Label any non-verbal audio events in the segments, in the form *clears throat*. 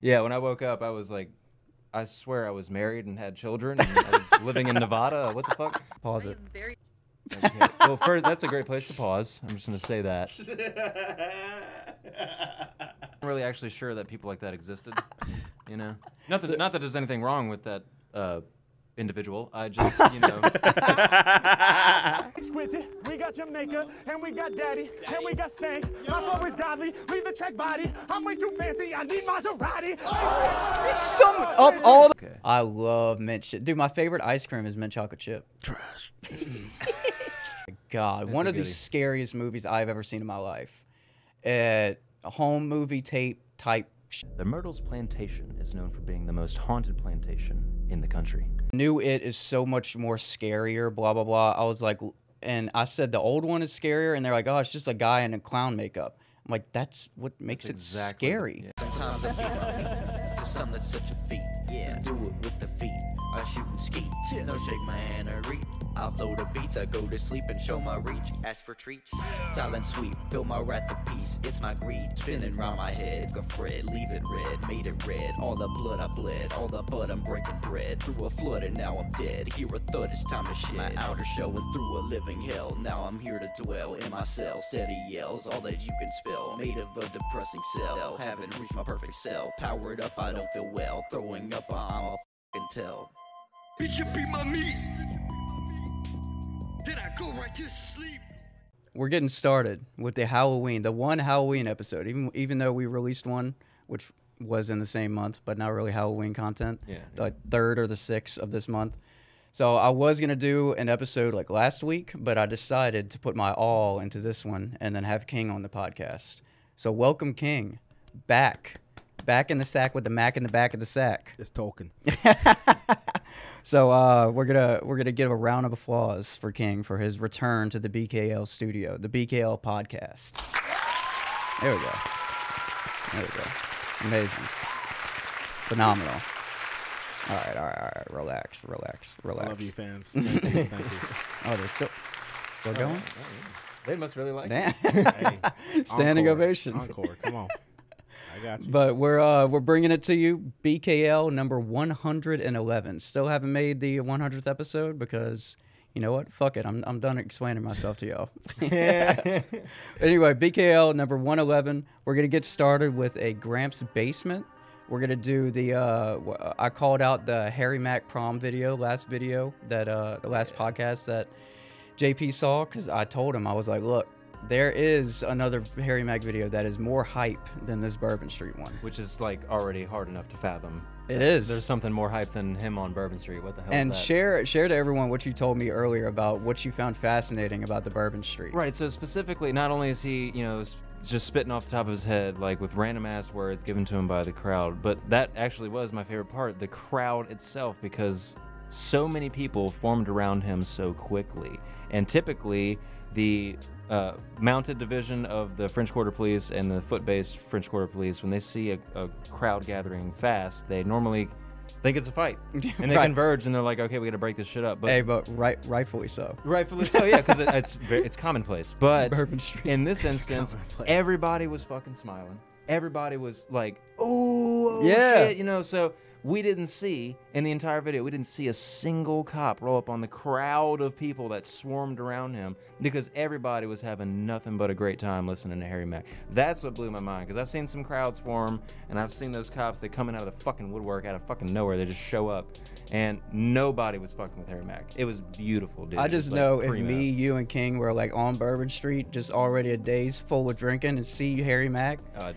Yeah, when I woke up, I was like, I swear I was married and had children and I *laughs* was living in Nevada. What the fuck? Pause I it. am very Okay. Well, first, that's a great place to pause. I'm just going to say that. *laughs* I'm really actually sure that people like that existed. You know? Not that, not that there's anything wrong with that uh, individual. *laughs* I just, you know. Exquisite. We got Jamaica, and we got Daddy, and we got Snake. My flow is godly. Leave the track body. I'm way too fancy. I need Maserati. Oh. You summed up all the. Okay. I love mint shit. Dude, my favorite ice cream is mint chocolate chip. Trash. *laughs* God, one a of the goodie. scariest movies I've ever seen in my life. Uh, a home movie tape type. sh- The Myrtles Plantation is known for being the most haunted plantation in the country. New It is so much more scarier, blah, blah, blah. I was like, and I said the old one is scarier, and they're like, oh, it's just a guy in a clown makeup. I'm like, that's what makes it exactly- scary. yeah. Sometimes I beat the sun that's such a feat. Yeah. do it with the feet. I shoot and ski. No shake my hand or reach. I flow the beats. I go to sleep and show my reach. Ask for treats. Silent sweep. Fill my wrath to peace. It's my greed. Spinning round my head. Go Fred. Leave it red. Made it red. All the blood I bled. All the blood I'm breaking bread. Through a flood and now I'm dead. Hear a thud. It's time to shit. My outer shell went through a living hell. Now I'm here to dwell in my cell. Steady yells. All that you can spell. Made of a depressing cell. Haven't reached my perfect cell. Powered up. I don't feel well. Throwing up. I'm a f***ing tell. Bitch, you be my meat. Then I go right to sleep. we're getting started with the Halloween, the one Halloween episode. Even even though we released one, which was in the same month, but not really Halloween content. Yeah, the third or the sixth of this month. So I was gonna do an episode like last week, but I decided to put my all into this one and then have King on the podcast. So welcome King, back, back in the sack with the Mac in the back of the sack. It's Tolkien. So uh, we're gonna we're gonna give a round of applause for King for his return to the BKL studio, the BKL podcast. There we go. There we go. Amazing. Phenomenal. All right, all right, all right. Relax, relax, relax. I love you, fans. Thank you. Thank you. Oh, they're still Oh, still going. Oh, They must really like it. Damn. Hey, *laughs* *laughs* Standing encore, ovation. Encore. Come on. I got you. But we're uh, we're bringing it to you, BKL number 111. Still haven't made the 100th episode because you know what? Fuck it. I'm I'm done explaining myself to y'all. *laughs* anyway, BKL number 111. We're gonna get started with a Gramps basement. We're gonna do the uh, wh- I called out the Harry Mack prom video last video that uh, the last podcast that JP saw because I told him I was like, look, there is another Harry Mack video that is more hype than this Bourbon Street one. Which is like already hard enough to fathom. It is. There's something more hype than him on Bourbon Street. What the hell? and is that? share share to everyone what you told me earlier about what you found fascinating about the Bourbon Street. Right. So specifically, not only is he, you know, s- just spitting off the top of his head, like with random ass words given to him by the crowd, but that actually was my favorite part, the crowd itself, because so many people formed around him so quickly. And typically, the uh, mounted division of the French Quarter Police and the foot-based French Quarter Police, when they see a, a crowd gathering fast, they normally think it's a fight, *laughs* and they Right. converge, and they're like, "Okay, we got to break this shit up." But Hey, but right, rightfully so. Rightfully so, yeah, because it, it's ve- it's commonplace. But Bourbon Street. in this instance, commonplace. everybody was fucking smiling. Everybody was like, "Oh, Yeah. shit," you know. So we didn't see in the entire video, we didn't see a single cop roll up on the crowd of people that swarmed around him because everybody was having nothing but a great time listening to Harry Mack. That's what blew my mind because I've seen some crowds form and I've seen those cops they come in out of the fucking woodwork out of fucking nowhere. They just show up. And nobody was fucking with Harry Mack. It was beautiful, dude. I It was, just like, know if primo. me, you, and King were like on Bourbon Street, just already a day's full of drinking, and see Harry Mack, Uh,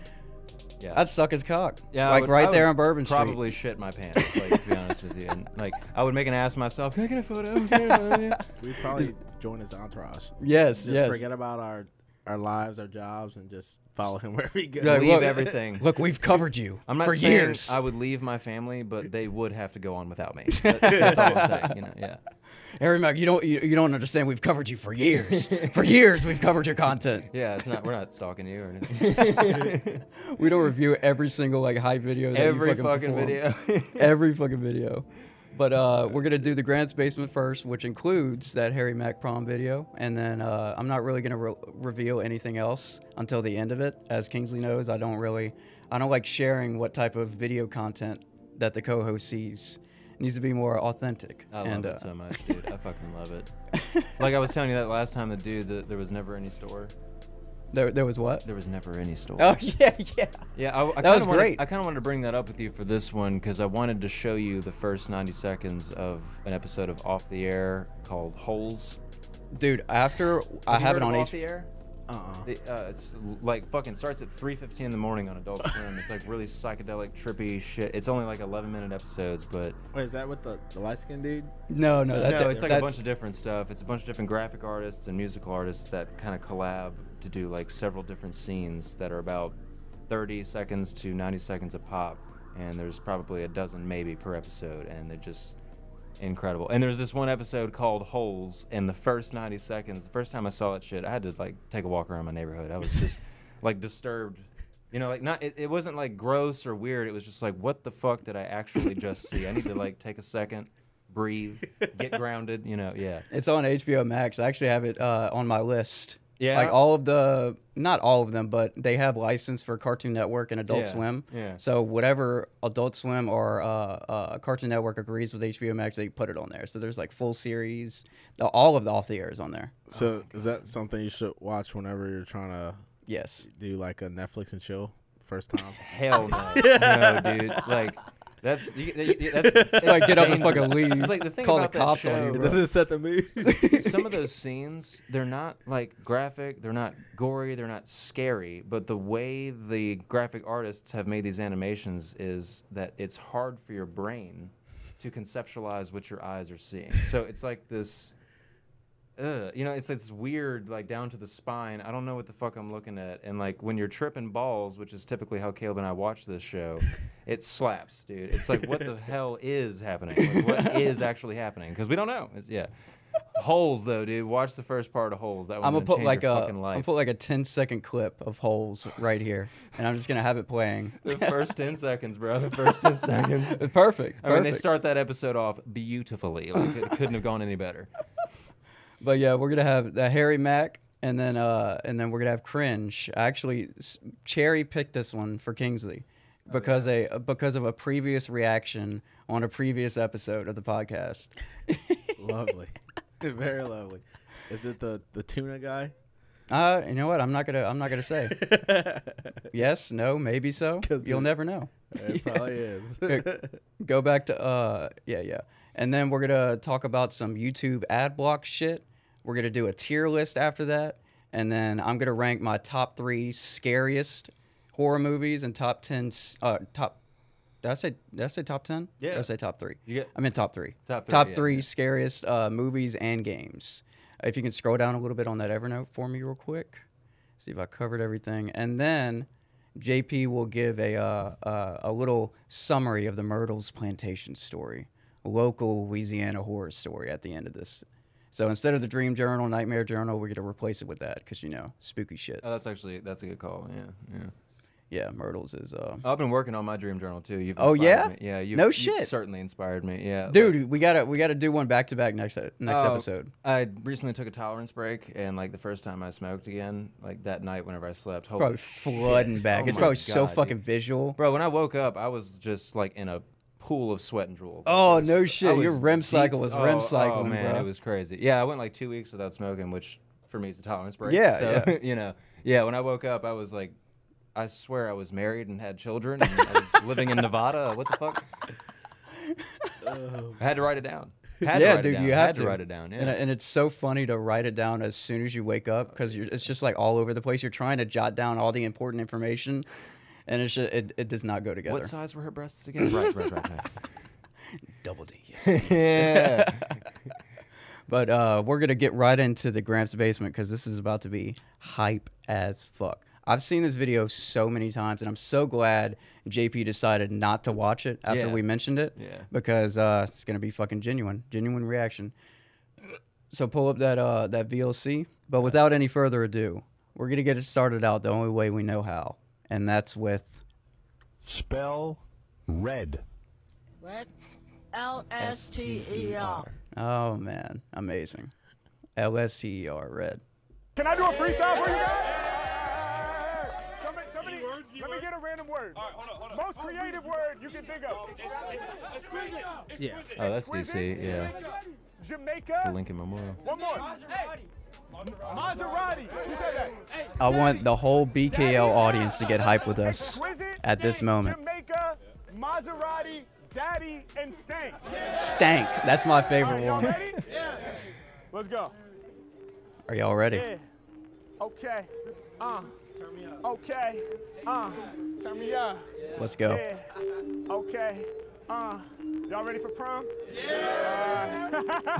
yeah. I'd suck his cock. yeah, I like would- right I there would on Bourbon Street. Probably shit my pants, like, to be honest with you. And, like, I would make an ass of myself. Can I get a photo? Can I get a *laughs* photo? Yeah. We probably join his entourage. Yes, Just yes. forget about our our lives, our jobs, and just follow him *laughs* wherever he goes. Like, Leave look- everything. Look, we've covered you *laughs* I'm not for saying years. I would leave my family, but they would have to go on without me. That- that's all I'm saying. You know, yeah. Harry Mack, you don't you, you don't understand. We've covered you *laughs* for years. for years, we've covered your content. Yeah, it's not. We're not stalking you or anything. We don't review every single like hype video. That you Every fucking perform. video. *laughs* every fucking video. But uh, we're gonna do the Grant's basement first, which includes that Harry Mack prom video, and then uh, I'm not really gonna re- reveal anything else until the end of it. As Kingsley knows, I don't really, I don't like sharing what type of video content that the co-host sees. It needs to be more authentic. I and, love uh, it so much, dude. I fucking love it. like I was telling you that last time, the dude, that there was never any store. There, there was what? There was never any store. Oh yeah, yeah. *laughs* yeah, I, I kinda that was wanted- great. I kind of wanted to bring that up with you for this one because I wanted to show you the first 90 seconds of an episode of Off the Air called Holes. Dude, after I you heard have it on of Off H. the Air. Uh-uh. It, uh, it's l- like fucking starts at 3:15 in the morning on Adult Swim. It's like really psychedelic, trippy shit. It's only like 11 minute episodes, but Wait, is that with the, the light skinned dude? No, no, that's no, it. it's like that's, a bunch of different stuff. It's a bunch of different graphic artists and musical artists that kind of collab to do like several different scenes that are about 30 seconds to 90 seconds a pop, and there's probably a dozen maybe per episode, and they're just incredible. And there's this one episode called Holes, and the first 90 seconds, the first time I saw that shit, I had to like take a walk around my neighborhood. I was just like disturbed. You know, like not it, it wasn't like gross or weird. It was just like, what the fuck did I actually just see? I need to like take a second, breathe, get grounded. You know, yeah. It's on HBO Max. I actually have it uh, on my list. Yeah. Like all of the, not all of them, but they have license for Cartoon Network and Adult Yeah, Swim. yeah. So whatever Adult Swim or uh, uh, Cartoon Network agrees with HBO Max, they put it on there. So there's like full series. the- All of the off the air is on there. So is that something you should watch whenever you're trying to Yes. do like a Netflix and chill first *laughs* time? Hell *laughs* no, no, dude. Like. That's, you, you- that's, that's *laughs* Like get up and dangerous. fucking leave. It's like the thing Call the about that cops on show- you, it bro. doesn't set the *laughs* mood. *laughs* some of those scenes they're not like graphic they're not gory they're not scary but the way the graphic artists have made these animations is that it's hard for your brain to conceptualize what your eyes are seeing so it's like this uh, you know, it's it's weird, like down to the spine. I don't know what the fuck I'm looking at. And like when you're tripping balls, which is typically how Caleb and I watch this *laughs* show, it slaps, dude. It's like what the hell is happening? Like, what is actually happening? Because we don't know. It's, yeah. Holes though, dude. Watch the first part of Holes. That was I'm gonna put like a fucking I'm life. gonna put like a 10 second clip of holes right here, and I'm just gonna have *laughs* it playing. *laughs* *laughs* the first ten seconds, bro. The first ten seconds. Perfect. Perfect. I mean, they start that episode off beautifully. Like it couldn't have gone any better. But yeah, we're gonna have the Harry Mack, and then uh, and then we're gonna have cringe. I actually s- cherry picked this one for Kingsley because a because of a previous reaction on a previous episode of the podcast. lovely. *laughs* Very lovely. Is it the, the tuna guy? Uh, you know what? I'm not gonna I'm not gonna say yes, no, maybe so. 'Cause You'll it- never know. It probably is. *laughs* *laughs* Good. Go back to uh, yeah, yeah, and then we're gonna talk about some YouTube ad block shit. We're gonna do a tier list after that, and then I'm gonna rank my top three scariest horror movies and top ten. s- Uh, top. Did I say? Did I say top ten? Did I Yeah. say top three? You get- I meant top three. Top three, Top yeah, three yeah. scariest uh, movies and games. If you can scroll down a little bit on that Evernote for me real quick, see if I covered everything, and then JP will give a uh, uh, a little summary of the Myrtles Plantation story, a local Louisiana horror story at the end of this. So instead of the Dream Journal, Nightmare Journal, we're gonna replace it with that because you know spooky shit. Oh, that's actually that's a good call. Yeah, yeah. yeah, Myrtles is. Uh, I've been working on my dream journal too. You've Oh, inspired yeah? me. yeah. You've, No you've shit. certainly inspired me. Yeah, like- Dude, we gotta we gotta do one back to back next e- next Oh, episode. I recently took a tolerance break, and like the first time I smoked again, like that night whenever I slept, holy Probably flooding back. Oh it's my probably so God, dude. fucking visual. bro. When I woke up, I was just like in a pool of sweat and drool. Like, Oh, it was- no I shit. Your was REM cycle was REM oh, Oh cycling, man, bro. it was crazy. Yeah, I went like two weeks without smoking, which for me is a tolerance break. Yeah, so, yeah. *laughs* you know, yeah. When I woke up, I was like. I swear I was married and had children and I *laughs* was living in Nevada. What the fuck? I had to write it down. Had to yeah, write it dude, down. you have had to write it down. Yeah. And, and it's so funny to write it down as soon as you wake up because you're it's just like all over the place. You're trying to jot down all the important information, and it's just, it it does not go together. What size were her breasts *laughs* again? right, right, right, right. Double D. Yes. Yeah. but uh, we're gonna get right into the Gramps basement because this is about to be hype as fuck. I've seen this video so many times, and I'm so glad JP decided not to watch it Yeah. after we mentioned it. Yeah. Because uh, it's gonna be fucking genuine, genuine reaction. So pull up that uh, that VLC. But without any further ado, we're gonna get it started out the only way we know how, and that's with Spell red. What? L S T E R. oh man, amazing, L S T E R red. Can I do a freestyle for you guys? Somebody, somebody, Let me get a random word. All right, hold on, hold on. Most creative word you can think of. Exquisite. Yeah. Exquisite. Oh, that's Exquisite. DC. Yeah, it's the Jamaica. Lincoln Memorial. One more. Maserati. Who said that? I want the whole BKL audience to get hype with us Exquisite. at this moment. Jamaica. Maserati. Daddy and Stank. Stank. That's my All favorite right, y'all one. ready? *laughs* Yeah. Let's go. Are y'all ready? Yeah. Okay. Uh. Okay. Uh. Turn me up. Let's go. Yeah. Okay. Uh. Y'all ready for prom?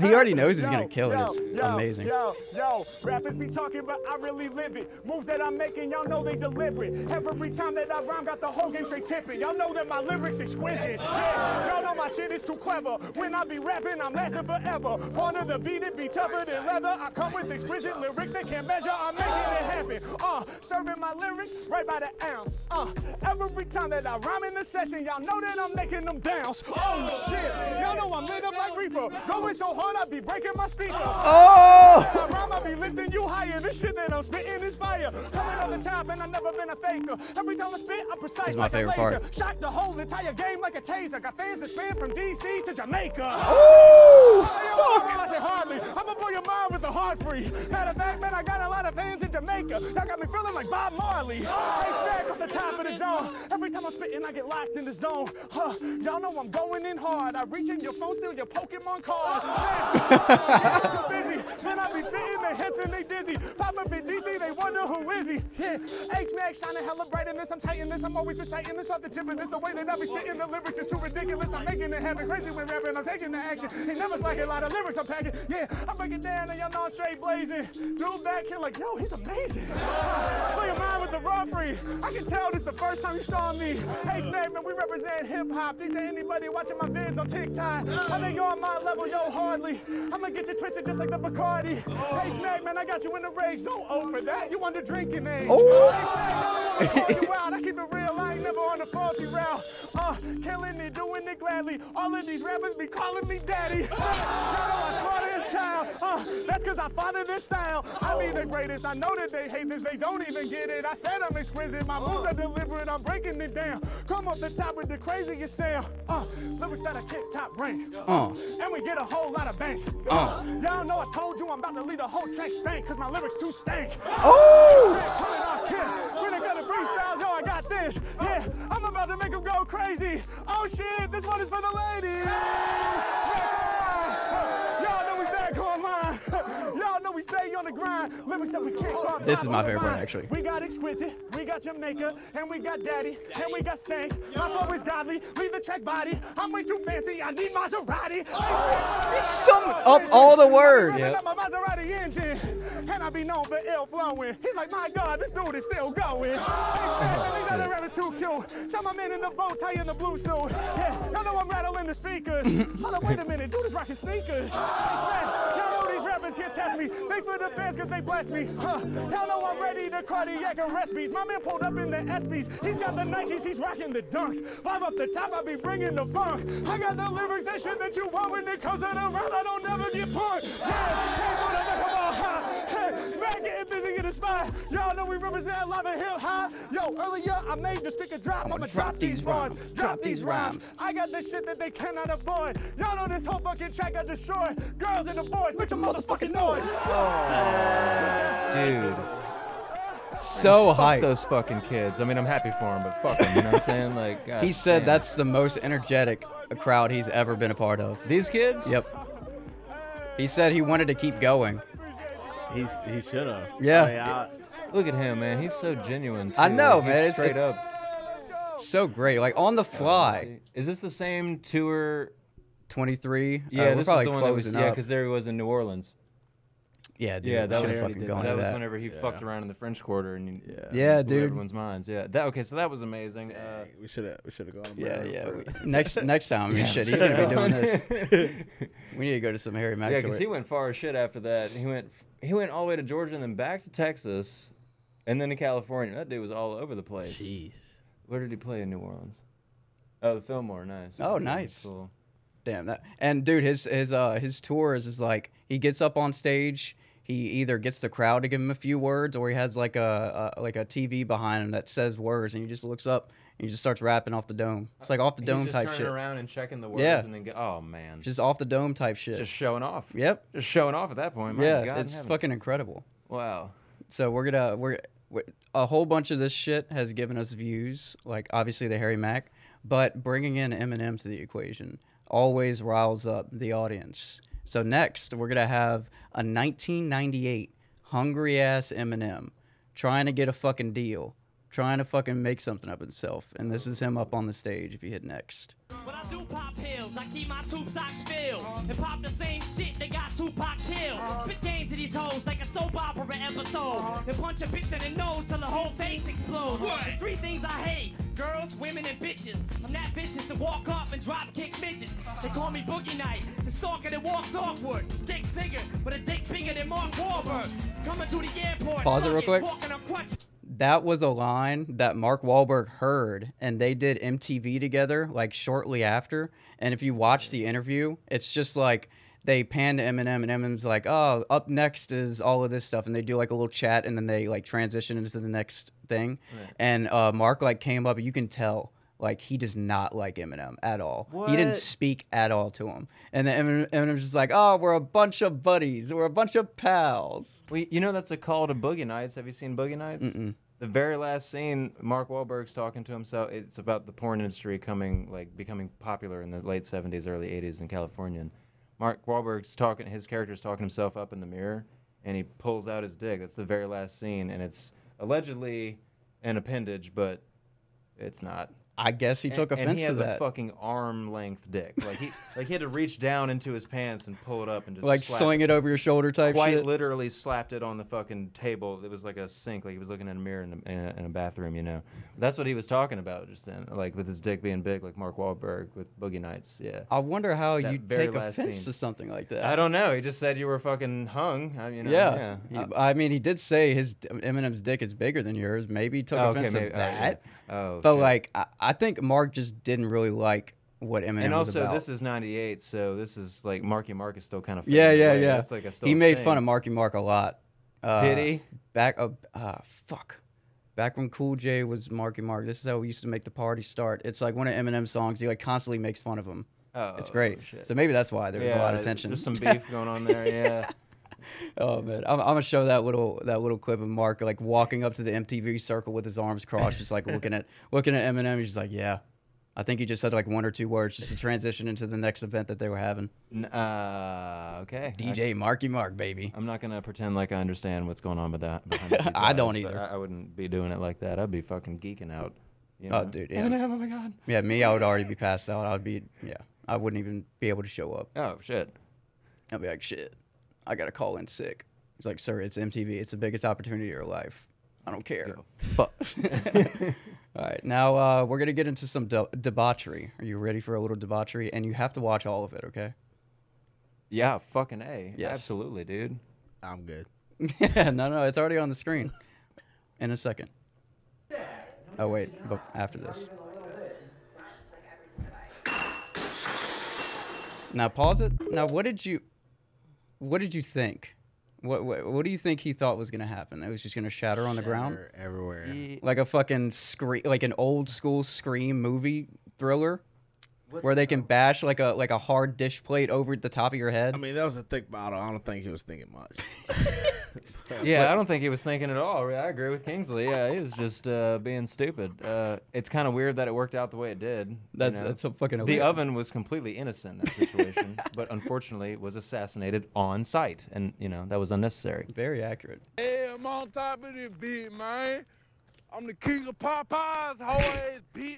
He already knows he's Yo, gonna kill it. yo, It's yo, amazing. Yo, yo, rappers be talking, but I really live it. Moves that I'm making, y'all know they deliberate. Every time that I rhyme, got the whole game straight tipping. Y'all know that my lyrics exquisite. Yeah, y'all know my shit is too clever. When I be rapping, I'm lasting forever. Part of the beat, it be tougher than leather. I come with exquisite lyrics they can't measure. I'm making it happen. Uh, serving my lyrics right by the ounce. Uh, every time that I rhyme in the session, y'all know that I'm making them bounce. Oh shit, y'all know I'm lit up like reefer. Going so hard, I be breaking my speaker. Oh! I rhyme, I be lifting you higher. This shit that I'm spitting is fire. Coming on the top, and I've never been a faker. Every time I spit, I'm precise This is my like favorite a laser. part. Shot the whole entire game like a taser. Got fans that span from DC to Jamaica. I said hardly. I'ma blow your mind with the heart free. Matter of fact, man, I got a lot of fans in Jamaica. Y'all got me feeling like Bob Marley. Take back off the top of the dome. Every time I'm spitting, I get locked in the zone. Huh, y'all know I'm going in hard. I reach in your phone, steal your Pokemon *laughs* card. Man, I'm so busy. Man, I be spitting, they hip and they dizzy. Pop up in DC, they wonder who is he. Yeah, H-Max shining hella bright in this. I'm tight in this. I'm always reciting this off the tip of this. The way that I be spitting the lyrics is too ridiculous. I'm making it happen crazy when rapping. I'm taking the action. It never slack a lot of lyrics I'm packing. Yeah, I break it down and y'all know I'm straight blazing. Dude back here like, yo, he's amazing. *laughs* Play your mind with the robbery. I can tell this the first time you saw me. Hey, man, we represent hip hop. These ain't anybody watching my vids on TikTok. I think you're on my level, yo, hardly. I'ma get you twisted just like the Bacardi. Hey, Mag, man, I got you in the rage. Don't over that. You under drinking age. Oh. Hey, Mag, I don't wanna call you out. I keep it real. I ain't never on a faulty route. Uh, killing it, doing it gladly. All of these rappers be calling me daddy. Uh, Tell 'em I slaughtered a child. Uh, that's cause I father this style. I be the greatest. I know that they hate this. They don't even get it. I said I'm exquisite. My moves are deliberate. I'm breaking it down. Come off the top with the craziest sound. Uh, lyrics that I kick top rank. Uh. And we get a whole lot of bang. Uh. Y'all know I told you I'm about to lead a whole track stank cause my lyrics too stank. Oh! Coming off kids. When I got a freestyle, yo, I got this. Yeah, I'm about to make them go crazy. Oh shit, this one is for the ladies. Y'all know we back online. *laughs* Y'all know we stay on the grind. Lyrics that we kick off. This top is my of the favorite one, mind. actually. We got exquisite, we got Jamaica, and we got daddy, and we got stank. My flow is godly, leave the track body. I'm way too fancy, I need Maserati. Sum up all the words. Running up my Maserati engine, and I be known for ill flowing. He's like, my God, this dude is still going. These other rappers too cute. Tell my man in the bow tie in the blue suit. Yeah, y'all know I'm rattling the speakers. Hold up, wait a minute, dude is rocking sneakers. Thanks, man. Y'all know these rappers can't test me. Thanks for the fans, cause they bless me. Huh. Y'all know I'm ready to cardiac arrest beats. My man pulled up in the SBs. He's got the Nikes, he's rocking the dunks. Live off the top, I be bringing the funk. I got the lyrics, that shit that you want when it comes to the round. I don't never get punked. Yeah, hey, boy, that make 'em all hot. Hey, man, getting busy in the spot. Y'all know we represent live and hip hop. Yo, earlier I made this pick a drop. I'ma drop these rhymes, drop these rhymes. I got the shit that they cannot avoid. Y'all know this whole fucking track got destroyed. Girls and the boys, make some motherfucking noise. Dude, So fuck hype. those fucking kids. I mean, I'm happy for them, but fuck them. You know what I'm saying? Like, God He said damn. that's the most energetic crowd he's ever been a part of. these kids. Yep. He said he wanted to keep going. He's he should have. Yeah. I, Look at him, man. He's so genuine. I too. know, He's man. It's- Straight it's- up. So great, like on the fly. Is this the same tour? 23. Yeah, uh, we're this is probably the one that was. closing Yeah, up. because there he was in New Orleans. yeah, dude, yeah, we that should've was- fucking That gone that to was that. whenever he fucked around in the French Quarter and he Yeah. Yeah, blew dude. everyone's minds. Yeah, that okay. So that was amazing. Uh, we should have we should have gone. Yeah, around yeah. for- *laughs* we- next next time, I mean, shit, he's *laughs* gonna be doing this. We need to go to some Harry Mack. yeah, tour. because he went far as shit after that. He went he went all the way to Georgia and then back to Texas, and then to California. That dude was all over the place. Jeez. Where did he play in New Orleans? Oh, the Fillmore. Nice. Oh, Okay, nice. Cool. Damn that. And dude, his his uh his tours is like he gets up on stage, he either gets the crowd to give him a few words or he has like a, a like a TV behind him that says words and he just looks up and he just starts rapping off the dome. It's like off the He's dome just type turning shit. around and checking the words Yeah. and then go, oh man, just, Just off the dome type shit. showing off. Yep. Just showing off at that point. My yeah, God in it's heaven. fucking incredible. wow. So we're gonna we're, we a whole bunch of this shit has given us views, like obviously the Harry Mack, but bringing in Eminem to the equation always riles up the audience. So next we're gonna have a 1998 hungry ass Eminem trying to get a fucking deal, trying to fucking make something of himself, and this is him up on the stage. If you hit next, But I do pop pills, I keep my two socks filled. And pop the same shit that got Tupac killed. Spit games to these hoes like a soap opera episode. And punch a bitch in the nose till the whole face explodes. There's Three things I hate girls, women, and bitches. I'm that vicious to walk off and drop kick midgets. They call me Boogie Night, the stalker that walks awkward. Stick figure, with a dick bigger than Mark Wahlberg. Coming through the airport, Pause it real sluggish, quick. walking on crutches. that was a line that Mark Wahlberg heard, and they did MTV together like shortly after. And if you watch the interview, it's just like they pan to Eminem, and Eminem's like, "Oh, up next is all of this stuff," and they do like a little chat, and then they like transition into the next thing. And uh, Mark like came up, and you can tell. Like he does not like Eminem at all. He didn't What? speak at all to him, and then Eminem, Eminem's just like, "Oh, we're a bunch of buddies. We're a bunch of pals." Well, you know that's a call to Boogie Nights. Have you seen Boogie Nights? The very last scene, Mark Wahlberg's talking to himself. It's about the porn industry coming, like becoming popular in the late '70s, early '80s in California. And Mark Wahlberg's talking. His character's talking himself up in the mirror, and he pulls out his dick. That's the very last scene, and it's allegedly an appendage, but it's not. I guess he took and, offense and he has to a that. fucking arm length dick. Like he, *laughs* like he had to reach down into his pants and pull it up and just like slap swing it over your shoulder type quite shit. literally slapped it on the fucking table. It was like a sink, like he was looking in a mirror in a, in a, in a bathroom, you know. That's what he was talking about just then, like with his dick being big, like Mark Wahlberg with Boogie Nights. Yeah. I wonder how That you very take last offense scene. to something like that. I don't know. He just said you were fucking hung. I, you know, yeah, yeah. Uh, He- I, mean, he did say his Eminem's dick is bigger than yours. Maybe he took Oh, okay, offense maybe- to oh, yeah. that. Oh, but shit. like, I, I think Mark just didn't really like what Eminem. And was also, about. this is '98, so this is like Marky Mark is still kind of yeah, fading yeah, away. yeah. That's like a still he a made thing. fun of Marky Mark a lot. Uh, Did he? Back up, uh, fuck. Back when Cool J was Marky Mark, this is how we used to make the party start. It's like one of Eminem's songs. He like constantly makes fun of him. Oh, it's great. shit. So maybe that's why there was a lot of Yeah, tension. There's *laughs* *laughs* some beef going on there. Yeah. Oh man, I'm, I'm gonna show that little that little clip of Mark like walking up to the MTV circle with his arms crossed, just like looking at *laughs* looking at Eminem. He's just like, yeah. I think he just said like one or two words just to transition into the next event that they were having. *laughs* N- uh, okay. DJ Marky Mark, baby. I'm not gonna pretend like I understand what's going on with that. Behind *laughs* the I details, don't but either. I, I wouldn't be doing it like that. I'd be fucking geeking out. you Oh, know? dude, yeah. Eminem, oh my god. Yeah, me, I would already be passed out. I'd be, yeah, I wouldn't even be able to show up. Oh shit. I'd be like, shit, I gotta call in sick. He's like, sir, it's MTV. It's the biggest opportunity of your life. I don't care. Fuck. *laughs* all right, now uh, we're gonna get into some de- debauchery. Are you ready for a little debauchery? And you have to watch all of it, okay? Yeah, fucking a. Yes. Absolutely, dude. I'm good. Yeah, no, no, it's already on the screen. In a second. Oh wait, but after this. Now pause it. Now what did you, what did you think? What what, what do you think he thought was gonna happen? It was just gonna shatter on the ground Shatter everywhere. like a fucking scream, like an old school scream movie thriller, where they can bash like a like a hard dish plate over the top of your head. I mean, that was a thick bottle. I don't think he was thinking *laughs* much. Yeah, I don't think he was thinking at all. I agree with Kingsley. Yeah, he was just uh, being stupid. Uh, it's kind of weird that it worked out the way it did. you That's- know? that's a fucking The weird- oven was completely innocent in that *laughs* situation, but unfortunately was assassinated on site, and you know that was unnecessary. Very accurate. Hey, I'm on top of this bitch, man. I'm the king of Popeyes, whole ass bitch.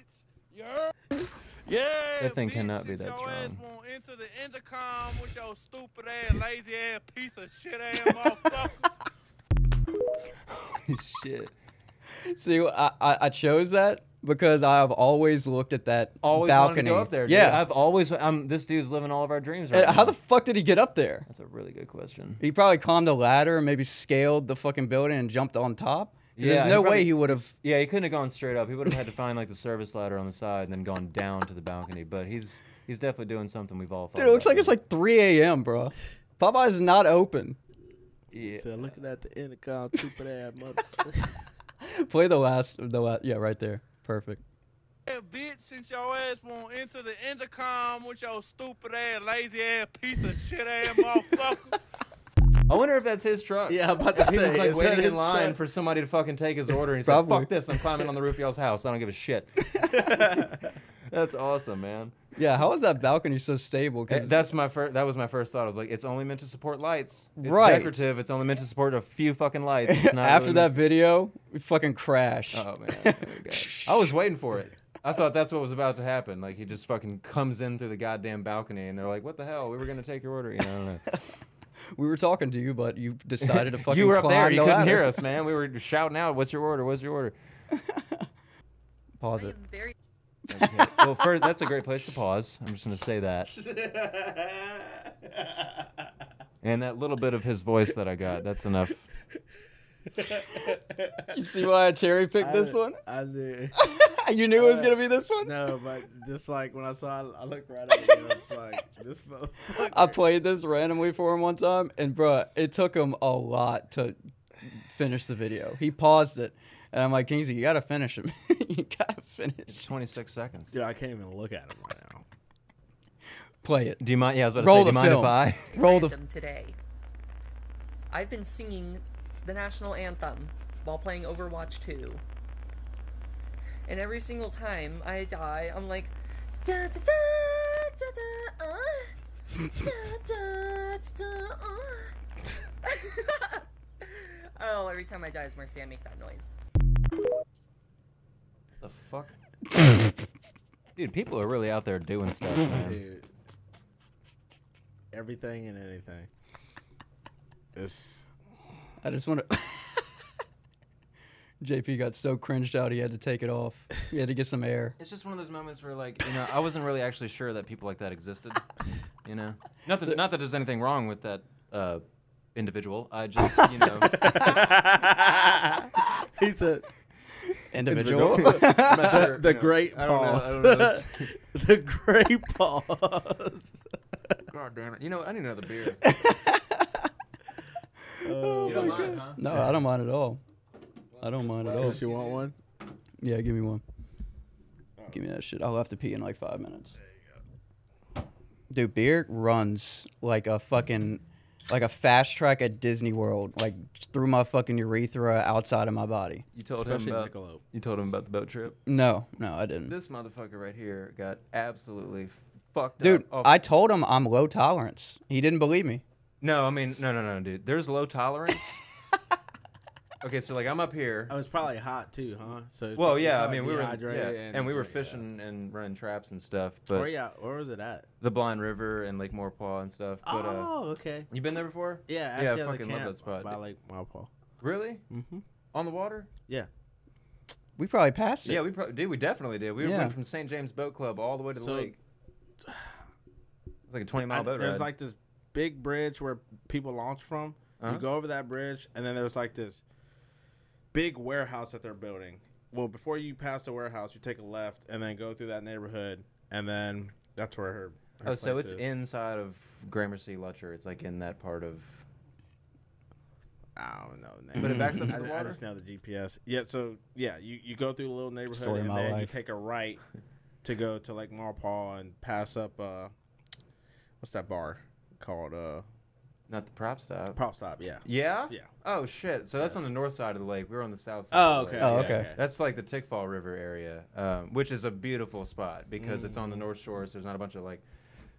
You heard? Yeah. That thing bitch, cannot be if that your ass strong. won't enter the intercom with your stupid ass, lazy ass, piece of shit ass *laughs* motherfucker. Shit. See, I, I, I chose that because I've always looked at that Always wanted balcony. to go up there. Dude. yeah. I've always. I'm. This dude's living all of our dreams right Uh, And how now. the fuck did he get up there? That's a really good question. He probably climbed a ladder, maybe scaled the fucking building and jumped on top. 'Cause Yeah, there's he no way probably- he would have. Yeah, he couldn't have gone straight up. He would have had to find like the service ladder on the side and then gone down to the balcony. But he's he's definitely doing something we've all. Dude, it looks like it's like 3 a.m., bro. Popeye's not open. Yeah. So looking at the intercom, stupid ass motherfucker. Play the last, the last, yeah, right there. Perfect. Hey, bitch, since your ass won't enter the intercom with your stupid ass, lazy ass, piece of shit ass motherfucker. I wonder if that's his truck. yeah, I'm about to He say, was like is that waiting his in line truck? for somebody to fucking take his order. And he said, Probably. "Fuck this! I'm climbing on the roof of y'all's house. I don't give a *laughs* shit." that's awesome, man. Yeah, how is that balcony so stable? Eh, 'Cause- That's my first. That was my first thought. I was like, "It's only meant to support lights. It's Right. decorative. It's only meant to support a few fucking lights." *laughs* It's not after really that video, we fucking crash. *laughs* Oh man, Oh, God. I was waiting for it. I thought that's what was about to happen. Like he just fucking comes in through the goddamn balcony, and they're like, "What the hell? We were gonna take your order." You know, I *laughs* don't know. we were talking to you, but you *laughs* decided to fucking. you were up there. climb You the couldn't ladder. hear us, man. We were shouting out, "What's your order? What's your *laughs* order?" Pause it. Very Okay. Well, first, that's a great place to pause. I'm just gonna say that. And that little bit of his voice that I got, that's enough. *laughs* You see why I cherry picked *laughs* this one? *laughs* I did. You knew it was uh, gonna be this one. No, but just like when I saw it, I looked right at it. and It's like this motherfucker. *laughs* I played this randomly for him one time, and bruh, it took him a lot to finish the video. He paused it, and I'm like, Kingsley, you gotta finish *laughs* him. you gotta It's finish. 26 seconds. Dude, I can't even look at him right now. Play it. Do you mind? Yeah, I was about to Roll say, do the you mind film. if I? Roll the. random today. I've been singing the national anthem while playing Overwatch 2. And every single time I die, I'm like da da da da da *laughs* uh, da da da *laughs* uh. *laughs* Oh, every time I die is mercy, I make that noise. The *laughs* fuck? Dude, people are really out there doing *laughs* stuff, man. Dude, everything and anything. *laughs* It's *laughs* I just *laughs* want to. JP got so cringed out he had to take it off. He had to get some air. It's just one of those moments where, like, you know, I wasn't really actually sure that people like that existed. You know, not that not that there's anything wrong with that uh, individual. *laughs* I just, you know, he's a *laughs* Individual. *laughs* I'm not the, sure, the you know, great I don't know, I pause. don't know, it's- *laughs* *laughs* the great pause. God damn it! You know what? I need another *laughs* beer. Oh Oh, You don't mind, huh? no, I don't mind at all. I don't mind at all. you want one? Yeah, give me one. Oh. Give me that shit. I'll have to pee in like five minutes. Dude, beer runs like a fucking, like a fast track at Disney World, like through my fucking urethra outside of my body. You told Especially him about Michelob. you told him about the boat trip. No, no, I didn't. This motherfucker right here got absolutely fucked Dude, up. off- I told him I'm low tolerance. He didn't believe me. no, I mean, no, no, no, dude. There's low *laughs* tolerance. okay, so like I'm up here. Oh, it's probably hot too, huh? So it's Well, probably- yeah, I probably mean, we were, in- yeah, dehydrated and, we were drinking, yeah. fishing and running traps and stuff, but Where yeah, where was it at? the Blind River and Lake Maurepas and stuff. But uh, oh, okay. you been there before? Yeah, yeah, actually, I at the fucking love camp that spot. By dude. like my paw. really? Mhm. On the water? Yeah. We probably passed it. Yeah, we pro- dude, we definitely did. We Yeah. went from St. James Boat Club all the way to the So- lake. It's like a 20 I- mile boat there's ride. like this big bridge where people launch from. Uh-huh. You go over that bridge, and then there's like this big warehouse that they're building. Well, before you pass the warehouse, you take a left and then go through that neighborhood, and then that's where her. her oh, so place it's is. inside of Gramercy Lutcher. It's like in that part of. I don't know. the But it name. backs up to I, the ju- I water? just know the GPS. Yeah, so yeah, you, you go through a little neighborhood Story of and my then you life. take a right to go to like Marpaw and pass up uh what's that bar called? Uh Not the prop stop. Prop Stop, yeah. yeah? Yeah. Oh, shit. So that's on the north side of the lake. We were on the south side. Oh of the lake. okay. Oh, yeah, okay. That's like the Tickfall River area, um, which is a beautiful spot because it's Mm. on the North Shore, so there's not a bunch of like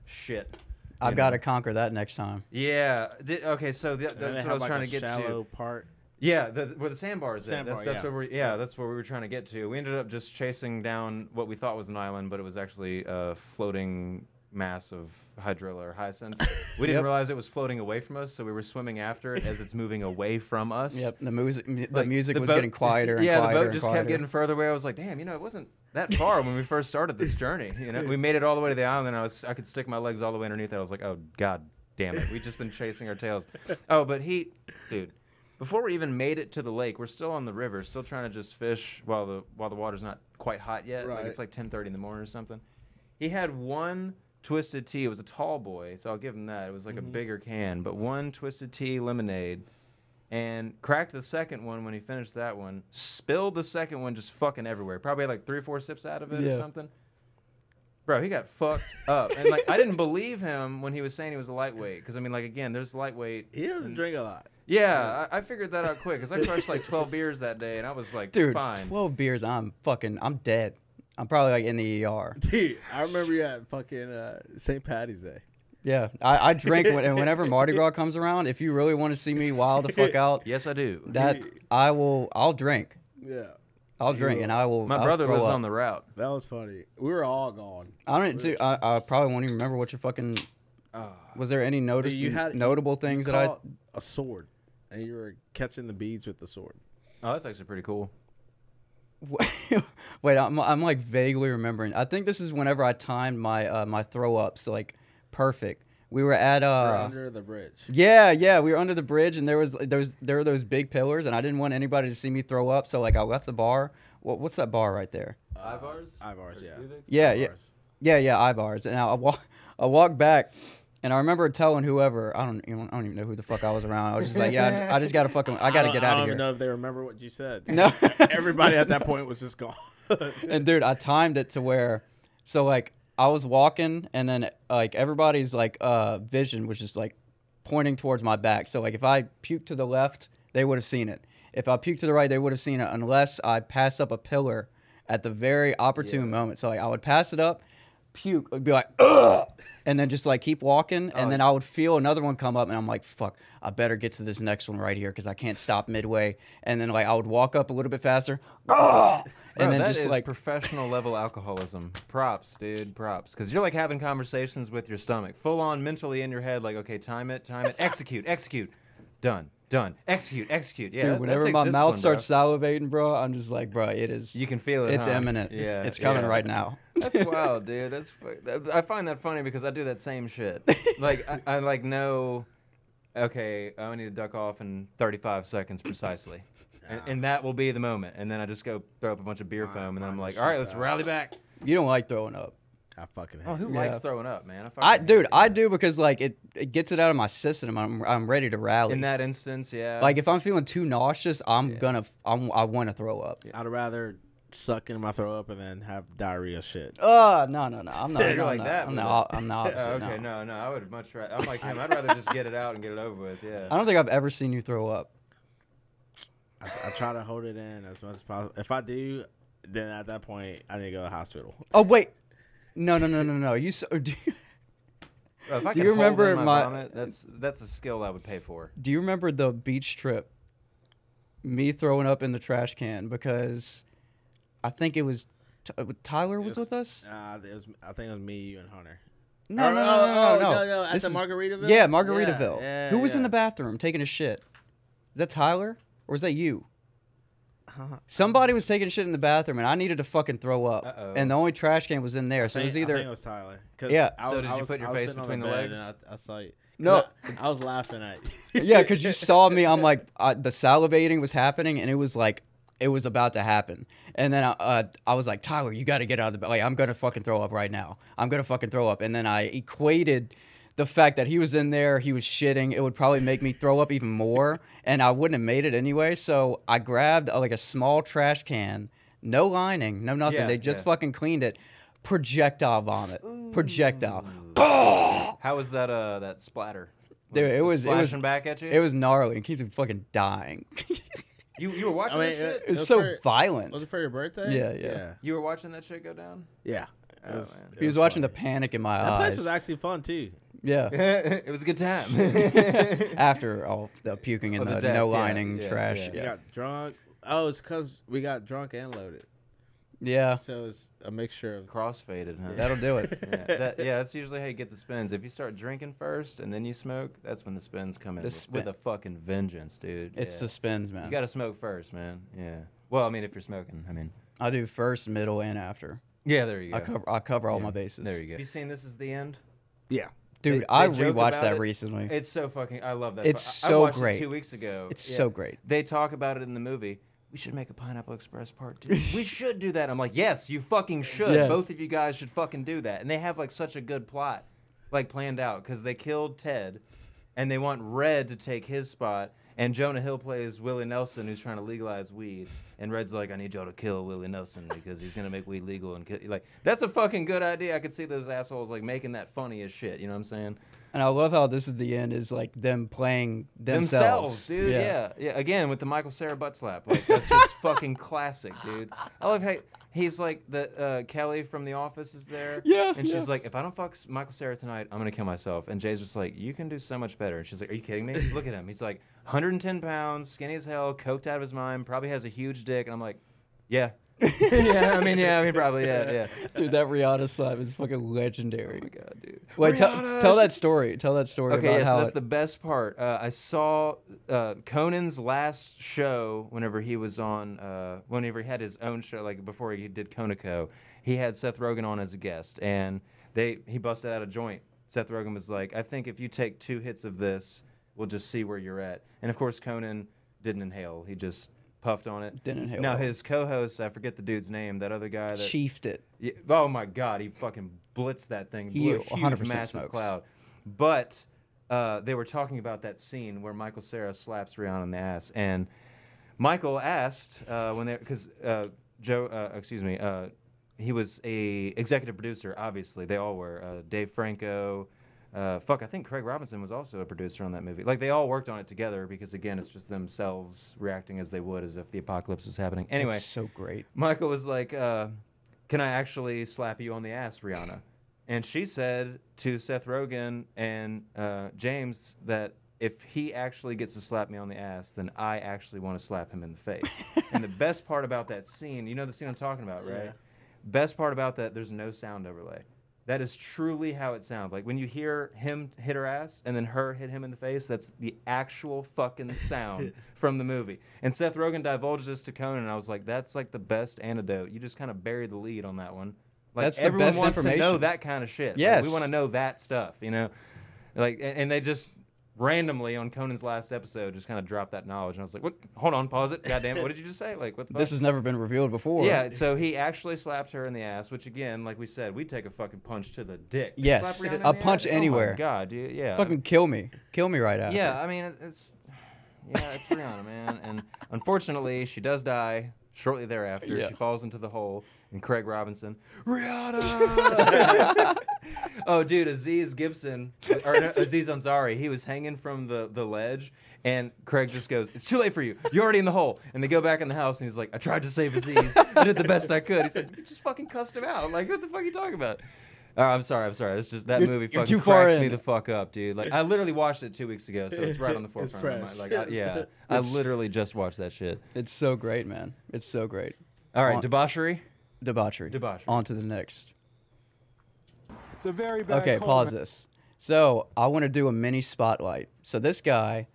shit. I've you got know. to conquer that next time. Yeah. Di- okay. So the, And then that's what they I have, was like, trying a to get shallow to. part. Yeah, the, where the sandbar is. at. Sandbar, that's that's yeah. where we. Yeah, that's where we were trying to get to. We ended up just chasing down what we thought was an island, but it was actually a floating mass of hydrilla or hyacinth. We didn't *laughs* Yep. realize it was floating away from us, so we were swimming after it as it's moving away from us. Yep, the music, the Like, music was boat- getting quieter *laughs* and yeah, quieter. the boat and just quieter. kept getting further away. I was like, damn, you know, it wasn't that far when we first started this journey. You *laughs* know, we made it all the way to the island, and I was I could stick my legs all the way underneath it. I was like, oh god, damn it, we just been chasing our tails. *laughs* Oh, but he, dude, before we even made it to the lake, we're still on the river, still trying to just fish while the while the water's not quite hot yet. Like it's Right. like 10:30 in the morning or something. He had one twisted Mm-hmm. tea. It was a tall boy, so I'll give him that. It was like a bigger can, but one twisted tea lemonade and cracked the second one when he finished that one. Spilled the second one just fucking everywhere. Probably had like three or four sips out of it or Yeah. something. Bro, he got fucked *laughs* up, and like I didn't believe him when he was saying he was a lightweight. Because I mean, like again, there's lightweight. He doesn't and- drink a lot. Yeah, I, I figured that out quick because I crushed like 12 beers that day, and I was like, Dude, fine. 12 beers, I'm fucking, I'm dead. I'm probably like in the ER. Dude, I remember you at fucking uh, St. Patty's Day. Yeah, I, I drink when, and *laughs* whenever Mardi Gras comes around. If you really want to see me wild the fuck out, yes, I do. That I will, I'll drink. Yeah. I'll drink and I will. My I'll brother throw lives up. on the route. That was funny. We were all gone. I don't do. I, I probably won't even remember what your fucking. was there any notice Ah. you had- notable things that I? Caught a sword, and you were catching the beads with the sword. Oh, that's actually pretty cool. *laughs* Wait, I'm, I'm like vaguely remembering. I think this is whenever I timed my uh, my throw ups like perfect. We were at We were uh under the bridge. Yeah, yeah, we were under the bridge, and there was those there were those big pillars, and I didn't want anybody to see me throw up, so like I left the bar. What, what's that bar right there? Ivars? Ivars, yeah. Yeah, yeah, yeah, yeah, eye bars. And I, I walk, I walk back, and I remember telling whoever I don't, you know, I don't even know who the fuck I was around. I was just like, yeah, I just, I just gotta fucking, I gotta don't- get I out don't of even here. know if they remember what you said. *laughs* No. *laughs* Everybody at that point was just gone. and dude, I timed it to where, so like I was walking, and then like everybody's like uh vision was just like pointing towards my back. So like if I puked to the left, they would have seen it. If I puked to the right, they would have seen it unless I passed up a pillar at the very opportune moment. So like I would pass it up, puke, I'd be like, *clears throat* ugh, and then just like keep walking, Oh, and then I would feel another one come up, and I'm like, fuck, I better get to this next one right here because I can't stop midway. And then like I would walk up a little bit faster, *clears throat* ugh, Bro, and then that just is like professional level alcoholism. Props, dude. Props, because you're like having conversations with your stomach, full on mentally in your head, like, okay, time it, *laughs* time it, execute, execute, done, done, execute, execute. Yeah, that- Dude, that whenever takes my discipline, mouth bro. starts salivating, bro, I'm just like, bro, it is. You can feel it. It's huh? imminent. Yeah, it's coming yeah. right now. That's *laughs* wild, dude. That's fu- that- I find that funny because I do that same *laughs* shit. Like I, I like know, okay, I need to duck off in 35 seconds precisely, and, and that will be the moment. And then I just go throw up a bunch of beer foam, and then I'm like, all right, let's rally back. You don't like throwing up. I fucking hate Oh, who Yeah. likes throwing up, man? I, I, fucking hate dude, it. I do because like it, it gets it out of my system. I'm I'm ready to rally. in that instance, yeah. like if I'm feeling too nauseous, I'm gonna I'm, I want to throw up. I'd rather suck in my throw up and then have diarrhea shit. Oh, no, no, *laughs* no. I'm not You're like I'm not- that. I'm with the, it. o- *laughs* I'm the opposite. Oh, okay, no. no. no, I would much rather. I'm like him. I'd rather just get it out and get it over with. Yeah. I don't think I've ever seen you throw up. I, I try to hold it in as much as possible. If I do, then at that point I need to go to the hospital. Oh wait, no, no, no, no, no. You so, *laughs* do you, Bro, if I Do can you hold in remember my, my- vomit, that's that's a skill I would pay for. Do you remember the beach trip? Me throwing up in the trash can because I think it was T- uh, Tyler was with us. Uh, it was, I think it was me, you, and Hunter. No, Or- no, no, oh, no, no, oh, no. At This the is- Margaritaville. Yeah, Margaritaville. yeah, Who was in yeah. the bathroom taking a shit? Is that Tyler or is that you? Uh-huh. Somebody was taking shit in the bathroom, and I needed to fucking throw up. Uh-oh. And the only trash can was in there, so I it was think- I either. think it was Tyler. 'Cause Yeah. I So was- did I you was- put your I was face sitting on between the bed and legs? I, I saw you. 'Cause No. I, I was laughing at *laughs* you. yeah, because you saw me. *laughs* I'm like, uh, the salivating was happening, and it was like, it was about to happen. And then I, uh, I was like, Tyler, you got to get out of the bed. Like, I'm gonna fucking throw up right now. I'm gonna fucking throw up. And then I equated the fact that he was in there, he was shitting. It would probably make me throw up even more, and I wouldn't have made it anyway. So I grabbed uh, like a small trash can, no lining, no nothing. Yeah, they just yeah. fucking cleaned it. Projectile vomit. Projectile. How was that? Uh, that splatter. Dude, it was it was splashing back at you. It was gnarly. and He's fucking dying. *laughs* You you were watching mean, that shit. It's was so for- violent. Was it for your birthday? Yeah, yeah. You were watching that shit go *laughs* down. Yeah. It Oh, was- man. it He was, was watching fun. the panic in my That eyes. place was actually fun too. *laughs* yeah. it was a good *laughs* time. After all the puking Oh, and the the, death, no yeah, lining yeah, trash. yeah. Yeah. We got drunk. Oh, it's because we got drunk and loaded. Yeah. So it's a mixture *laughs* of. Crossfaded, huh? *laughs* That'll do it. *laughs* yeah, that- yeah, that's usually how you get the spins. If you start drinking first and then you smoke, that's when the spins come in The with, spin- with a fucking vengeance, dude. It's yeah. the spins, man. You gotta smoke first, man. Yeah. Well, I mean, if you're smoking, I mean. I do first, middle, and after. Yeah, there you go. I cover I cover all my bases. There you go. You seen this is the end? Yeah. Dude, They- I they joke rewatched about that it. recently. It's so fucking. I love that. It's fu- I- so I watched great. It two weeks ago. It's so great. They talk about it in the movie. We should make a Pineapple Express part two. we should do that. I'm like, yes, you fucking should. Yes. Both of you guys should fucking do that. And they have like such a good plot, like planned out, because they killed Ted, and they want Red to take his spot. And Jonah Hill plays Willie Nelson, who's trying to legalize weed. And Red's like, I need y'all to kill Willie Nelson because he's gonna make weed legal. And kill. like, that's a fucking good idea. I could see those assholes like making that funny as shit. You know what I'm saying? And I love how this is the end is like them playing themselves. dude. Yeah. yeah, Again with the Michael Sarah butt slap, like that's *laughs* just fucking classic, dude. I love how he's like the uh, Kelly from The Office is there. Yeah, and yeah. she's like, if I don't fuck S- Michael Sarah tonight, I'm gonna kill myself. And Jay's just like, you can do so much better. And she's like, are you kidding me? Look at him. He's like 110 pounds, skinny as hell, coked out of his mind, probably has a huge dick. And I'm like, yeah. *laughs* yeah, I mean, yeah, I mean, probably, yeah, yeah. Dude, that Rihanna slap is fucking legendary. Oh my god, dude. Wait, tell Rihanna, tell she- that story. Tell that story Okay, about yeah, so how that's it- the best part. Uh, I saw uh, Conan's last show whenever he was on, uh, whenever he had his own show, like before he did Conoco. He had Seth Rogen on as a guest, and they he busted out a joint. Seth Rogen was like, "I think if you take two hits of this, we'll just see where you're at." And of course, Conan didn't inhale. He just puffed on it. Didn't inhale. Now his co-host, I forget the dude's name, that other guy that Chiefed it. Yeah, oh my god, he fucking blitzed that thing. He Blew a huge 100% massive smokes. cloud. But uh, they were talking about that scene where Michael Sarah slaps Rihanna in the ass, and Michael asked uh, when they because uh, Joe, uh, excuse me, uh, he was a executive producer. Obviously, they all were. Uh, Dave Franco. Uh, fuck, I think Craig Robinson was also a producer on that movie. Like they all worked on it together because again, it's just themselves reacting as they would as if the apocalypse was happening. Anyway, That's so great. Michael was like, uh, "Can I actually slap you on the ass, Rihanna?" And she said to Seth Rogen and uh, James that if he actually gets to slap me on the ass, then I actually want to slap him in the face. and the best part about that scene, you know the scene I'm talking about, right? Yeah. Best part about that, there's no sound overlay. That is truly how it sounds. Like when you hear him hit her ass and then her hit him in the face, that's the actual fucking *laughs* sound from the movie. And Seth Rogen divulged this to Conan, and I was like, that's like the best antidote. You just kind of bury the lead on that one. Like That's the everyone best wants to know information. that kind of shit. Like, Yes. we want to know that stuff, you know? Like, a- and, they just randomly on Conan's last episode just kind of dropped that knowledge. And I was like, what? Hold on, pause it. God damn it. What did you just say? Like, what the fuck? This has never been revealed before. Yeah, so he actually slapped her in the ass, which again, like we said, we take a fucking punch to the dick. Yes, Slap Rihanna in a the punch ass? anywhere. Oh my God, dude, yeah. Fucking kill me, kill me right after. Yeah, I mean it- it's yeah, it's Rihanna, man, and unfortunately, she does die shortly thereafter. Yeah. She falls into the hole, and Craig Robinson, Rihanna. oh, dude, Aziz Gibson or no, Aziz Ansari, he was hanging from the the ledge. And Craig just goes, "It's too late for you. You're already in the hole." And they go back in the house, and he's like, "I tried to save Aziz. I did the best I could." He said, "You just fucking cussed him out. Like, what the fuck are you talking about?" Uh, I'm sorry. I'm sorry. It's just that You're- movie you're fucking too far cracks me in. the fuck up, dude. Like, I literally watched it two weeks ago, so it's right on the *laughs* It's forefront of my mind. fresh. Like, I, *laughs* yeah, I It's- literally just watched that shit. It's so great, man. It's so great. All right, debauchery. Debauchery. Debauchery. On to the next. It's a very bad. Okay, pause this. So I want to do a mini spotlight. So this guy,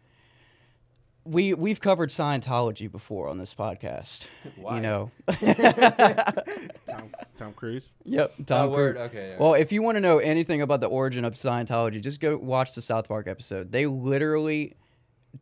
we we've covered Scientology before on this podcast. Why? You know. Tom, *laughs* Tom Cruise. Yep, Tom Oh, word, Cruise. okay, yeah. Well, if you want to know anything about the origin of Scientology, just go watch the South Park episode. They literally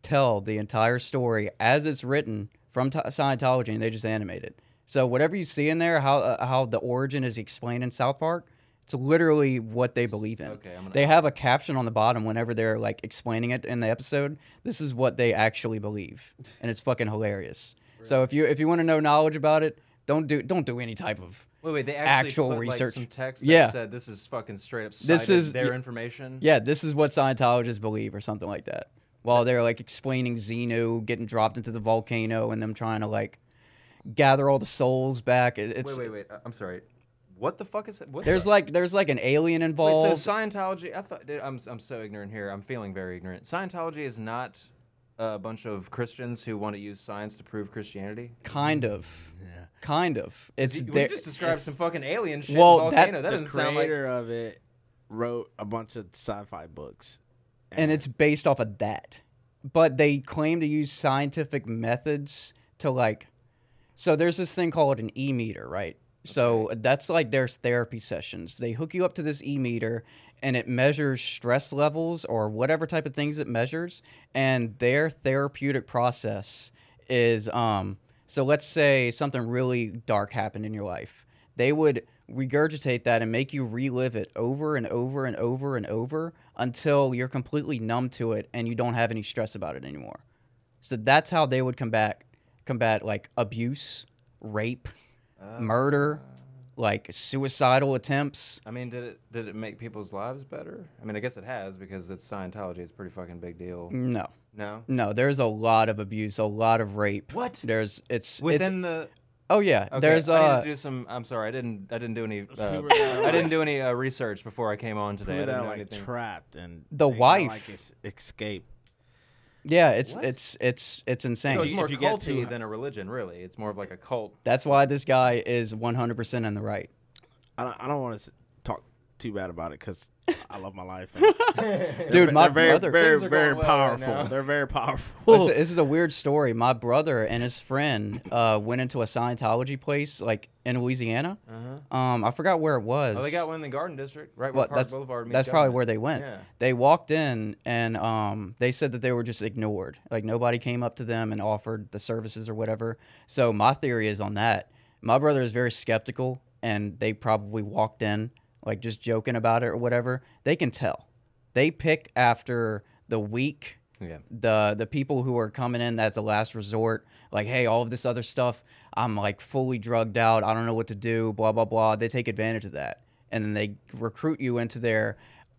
tell the entire story as it's written from t- Scientology, and they just animate it. So whatever you see in there, how uh, how the origin is explained in South Park, it's literally what they believe in. Okay, I'm gonna- they have a caption on the bottom whenever they're like explaining it in the episode. This is what they actually believe, and it's fucking hilarious. So if you if you want to know knowledge about it, don't do don't do any type of Wait, wait. They actually actual put, like, research. some text that yeah, said this is fucking straight up. this cited is their y- information. Yeah, this is what Scientologists believe, or something like that. While they're like explaining Xenu getting dropped into the volcano and them trying to like gather all the souls back. It- It's wait, wait, wait. I- I'm sorry. What the fuck is that? What there's the- like there's like an alien Wait, involved. so Scientology, I thought, dude, I'm, I'm so ignorant here. I'm feeling very ignorant. Scientology is not a bunch of Christians who want to use science to prove Christianity. kind of, kind of. It's you, there- just described it's- some fucking alien shit. Well, in that- volcano. That, The doesn't sound like. creator of it wrote a bunch of sci-fi books. and it's based off of that. But they claim to use scientific methods to like. So there's this thing called an e meter, right? So that's like their therapy sessions. They hook you up to this e meter and it measures stress levels or whatever type of things it measures. And their therapeutic process is um, so let's say something really dark happened in your life. They would regurgitate that and make you relive it over and over and over and over until you're completely numb to it and you don't have any stress about it anymore. So that's how they would combat combat like abuse, rape, Ah. murder, like suicidal attempts. I mean, did it did it make people's lives better? I mean, I guess it has because it's Scientology. It's a pretty fucking big deal. No. No. No, there's a lot of abuse, a lot of rape. What? There's it's Within it's, the Oh yeah, Okay, there's I uh need to do some. I'm sorry, I didn't. I didn't do any. Uh, were down, I didn't do any uh, research before I came on today. I People didn't that know are, like anything. trapped and The they kinda, wife. like es- escape. yeah, it's What? it's it's it's insane. So it's more get culty than a religion, really. It's more of like a cult. That's why this guy is 100% in the right. I don't, I don't want to talk too bad about it because I love my life. and they're Dude, ve- my they're very, brother- very, Things are very going well right powerful. now. they're *laughs* very powerful. Listen, this is a weird story. My brother and his friend uh, went into a Scientology place like in Louisiana. Uh-huh. Um, I forgot where it was. Oh, they got one in the Garden District, right where Well, Park that's Boulevard meets that's probably Government. where they went. Yeah. They walked in and um, they said that they were just ignored. Like nobody came up to them and offered the services or whatever. So my theory is on that. My brother is very skeptical, and they probably walked in like just joking about it or whatever. They can tell. They pick after the weak. Yeah. The the people who are coming in as a last resort, like, hey, all of this other stuff, I'm like fully drugged out. I don't know what to do. Blah blah blah. They take advantage of that, and then they recruit you into their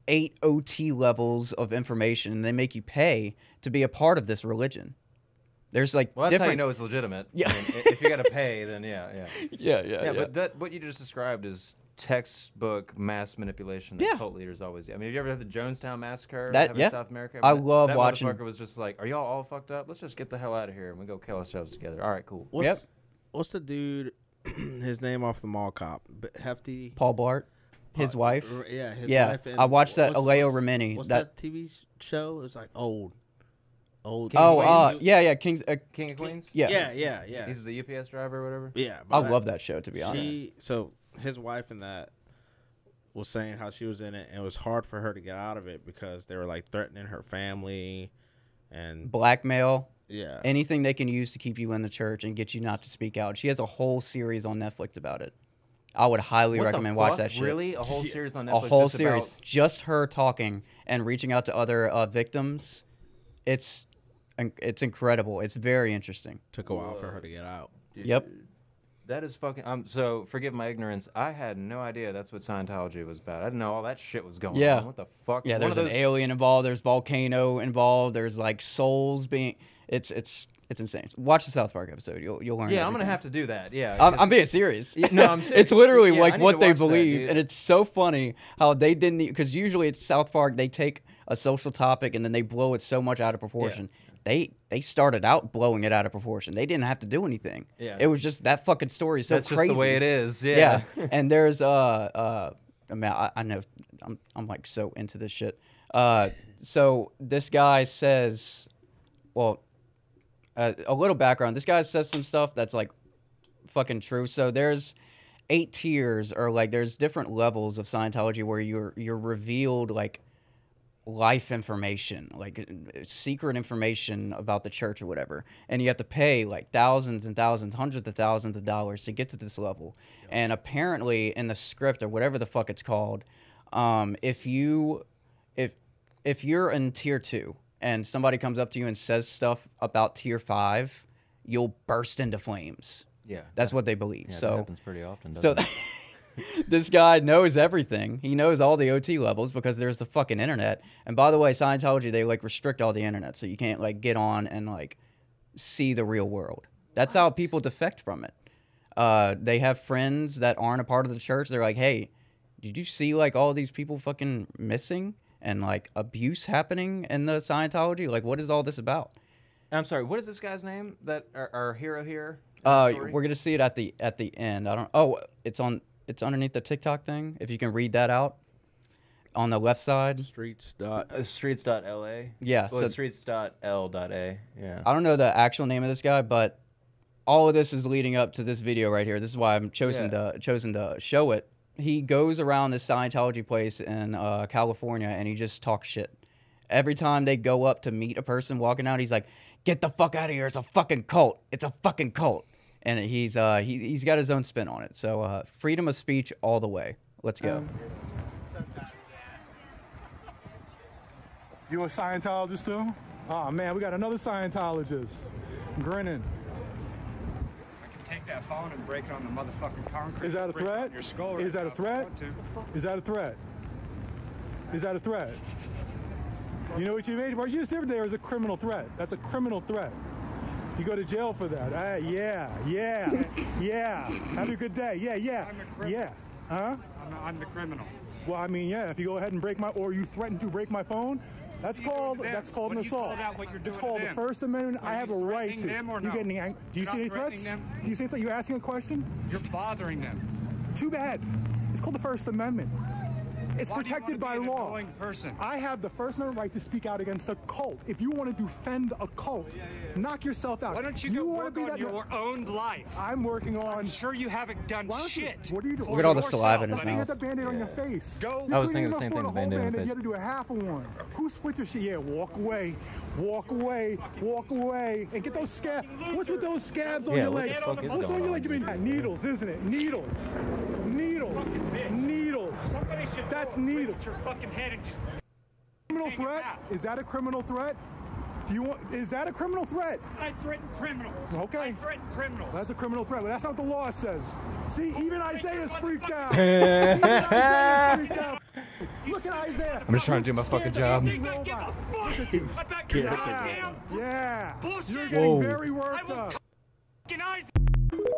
eight OT levels of information, and they make you pay to be a part of this religion. There's like Well, that's different. how you know it's legitimate. Yeah. I mean, i- if you *laughs* got to pay, then yeah, yeah. Yeah, yeah, yeah. But that what you just described is textbook mass manipulation that Yeah. cult leaders always. I mean, have you ever had the Jonestown massacre that That- happened yeah. in South America? I mean, love that watching- motherfucker was just like, "Are y'all all fucked up? Let's just get the hell out of here and we go kill ourselves together." All right, cool. What's, What's the dude? *clears throat* his name off the mall cop, but hefty. Paul Bart, Uh, his wife. r- Yeah, his yeah. wife. And I watched that what's- Aleo what's- Remini. What's that that, TV s- show? It's like old, old. oh, uh, yeah, yeah, Kings, uh, King of Queens. Yeah, yeah, yeah, yeah. He's the UPS driver or whatever. Yeah, I but love that show, to be honest. She, so his wife in that was saying how she was in it, and it was hard for her to get out of it because they were like threatening her family, and blackmail. Yeah. Anything they can use to keep you in the church and get you not to speak out. She has a whole series on Netflix about it. I would highly What the recommend watch fuck? that shit. Really? A *laughs* whole series on A Netflix whole just series, about- just her talking and reaching out to other uh, victims. It's in- it's incredible. It's very interesting. took a while for her to get out. Yep. That is fucking. Um, so forgive my ignorance. I had no idea that's what Scientology was about. I didn't know all that shit was going Yeah. on. What the fuck? Yeah, One there's of an those- alien involved. There's volcano involved. There's like souls being. It's it's it's insane. Watch the South Park episode. You'll you'll learn. Yeah, I'm gonna everything. have to do that. Yeah. I'm, 'cause- I'm being serious. Yeah, no, I'm *laughs* serious. it's literally Yeah, I like need to what they watch that, believe, dude. and it's so funny how they didn't. Because usually it's South Park, they take a social topic and then they blow it so much out of proportion. They they started out blowing it out of proportion. They didn't have to do anything. Yeah. it was just that fucking story is so That's just crazy. the way it is, yeah. *laughs* and there's uh uh I mean I, I know I'm I'm like so into this shit. Uh, so this guy says, well, uh, a little background. This guy says some stuff that's like fucking true. So there's eight tiers or like there's different levels of Scientology where you're you're revealed like life information, like uh, secret information about the church or whatever. And you have to pay like thousands and thousands, hundreds of thousands of dollars to get to this level. And apparently in the script or whatever the fuck it's called, um, if you if if you're in tier two and somebody comes up to you and says stuff about tier five, you'll burst into flames. *laughs* Yeah. That's what they believe. Yeah, that so happens pretty often, so doesn't *laughs* this guy knows everything. He knows all the OT levels because there's the fucking internet. And by the way, Scientology they like restrict all the internet, so you can't like get on and like see the real world. That's how people defect from it. Uh, they have friends that aren't a part of the church. They're like, hey, did you see like all these people fucking missing and like abuse happening in the Scientology? Like, what is all this about? I'm sorry. What is this guy's name? That our, our hero here. in the Uh, story? we're gonna see it at the at the end. I don't. Oh, it's on. It's underneath the TikTok thing. If you can read that out, on the left side. Streets *laughs* dot. Uh, streets dot la. Yeah, Well, so- streets dot l dot a. Yeah. I don't know the actual name of this guy, but all of this is leading up to this video right here. This is why I'm chosen to chosen to show it. He goes around this Scientology place in uh, California and he just talks shit. Every time they go up to meet a person walking out, he's like, "Get the fuck out of here! It's a fucking cult! It's a fucking cult!" And he's uh, he he's got his own spin on it. So uh, freedom of speech all the way. Let's go. You a Scientologist too? Oh man, we got another Scientologist grinning. Take that phone and break it on the motherfucking concrete. Is that a Break it on threat? Your skull right Is that now a if you threat? want to. Is that a threat? Is that a threat? You know what you made? What you just did there is a criminal threat. That's a criminal threat. You go to jail for that. Ah, yeah, yeah, yeah. Have a good day. Yeah, yeah, yeah. Huh? I'm, I'm the criminal. Well, I mean, yeah. If you go ahead and break my, or you threaten to break my phone, that's called them. that's called an When you call assault. that what you're it's doing to called the them. First Amendment. Are I you have a right threatening to. them or you no? getting ang- Do you You're see not any threats? threatening them? Do you see? Th- you're asking a question. You're bothering them. Too bad. It's called the First Amendment. It's Why do you protected by wanna be an law. annoying person? I have the First Amendment right to speak out against a cult. If you want to defend a cult, Oh, knock yourself out. Why don't you, go work on your own life? I'm working on. I'm sure you haven't done shit. what are you doing? Look at all the saliva in his Why do You mouth. got the bandit on your face. Go. I was thinking the same thing, A whole Band-Aid on the bandit. You face. had to do a half of one. Who split your shit? Yeah, walk away, walk away, walk away, and get those scabs. What's with those scabs on Yeah, your what the leg? fuck is What's going on your on? leg? You've been needles, isn't it? Needles, needles, needles. Somebody should. That's needles. Your fucking head and just Criminal threat? Is that a criminal threat? Do you want? Is that a criminal threat? I threaten criminals. Okay. I threaten criminals. That's a criminal threat. But that's not what the law says. See, even Isaiah's freaked out. Even Isaiah's I'm freaked out. Look at Isaiah. just trying to do my fucking job. Robot. Scared Yeah. You're getting Whoa. very worked up.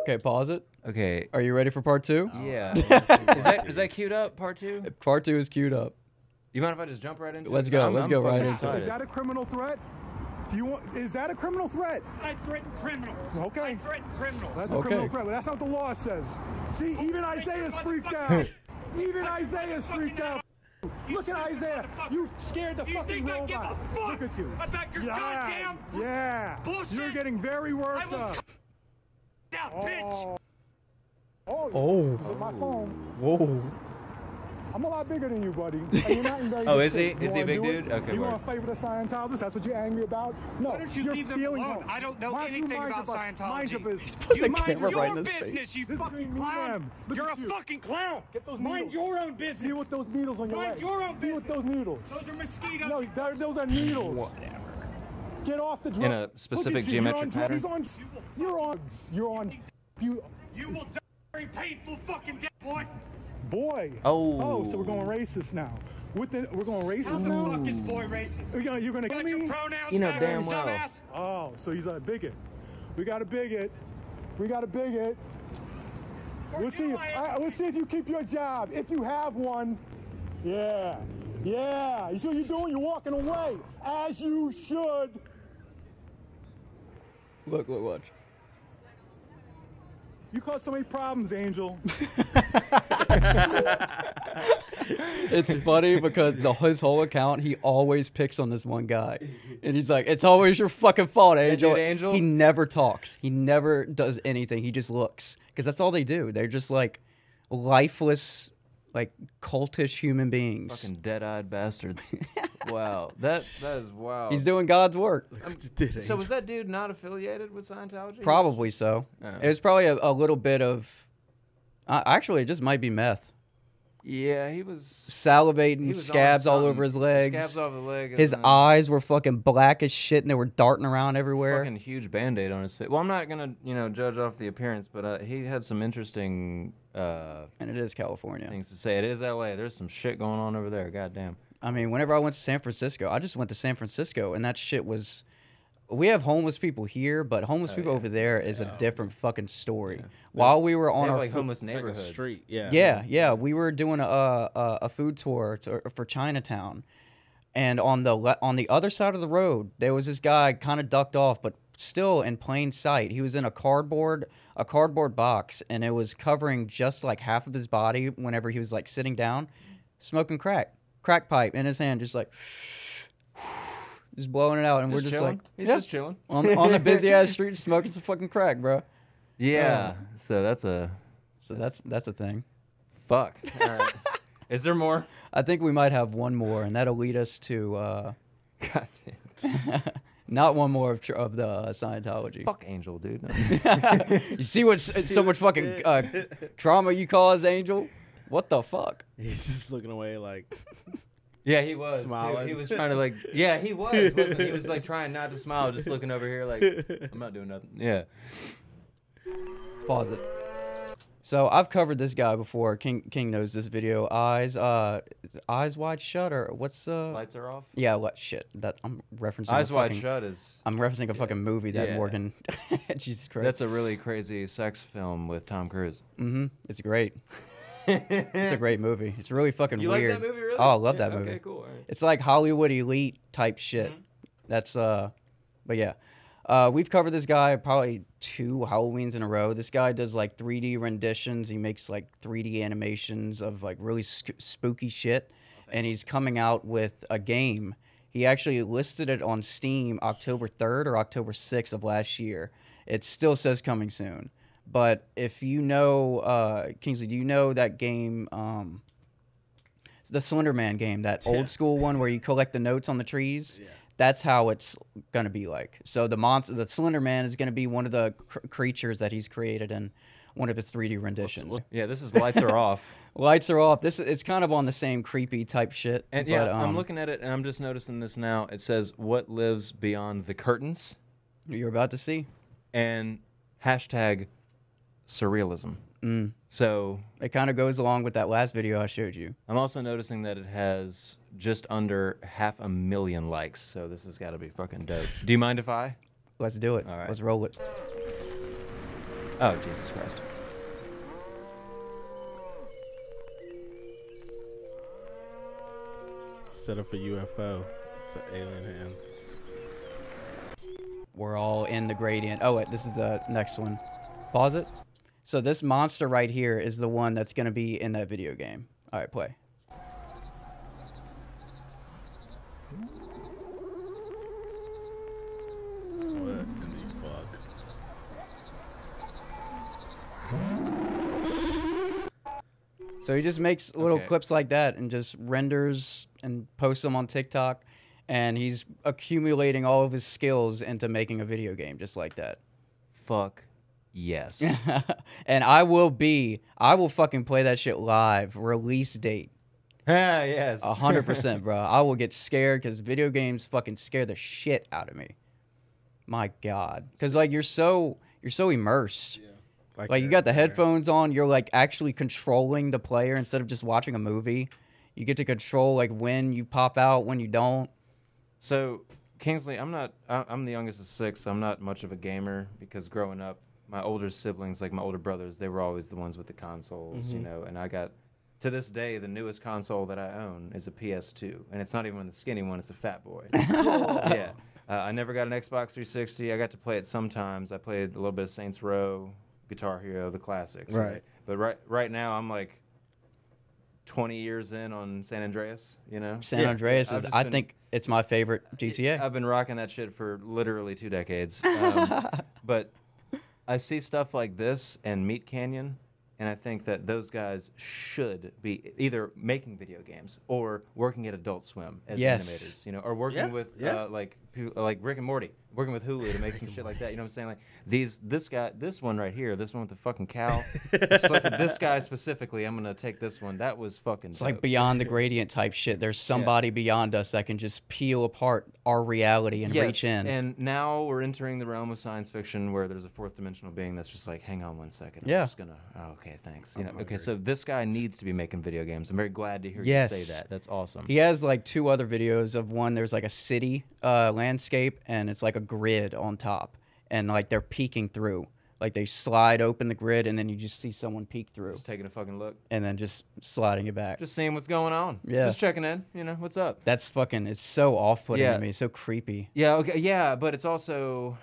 Okay, pause it. *laughs* Okay. Are you ready for part two? Yeah. is that is that queued up? Part two. part two is queued up. You mind if I just jump right into Uh, Let's it? go, I'm- let's I'm go fucking right into it. excited. Is that a criminal threat? Do you want? Is that a criminal threat? I threaten criminals. Okay. I threaten criminals. That's a Okay. criminal threat. But that's not what the law says. See, even Isaiah's freaked out. even Isaiah's freaked out. Look at Isaiah. You scared the fucking robot. Look at you. yeah. yeah. You're getting very worked up. bitch. Oh. Oh. With My phone. Whoa. I'm a lot bigger than you, buddy. And you're not in *laughs* very Oh, good is he? shape. You Is he a wanna big do it? dude? Okay, You word. want to favor the Scientologists? That's what you're angry about? No. Why don't you leave them alone? I don't know anything about Mind your Scientology. business. He's putting the Mind camera your right in his business, face. you fucking clown. You're a fucking clown. Get those Mind needles. your own business. Deal with those needles on your Mind leg. your own Deal with those needles. Those are mosquitoes. No, they're- those are needles. Get off the drugs. In a specific geometric pattern? You're on, you're on. You're on. You, You will die a very painful fucking death, boy. boy. Oh. Oh, so we're going racist now. With the, we're going racist How the now. fuck is boy racist? You're gonna, you're gonna kill me? You know backwards, damn well. dumbass. Oh, so he's a bigot. We got a bigot. We got a bigot. Let's see. If, uh, let's see if you keep your job. If you have one. Yeah. Yeah. You see what you're doing? You're walking away, as you should. Look, look, watch. You caused so many problems, Angel. It's funny because the, his whole account, he always picks on this one guy, and he's like, "It's always your fucking fault, Angel." dude, Angel? He never talks. He never does anything. He just looks, because that's all they do. They're just like lifeless, like cultish human beings. Fucking dead-eyed *laughs* bastards. wow. That that is wow. He's doing God's work. I'm- so was that dude not affiliated with Scientology? Probably so. Oh. It was probably a, a little bit of. Uh, actually, it just might be meth. Yeah, he was. Salivating, He was on scabs all something. over his legs. Scabs all over the leg, His and then- eyes were fucking black as shit, and they were darting around everywhere. Fucking huge band-aid on his face. Well, I'm not gonna, you know, judge off the appearance, but uh, he had some interesting. Uh, and it is California. Things to say. It is L.A. There's some shit going on over there. Goddamn. I mean, whenever I went to San Francisco, I just went to San Francisco, and that shit was. We have homeless people here, but homeless Oh, people over there is a different fucking story. While we were on have, our like, fo- homeless It's like *laughs* a neighborhoods. street, yeah. yeah, yeah, we were doing a a, a food tour to, for Chinatown, and on the le- on the other side of the road, there was this guy kind of ducked off, but still in plain sight. He was in a cardboard a cardboard box, and it was covering just like half of his body. Whenever he was like sitting down, smoking crack, crack pipe in his hand, just like. *sighs* Just blowing it out, and Just we're just chilling. like, He's yeah, just chilling. on, on *laughs* the busy ass street, smoking some fucking crack, bro. Yeah. Oh. so that's a. So that's that's a thing. Fuck. All *laughs* right. Is there more? *laughs* I think we might have one more, and that'll lead us to. Uh, God damn. not one more of, tr- of the uh, Scientology. Fuck Angel, dude. you see what s- so much fucking uh, trauma you cause, Angel? What the fuck? He's just looking away like Yeah, he was. too. Smiling. He was trying to *laughs* like. Yeah, he was. Wasn't he? he was like trying not to smile, just looking over here *laughs* like I'm not doing nothing. Yeah. Pause it. So I've covered this guy before. King King knows this video. Eyes, uh, is it eyes wide shut, or what's uh? Lights are off? Yeah, what shit? That I'm referencing. Eyes a Wide fucking- Shut is- I'm referencing a fucking movie that Yeah. Morgan. *laughs* Jesus *laughs* Christ. That's a really crazy sex film with Tom Cruise. Mm-hmm. It's great. *laughs* it's a great movie. It's really fucking You like weird. that movie, really? Oh, I love Yeah, that okay, movie. cool, Mm-hmm. alright. It's like Hollywood elite type shit. That's uh, but yeah, uh, we've covered this guy probably two Halloweens in a row. This guy does like 3D renditions. He makes like 3D animations of like really sc- spooky shit, and he's coming out with a game. He actually listed it on Steam October 3rd or October 6th of last year. It still says coming soon. But if you know, uh, Kingsley, do you know that game, um, the Slender Man game, that old school one where you collect the notes on the trees? That's how it's gonna be like. So the monster, the Slender Man, is gonna be one of the cr- creatures that he's created in one of his 3D renditions. Yeah, this is Lights Are *laughs* Off. Lights are off. This it's kind of on the same creepy type shit. And yeah, but, I'm um, looking at it and I'm just noticing this now. It says what lives beyond the curtains. You're about to see. And hashtag surrealism. Mm. So it kind of goes along with that last video I showed you. I'm also noticing that it has just under half a million likes. So this has got to be fucking *laughs* dope. Do you mind if I? Let's do it. Let's roll it. Oh Jesus Christ. Instead of a UFO, it's an alien hand. We're all in the gradient. Oh wait, this is the next one. Pause it. So this monster right here is the one that's gonna be in that video game. All right, play. What in the fuck? So he just makes little Okay. clips like that and just renders and posts them on TikTok, and he's accumulating all of his skills into making a video game just like that. Fuck. *laughs* Yes. *laughs* and I will be, I will fucking play that shit live, release *laughs* date. Yeah, yes. A hundred percent, bro. I will get scared because video games fucking scare the shit out of me. My God, because like you're so you're so immersed. Like, you got the headphones on, you're like actually controlling the player instead of just watching a movie. You get to control like when you pop out, when you don't. So, Kingsley, I'm not. I- I'm the youngest of six. So I'm not much of a gamer because growing up, my older siblings, like my older brothers, they were always the ones with the consoles, you Mm-hmm. Mhm. know. And I got to this day the newest console that I own is a PS2, and it's not even the skinny one; it's a Fat *laughs* Boy. yeah. Uh, I never got an Xbox 360. I got to play it sometimes. I played a little bit of Saints Row, Guitar Hero, the classics. Right. But right right now, I'm like 20 years in on San Andreas. You know. San Andreas I've is, just I been- think, it's my favorite GTA. I've been rocking that shit for literally two decades. *laughs* Um, but I see stuff like this and Meat Canyon, and I think that those guys should be either making video games or working at Adult Swim as Yes. animators, you know, or working Yeah, with yeah. Uh, like peo- like Rick and Morty, working with Hulu *laughs* to make some shit like that. You know what I'm saying? Like these, this guy, this one right here, this one with the fucking *laughs* cow. I selected this guy specifically. I'm gonna take this one. That was fucking. It's like dope. beyond the gradient type shit. There's somebody beyond us that can just peel apart our reality and yes, reach in. And now we're entering the realm of science fiction where there's a fourth dimensional being that's just like, hang on one second. I'm Yeah. just gonna oh, okay, thanks. You know, okay, so this guy needs to be making video games. I'm very glad to hear you Yes. say that. That's awesome. He has like two other videos of one. There's like a city uh, landscape, and it's like a grid on top, and like they're peeking through. Like they slide open the grid, and then you just see someone peek through, Just taking a fucking look. and then just sliding it back. Just seeing what's going on. Yeah. Just checking in, you know, what's up? That's fucking. It's so off-putting Yeah. to me. So creepy. Yeah, okay, yeah, but it's also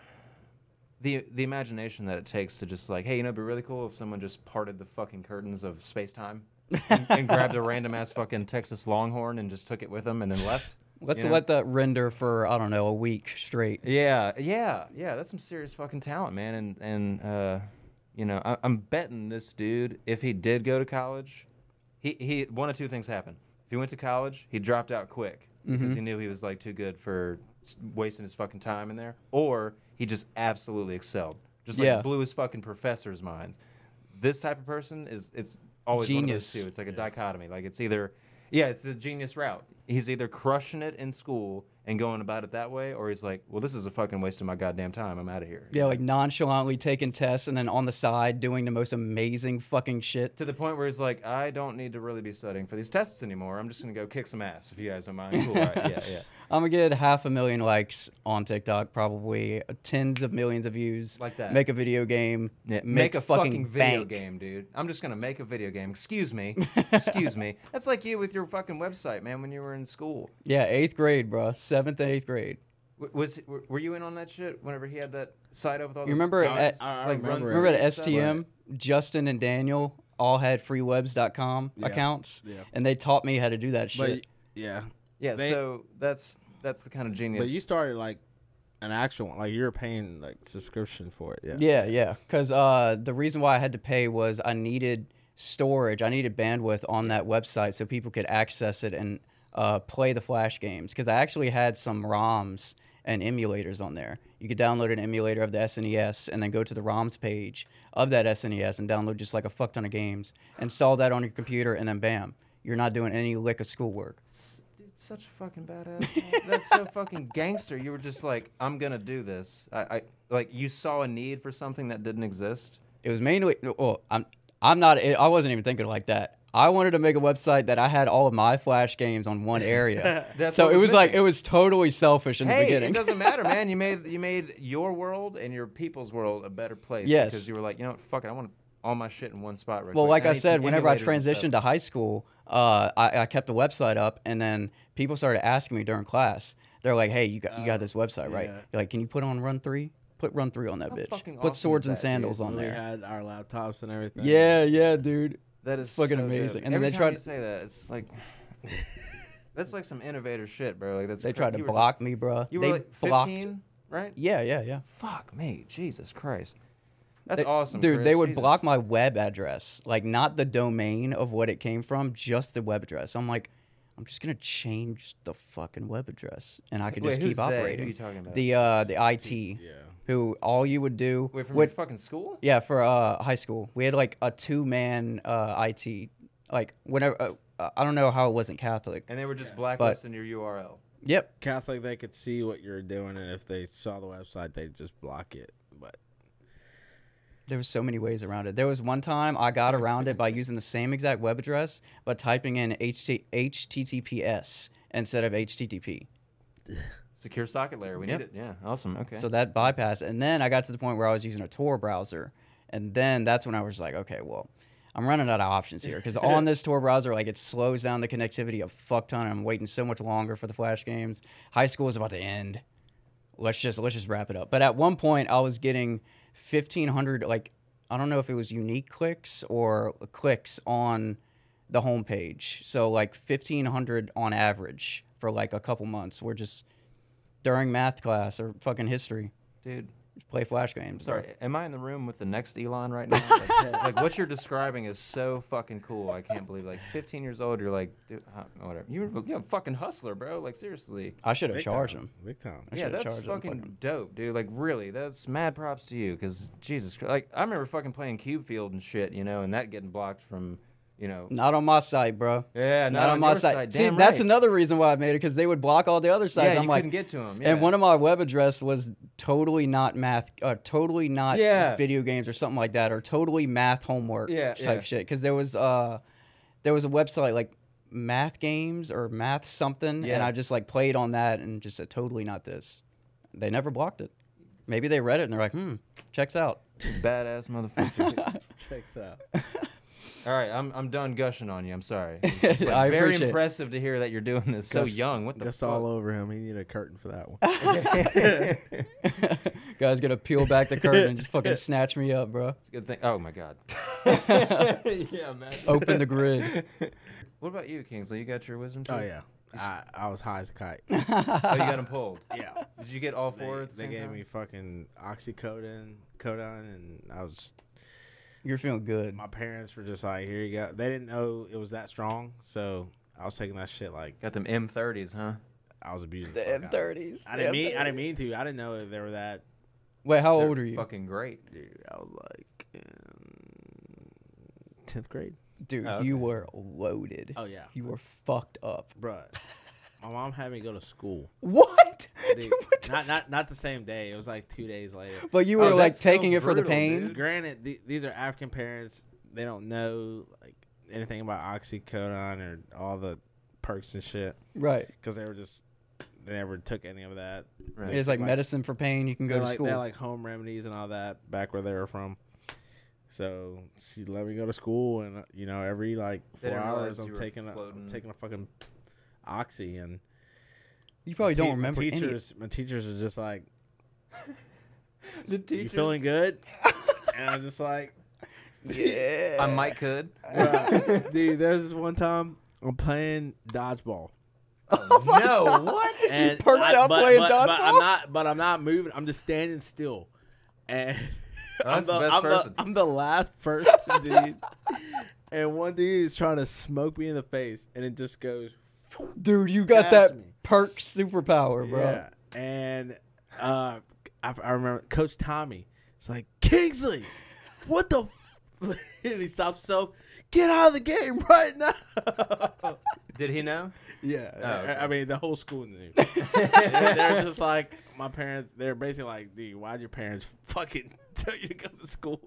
the the imagination that it takes to just like, hey, you know, it'd be really cool if someone just parted the fucking curtains of space *laughs* time and, and grabbed a random ass fucking Texas Longhorn and just took it with them and then left. *laughs* Let's you know? let that render for I don't know a week straight. Yeah, yeah, yeah. That's some serious fucking talent, man. And and uh, you know, I, I'm betting this dude, if he did go to college, he he one of two things happened. If he went to college, he dropped out quick because Mhm. Mm-hmm. he knew he was like too good for s- wasting his fucking time in there, or he just absolutely excelled, just like Yeah. blew his fucking professors' minds. This type of person is it's always one of those Genius. two. It's like a dichotomy. Like it's either Yeah, it's the genius route. He's either crushing it in school and going about it that way, or he's like, well, this is a fucking waste of my goddamn time. I'm out of here. Yeah, like nonchalantly taking tests and then on the side doing the most amazing fucking shit. To the point where he's like, I don't need to really be studying for these tests anymore. I'm just gonna go kick some ass if you guys don't mind. Cool, *laughs* right? Yeah, yeah. I'm gonna get half a million likes on TikTok, probably uh, tens of millions of views. Like that. Make a video game. Yeah, Make, Make, a fucking, video bank. game, dude. I'm just gonna make a video game. Excuse *laughs* me. Excuse me. That's like you with your fucking website, man. When you were in school, Yeah, eighth grade, bro. Seventh and eighth grade. W- was w- were you in on that shit? Whenever he had that site up with all. You those remember dots, at, like, remember, run-throughs at and stuff? STM, Justin and Daniel all had freewebs.com Yeah, accounts, yeah. and they taught me how to do that shit. yeah. Yeah, They- so that's that's the kind of genius. But you started like an actual one. Like you were paying like subscription for it. Yeah. Yeah, yeah. Because uh, the reason why I had to pay was I needed storage, I needed bandwidth on that website so people could access it and uh, play the Flash games. Because I actually had some ROMs and emulators on there. You could download an emulator of the SNES and then go to the ROMs page of that SNES and download just like a fuck ton of games. Install that on your computer and then bam, you're not doing any lick of schoolwork. Dude, such a fucking *laughs* badass. That's so fucking gangster. You were just like, I'm gonna do this. I, I like you saw a need for something that didn't exist. It was mainly well, I'm I'm not I wasn't even thinking like that. I wanted to make a website that I had all of my Flash games on one area. *laughs* That's so what it was was like missing. it was totally selfish in the Hey, beginning. it doesn't matter, man. You made you made your world and your people's world a better place. Yes. Because you were like, you know what, fuck it, I want all my shit in one spot. Right *laughs* well, quick. like I need some said, whenever I emulators and stuff." transitioned to high school, uh, I, I kept the website up, and then people started asking me during class. They're like, "Hey, you got you got Oh, this website right? yeah. You're like, can you put on Run Three? Put Run Three on that bitch. fucking put awesome swords is and that, dude? sandals on We there. had our laptops and everything. Yeah, yeah, dude. That It's is fucking so dope. amazing. And then Every they time tried you say that, it's *laughs* like that's like some innovator shit, bro. Like that's They cra- tried to you were block just- me, bro. You were They like blocked- 15, right? Yeah, yeah, yeah. Fuck me, Jesus Christ. That's They- awesome, dude. They Chris. would Jesus. block my web address, like not the domain of what it came from, just the web address. I'm like, I'm just gonna change the fucking web address, and I could Wait, just who's keep they? Who are operating. you talking about? The uh, the IT, who all you would do. Wait, from your would- fucking school? Yeah, for uh, high school, we had like a two man uh, IT. Like whenever uh, uh, I don't know how it wasn't Catholic. And they were just but- blacklisting your URL. Yep. Catholic, they could see what you're doing, and if they saw the website, they'd just block it. But There was so many ways around it. There was one time I got around it by using the same exact web address, but typing in HT- HTTPS instead of HTTP. Secure socket layer. We Yep. need it. Yeah. Awesome. Okay. So that bypassed. And then I got to the point where I was using a Tor browser. And then that's when I was like, okay, well, I'm running out of options here. Because on this Tor browser, like it slows down the connectivity a fuck ton. I'm waiting so much longer for the Flash games. High school is about to end. Let's just let's just wrap it up. But at one point I was getting fifteen hundred like I don't know if it was unique clicks or clicks on the homepage. So like fifteen hundred on average for like a couple months. We're just during math class or fucking history. Dude. Just play flash games. bro. Sorry, am I in the room with the next Elon *laughs* right now? Like, like, what you're describing is so fucking cool. I can't believe, like, 15 years old, you're like, dude, uh, whatever. You're, you're a fucking hustler, bro. Like, seriously. I should have Big charged time. him. Big time. yeah, that's fucking, dope, dude. Like, really, that's mad props to you, because Jesus Christ. Like, I remember fucking playing Cube Field and shit, you know, and that getting blocked from, you know. Not on my site, bro. Yeah, not on your site. See, Damn that's right. another reason why I made it because they would block all the other sites. Yeah, I'm you like, couldn't get to 'em, yeah. And one of my web address was totally not math, uh, totally not Yeah. video games or something like that, or totally math homework Yeah, type yeah. shit. Because there was uh, there was a website like math games or math something, and Yeah. I just like played on that and just said totally not this. They never blocked it. Maybe they read it and they're like, hmm, checks out. *laughs* Badass *laughs* motherfucker. Checks out. All right, I'm I'm done gushing on you. I'm *laughs* sorry. It's just, like, I very appreciate it. impressive to hear that you're doing this so Gus- young. What the Gus fuck? all over him. He needed a curtain for that one. Oh, Guys, gonna peel back the curtain and *laughs* just fucking snatch me up, bro. It's a good thing. Oh my god. *laughs* yeah, man. Open the grid. What about you, Kingsley? You got your wisdom too? Oh yeah, I, I was high as a kite. oh, you got them *laughs* pulled. Yeah. *laughs* Did you get all four They, at the they same gave time? me fucking oxycodone, codon, and I was. You're feeling good. My parents were just like, "Here you go." They didn't know it was that strong, so I was taking that shit like. Got them M30s, huh? I was abusing The fuck out of it. M30s, I the didn't mean. I didn't mean to. I didn't know they were that. Wait, how They're old are you? Fucking great. Dude, I was like, um, tenth grade. Dude, Oh, you okay. were loaded. Oh, yeah. You were fucked up. *laughs* Bruh. My mom had me go to school. What? Dude, not, not not the same day. It was like two days later. But you Oh, were, like, that's so taking it for the brutal, pain? dude. Granted, th- these are African parents. They don't know like anything about oxycodone or all the perks and shit. Right. Because they were just they never took any of that. Right. It's like medicine for pain, you can go they're to like, school. They're like home remedies and all that back where they were from. So she let me go to school, and uh, you know every like They four didn't hours realize I'm you were taking a, I'm floating. taking a fucking oxy and. You probably my don't my remember any- Teachers, my teachers are just like, The you teachers- *laughs* feeling good? and I'm just like, yeah. I might *laughs* could. Bruh, dude, there's this one time I'm playing dodgeball. *laughs* no, what? And I- but- but- But I'm not. But I'm not moving. I'm just standing still. And *laughs* that's the best I'm person. I'm the last person, *laughs* dude. and one dude is trying to smoke me in the face, and it just goes. Dude, you got past that me. perk superpower, bro. Yeah. And uh, I, I remember Coach Tommy. It's like Kingsley, what the? F-? *laughs* and he stops himself. Get out of the game right now. Did he know? Yeah, Oh, okay. *laughs* I, I mean the whole *laughs* school knew. they're, they're just like my parents. They're basically like, dude, why'd your parents fucking *laughs* tell you to come *laughs* to school?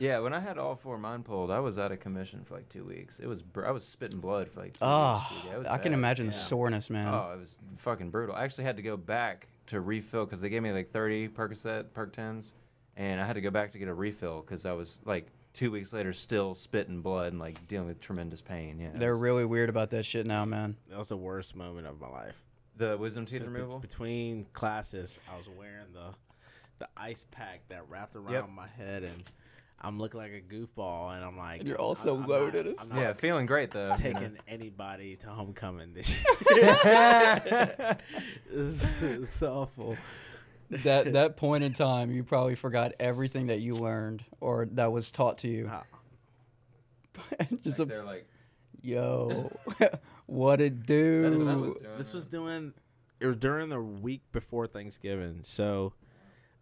Yeah, when I had all four mine pulled, I was out of commission for like two weeks. It was br- I was spitting blood for like two Ah, weeks. dude. Yeah, it was I can bad. imagine the soreness, man. Oh, it was fucking brutal. I actually had to go back to refill because they gave me like 30 Percocet, Perc 10s, and I had to go back to get a refill because I was like two weeks later still spitting blood and like dealing with tremendous pain. Yeah, it They're was- really weird about that shit now, man. that was the worst moment of my life. the wisdom teeth Just be- removal. between classes, I was wearing the the ice pack that wrapped around Yep. my head, and I'm looking like a goofball, and I'm like, And you're I'm- also I'm loaded Not, as I'm fuck. Yeah, not feeling great, though, you Taking know. anybody to *laughs* homecoming this year. *laughs* it's, it's awful. that that point in time, you probably forgot everything that you learned or that was taught to you. *laughs* Just a, They're like, yo, *laughs* what it do? This was, this was doing. It was during the week before Thanksgiving, so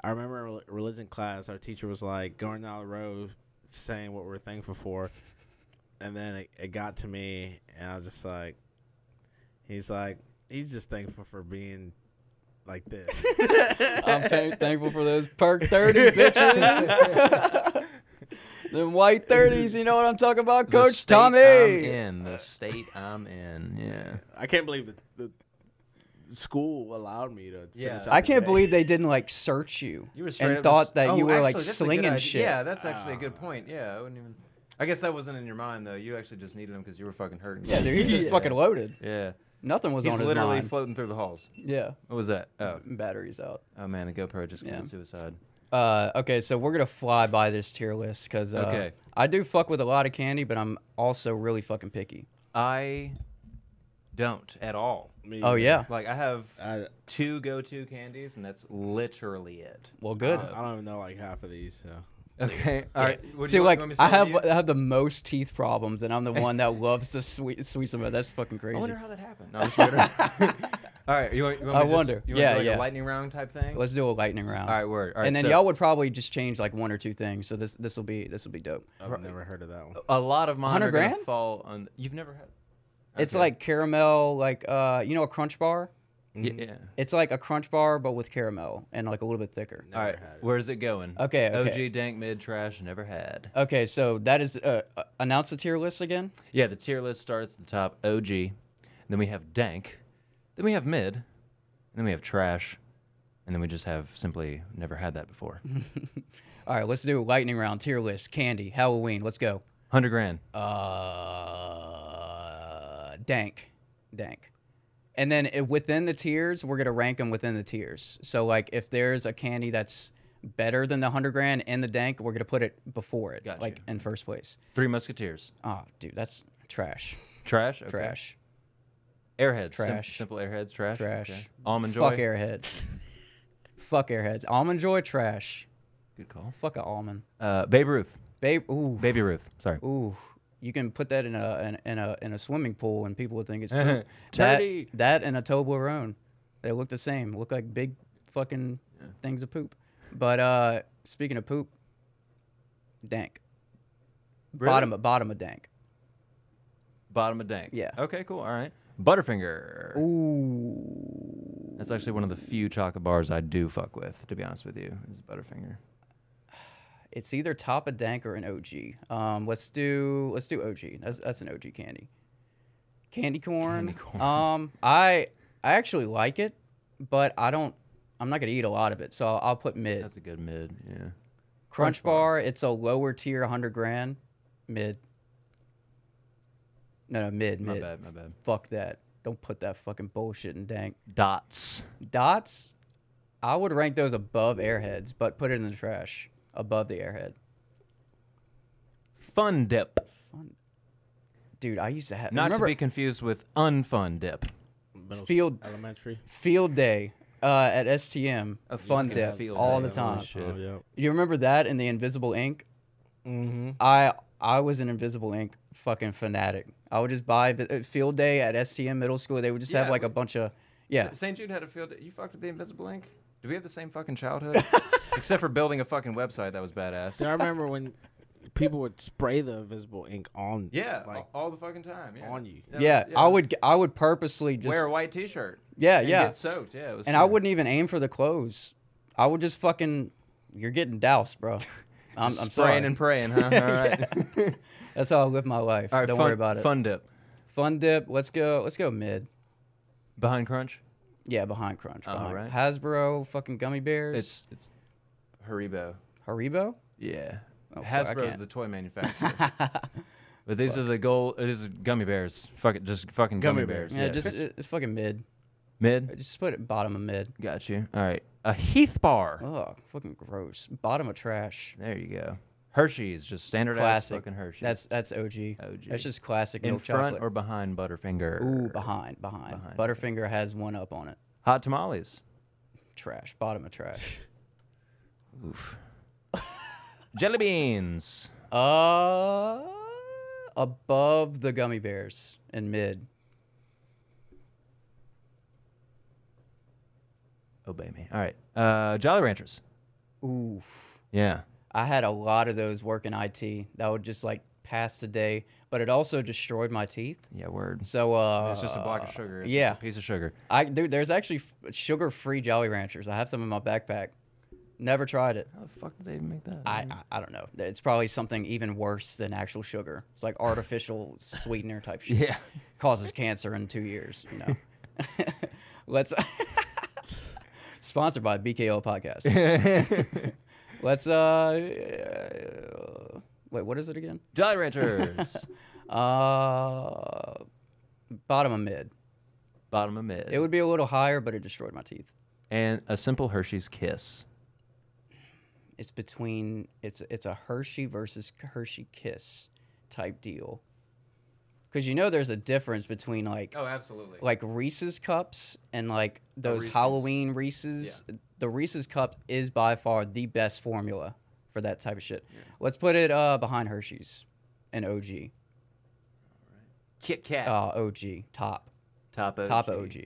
I remember in rel- religion class. Our teacher was like going down the road, saying what we're thankful for, and then it, it got to me, and I was just like, "He's like, he's just thankful for being like *laughs* this." I'm thank- thankful for those perk *laughs* 30 bitches. Them white 30s, you know what I'm talking about, the Coach state Tommy. I'm in the state I'm in. Yeah. I can't believe that the school allowed me to. Yeah. finish out I the can't day. believe they didn't like search you, *laughs* You were straight and up thought just- that Oh, you were like actually, that's a good idea. slinging shit. Yeah, that's actually a good point. Yeah, I wouldn't even. I guess that wasn't in your mind though. You actually just needed him because you were fucking hurting. Yeah, dude, he just fucking loaded. Yeah. Nothing was He's on his literally mind. floating through the halls. Yeah. What was that? Oh, batteries out. Oh man, the GoPro just committed suicide. Uh, okay, so we're gonna fly by this tier list because uh, Okay. I do fuck with a lot of candy, but I'm also really fucking picky. I don't at all. Oh, either. yeah. Like I have two go-to candies, and that's literally it. Well, good. uh, I don't even know like half of these. So. Okay. All right. Would See, you want- like you want me to I start have with you? I have the most teeth problems, and I'm the one *laughs* that loves the sweet sweet stuff. That's fucking crazy. I wonder how that happened. No, *laughs* I'm just kidding. All right, you want, you want I me to wonder. Just, you yeah, want to do like yeah. a lightning round type thing? Let's do a lightning round. All right, word. All right, and then so- y'all would probably just change like one or two things. So this this will be this will be dope. I've never heard of that one. Uh, A lot of mine 100 are gonna grand? fall on. You've never had. It's like caramel, like uh, you know, a crunch bar. Yeah. yeah. It's like a crunch bar, but with caramel and like a little bit thicker. All right, where's it going? Okay, okay. OG dank mid trash never had. Okay, so that is uh, uh, announce the tier list again. Yeah, the tier list starts at the top OG, then we have dank, then we have mid, and then we have trash, and then we just have simply never had that before. *laughs* All right, let's do a lightning round tier list. Candy, Halloween. Let's go. Hundred grand. Uh, dank, dank, and then uh, within the tiers, we're gonna rank them within the tiers. So like, if there's a candy that's better than the hundred grand and the dank, we're gonna put it before it, like in first place. Three Musketeers. Oh, dude, that's trash. Trash. Okay. Trash. Airheads. sim- Trash. simple airheads. Trash. Trash. Okay. Almond joy. *laughs* Fuck airheads. Fuck airheads. Almond joy trash. Good call. Fuck a almond. Uh, Babe Ruth. Babe. Ooh. Baby Ruth. Sorry. Ooh. You can put that in a in, in a in a swimming pool and people would think *laughs* it's poop. Turdy. That, that and a Toblerone. They look the same. Look like big fucking things of poop. But uh speaking of poop, dank. Bottom of bottom of dank. Bottom of dank. Yeah. Okay, cool. All right. Butterfinger. Ooh. That's actually one of the few chocolate bars I do fuck with, to be honest with you, is Butterfinger. It's either top of dank or an OG. Um, let's do let's do OG. That's that's an OG candy. Candy corn. Um, I I actually like it, but I don't. I'm not gonna eat a lot of it, so I'll, I'll put mid. That's a good mid. Yeah. Crunch, bar. It's a lower tier, 100 grand. Mid. No, no, mid, My mid. bad, my bad. Fuck that. Don't put that fucking bullshit in dank. Dots. Dots. I would rank those above airheads, but put it in the trash above the airhead. Fun dip. Dude, I used to have. Not remember, to be confused with unfun dip. field elementary field day uh, at STM a fun fucking dip field all day, the holy time. shit. Oh, yeah. You remember that in the Invisible Ink? Mm-hmm. I I was an Invisible Ink fucking fanatic. I would just buy vi- at field day at STM middle school. They would just have Yeah, like we- a bunch of yeah. St. Jude had a field. You fucked with the Invisible Ink? Do we have the same fucking *laughs* childhood? Except for building a fucking website that was badass. So I remember when people would spray the invisible ink on. Yeah, like all the fucking time. Yeah. on you. That was- yeah, it I was- would I would purposely just wear a white T-shirt. Yeah, and yeah. Get soaked. Yeah. It was and I wouldn't even aim for the clothes. I would just fucking. You're getting doused, bro. I'm, Just spraying I'm sorry. and praying, *laughs* huh? All right. Yeah. That's how I live my life. All right, Don't fun- worry about it. fun dip. Fun dip. Let's go. Let's go mid. Behind crunch. Yeah, behind crunch. All behind- right. Hasbro fucking gummy bears. It's it's Haribo. Haribo. Yeah. Oh, fuck, I Hasbro is can't. the toy *laughs* manufacturer. but these are the gold. uh, These are gummy bears. Fuck it, just fucking gummy, bears. Yeah, just it, it's fucking mid. Mid? Just put it bottom of mid. Got you. All right. A Heath bar. Oh, fucking gross. Bottom of trash. There you go. Hershey's, just standard Classic. ass fucking Hershey's. That's that's OG. OG. That's just classic In milk front chocolate. or behind Butterfinger. Ooh, behind, behind. Behind, Butterfinger has one up on it. Hot tamales. Trash. Bottom of *laughs* trash. Oof. Jelly beans. Uh, above the gummy bears in mid. Obey me. All right. Uh, Jolly Ranchers. Oof. Yeah. I had a lot of those work in IT. That would just like pass the day, but it also destroyed my teeth. Yeah, word. So uh, It's just a block of sugar. It's just a yeah, piece of sugar. I dude, there's actually f- sugar-free Jolly Ranchers. I have some in my backpack. Never tried it. How the fuck did they make that? *laughs* I, I I don't know. It's probably something even worse than actual sugar. It's like artificial sweetener type shit. Yeah. *laughs* Causes cancer in two years. You know. *laughs* Let's. Sponsored by BKO *laughs* Podcast. Let's uh, uh, wait. What is it again? Jolly *laughs* Ranchers. uh, bottom of mid. Bottom of mid. It would be a little higher, but it destroyed my teeth. and a simple Hershey's kiss. It's between it's it's a Hershey versus Hershey Kiss type deal. Cause you know there's a difference between like Oh, absolutely. like Reese's cups and like those Reese's. Halloween Reese's. The Reese's cup is by far the best formula for that type of shit. Let's put it uh, behind Hershey's and OG. Kit Kat. Uh, OG top Top OG. top OG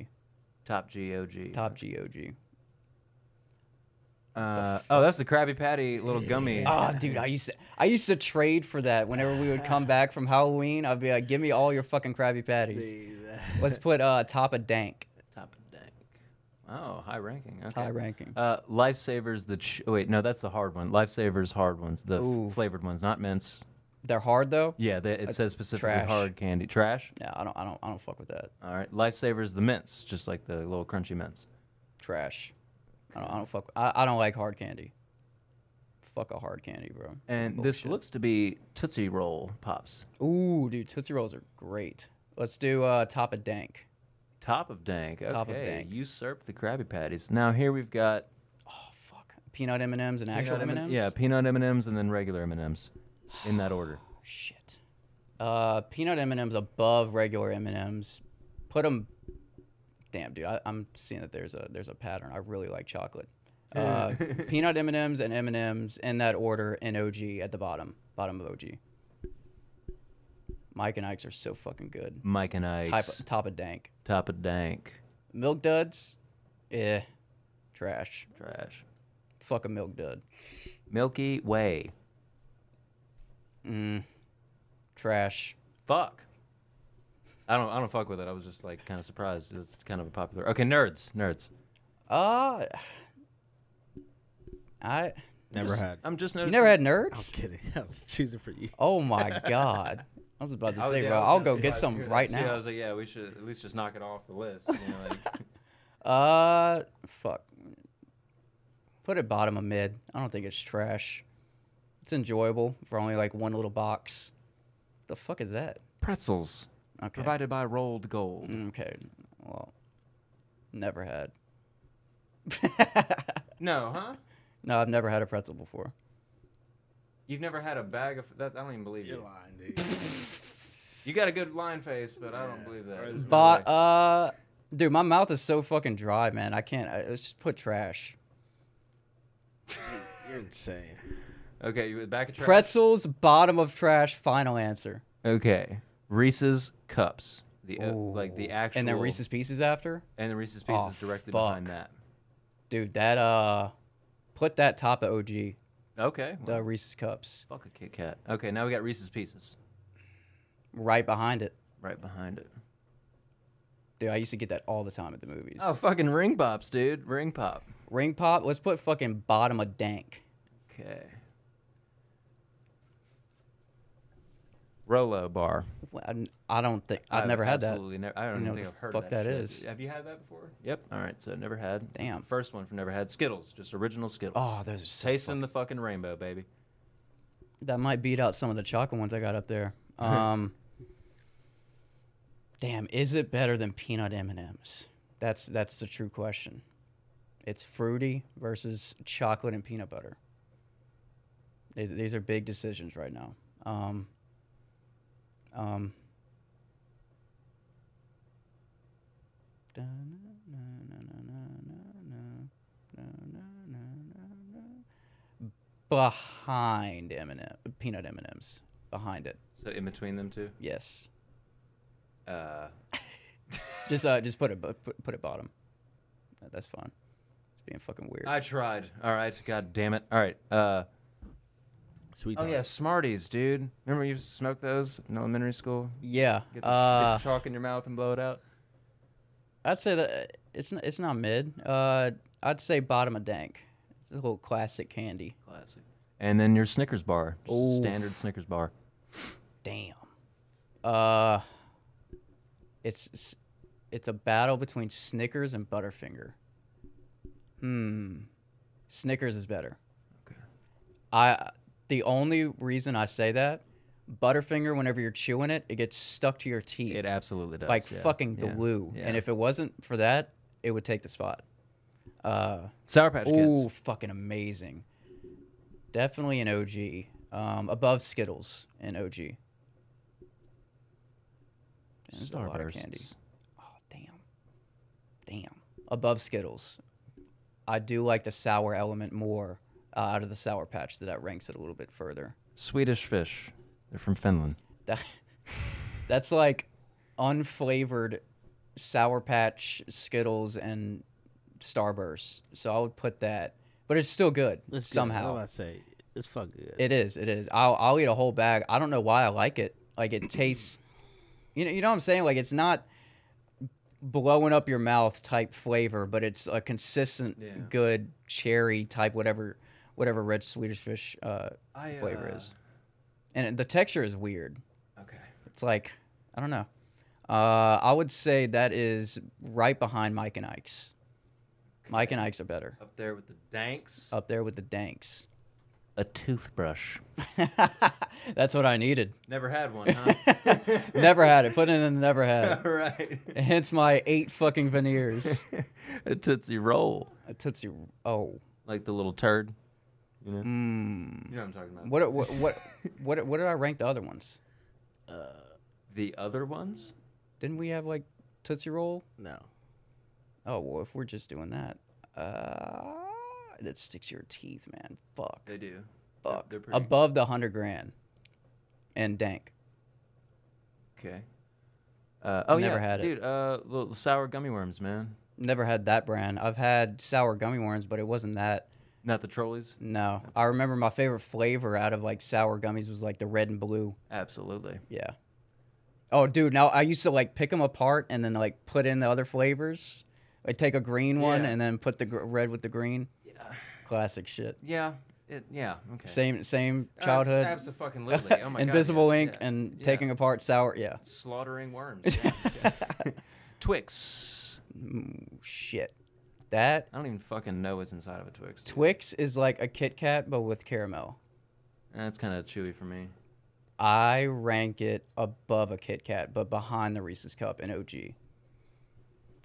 Top G O G. top G OG. Uh, oh, that's the Krabby Patty little gummy. *laughs* Oh, dude, I used to I used to trade for that. Whenever we would come back from Halloween, I'd be like, "Give me all your fucking Krabby Patties." Let's put uh, top *laughs* of dank. Top of dank. Oh, high ranking. Okay. High ranking. Uh, lifesavers. The ch- oh, wait, no, that's the hard one. Lifesavers, hard ones. The f- Ooh. flavored ones, not mints. They're hard though. Yeah, they, Uh, it says specifically trash. hard candy. Trash. Yeah, I don't, I don't, I don't fuck with that. All right. Lifesavers, the mints, just like the little crunchy mints. Trash. I don't, I don't fuck. I, I don't like hard candy. Fuck a hard candy, bro. And this looks to be Tootsie Roll pops. Ooh, dude, Tootsie Rolls are great. Let's do uh, top of dank. Top of dank. Okay. Top of dank. Usurp the Krabby Patties. Now here we've got Peanut M and M's and actual M peanut and M&M M's. Yeah, peanut M and M's and then regular M and M's, in that order. Shit. Uh, peanut M and M's above regular M and M's. Put them. Damn, dude, I, I'm seeing that there's a there's a pattern. I really like chocolate. Uh, peanut M and M's and M and M's in that order, and OG at the bottom, bottom of OG. Mike and Ike's are so fucking good. Mike and Type, Ike's. top of dank. Top of dank. Milk duds, eh, trash. Trash. Fuck a milk dud. Milky Way. Mm. Trash. Fuck. I don't. I don't fuck with it. I was just like kind of surprised. It's kind of a popular. Okay, nerds. Nerds. Uh, I Never Just- had. I'm just You noticing. never had nerds? I'm kidding. *laughs* I was choosing for you. Oh my god. I was about to *laughs* I was- say, Oh, yeah, I bro, was I'll kinda go get surprised to some hear that. right Yeah, I now. was like, yeah, we should at least just knock it off the list. You know, *laughs* like, Uh, fuck. Put it bottom of mid. I don't think it's trash. It's enjoyable for only like one little box. The fuck is that? pretzels Okay. Mm, provided by rolled gold. Okay. Well, never had. *laughs* No, huh? No, I've never had a pretzel before. You've never had a bag of that. I don't even believe You're you. You're lying, dude. you got a good line face, but I don't believe that. But uh, dude, my mouth is so fucking dry, man. I can't. I, let's just put trash. You're insane. Okay, you back of trash. Pretzels, bottom of trash. Final answer. Okay, Reese's cups. The uh, like the actual And then Reese's Pieces after. and the Reese's Oh, Pieces directly behind that. Dude, that uh, put that top at OG. Okay, The Reese's cups. Fuck a Kit Kat. Okay, now we got Reese's Pieces Right behind it. right behind it. Dude, I used to get that all the time at the movies. Oh, fucking ring pops, dude. Ring pop. Ring pop. Let's put fucking bottom of dank. Okay. Rolo bar. I, I don't think I've, I've never had that. absolutely never- I don't You even know think the I've heard of fuck that that shit. is. Have you had that before? Yep. All right, so never had. That's Damn. the first one from never had. Skittles, just original Skittles. Oh, those are so tasting the fucking rainbow, baby. That might beat out some of the chocolate ones I got *laughs* up there. Um, damn, is it better than peanut M and M's? That's that's the true question. It's fruity versus chocolate and peanut butter. These, these are big decisions right now. Um, um, behind M&M, peanut M&Ms. Behind it. So in between them two. Yes. Uh, Just uh, just put it bu- put, put it bottom. That- That's fine. It's being fucking weird. I tried. All right. God damn it. All right. Uh, Sweet. Oh yeah, Smarties, dude. Remember you used to smoke those in elementary school? Yeah, Get the uh, chalk in your mouth and blow it out. I'd say that uh, it's n- it's not mid. Uh, I'd say bottom of dank. It's a little classic candy. Classic. And then your Snickers bar, just a Oof. standard Snickers bar. Damn. Uh, it's s- it's a battle between Snickers and Butterfinger. Hmm. Snickers is better. I the only reason I say that, Butterfinger, whenever you're chewing it, it gets stuck to your teeth. It absolutely does. like yeah, fucking yeah, glue. yeah. And if it wasn't for that, it would take the spot. Uh, Sour Patch Kids. Ooh, fucking amazing. Definitely an OG. Um, above Skittles and OG. Man, There's a lot of candy. Starbursts. Damn. Above Skittles. I do like the sour element more uh, out of the Sour Patch, that, that ranks it a little bit further. Swedish fish. They're from Finland. That, *laughs* that's like unflavored Sour Patch, Skittles, and Starburst. So I would put that, but it's still good It's good. somehow. What do I say? It's fucking good. It is. It is. I'll I'll eat a whole bag. I don't know why I like it. Like it tastes. You know. You know what I'm saying? Like it's not blowing up your mouth type flavor, but it's a consistent good cherry type whatever whatever red Swedish fish uh, I, flavor uh, is. And the texture is weird. Okay. It's like I don't know. Uh, I would say that is right behind Mike and Ike's. Mike and Ike's are better. Up there with the danks. Up there with the danks. *laughs* A toothbrush. That's what I needed. Never had one, *laughs* huh? never had it. Put it in the never had. Right. Hence my eight fucking veneers. a Tootsie Roll. A Tootsie. Oh. Like the little turd. You know? Mm. You know what I'm talking about. What what what what what did I rank the other ones? The other ones? Didn't we have like Tootsie Roll? No. Oh well, if we're just doing that, uh, that sticks to your teeth, man. Fuck. They do. Fuck. They're pretty. Above the hundred grand. And dank. Okay. Uh, oh Never yeah, had it. dude. Uh, little sour gummy worms, man. Never had that brand. I've had sour gummy worms, but it wasn't that. Not the trolleys? No. I remember my favorite flavor out of like sour gummies was like the red and blue. Absolutely. Yeah. Oh, dude. Now I used to like pick them apart and then like put in the other flavors. Like take a green one Yeah. and then put the gr- red with the green. Yeah. Classic shit. Yeah. It, yeah. Okay. Same same Abs- childhood. abso-fucking-lutely. *laughs* Oh my God, Invisible yes, ink yeah. and Yeah. taking apart sour. Yeah. Slaughtering *laughs* worms. yes. Twix. shit. That I don't even fucking know what's inside of a Twix. dude. Twix is like a Kit Kat but with caramel. That's kind of chewy for me. I rank it above a Kit Kat, but behind the Reese's Cup and OG.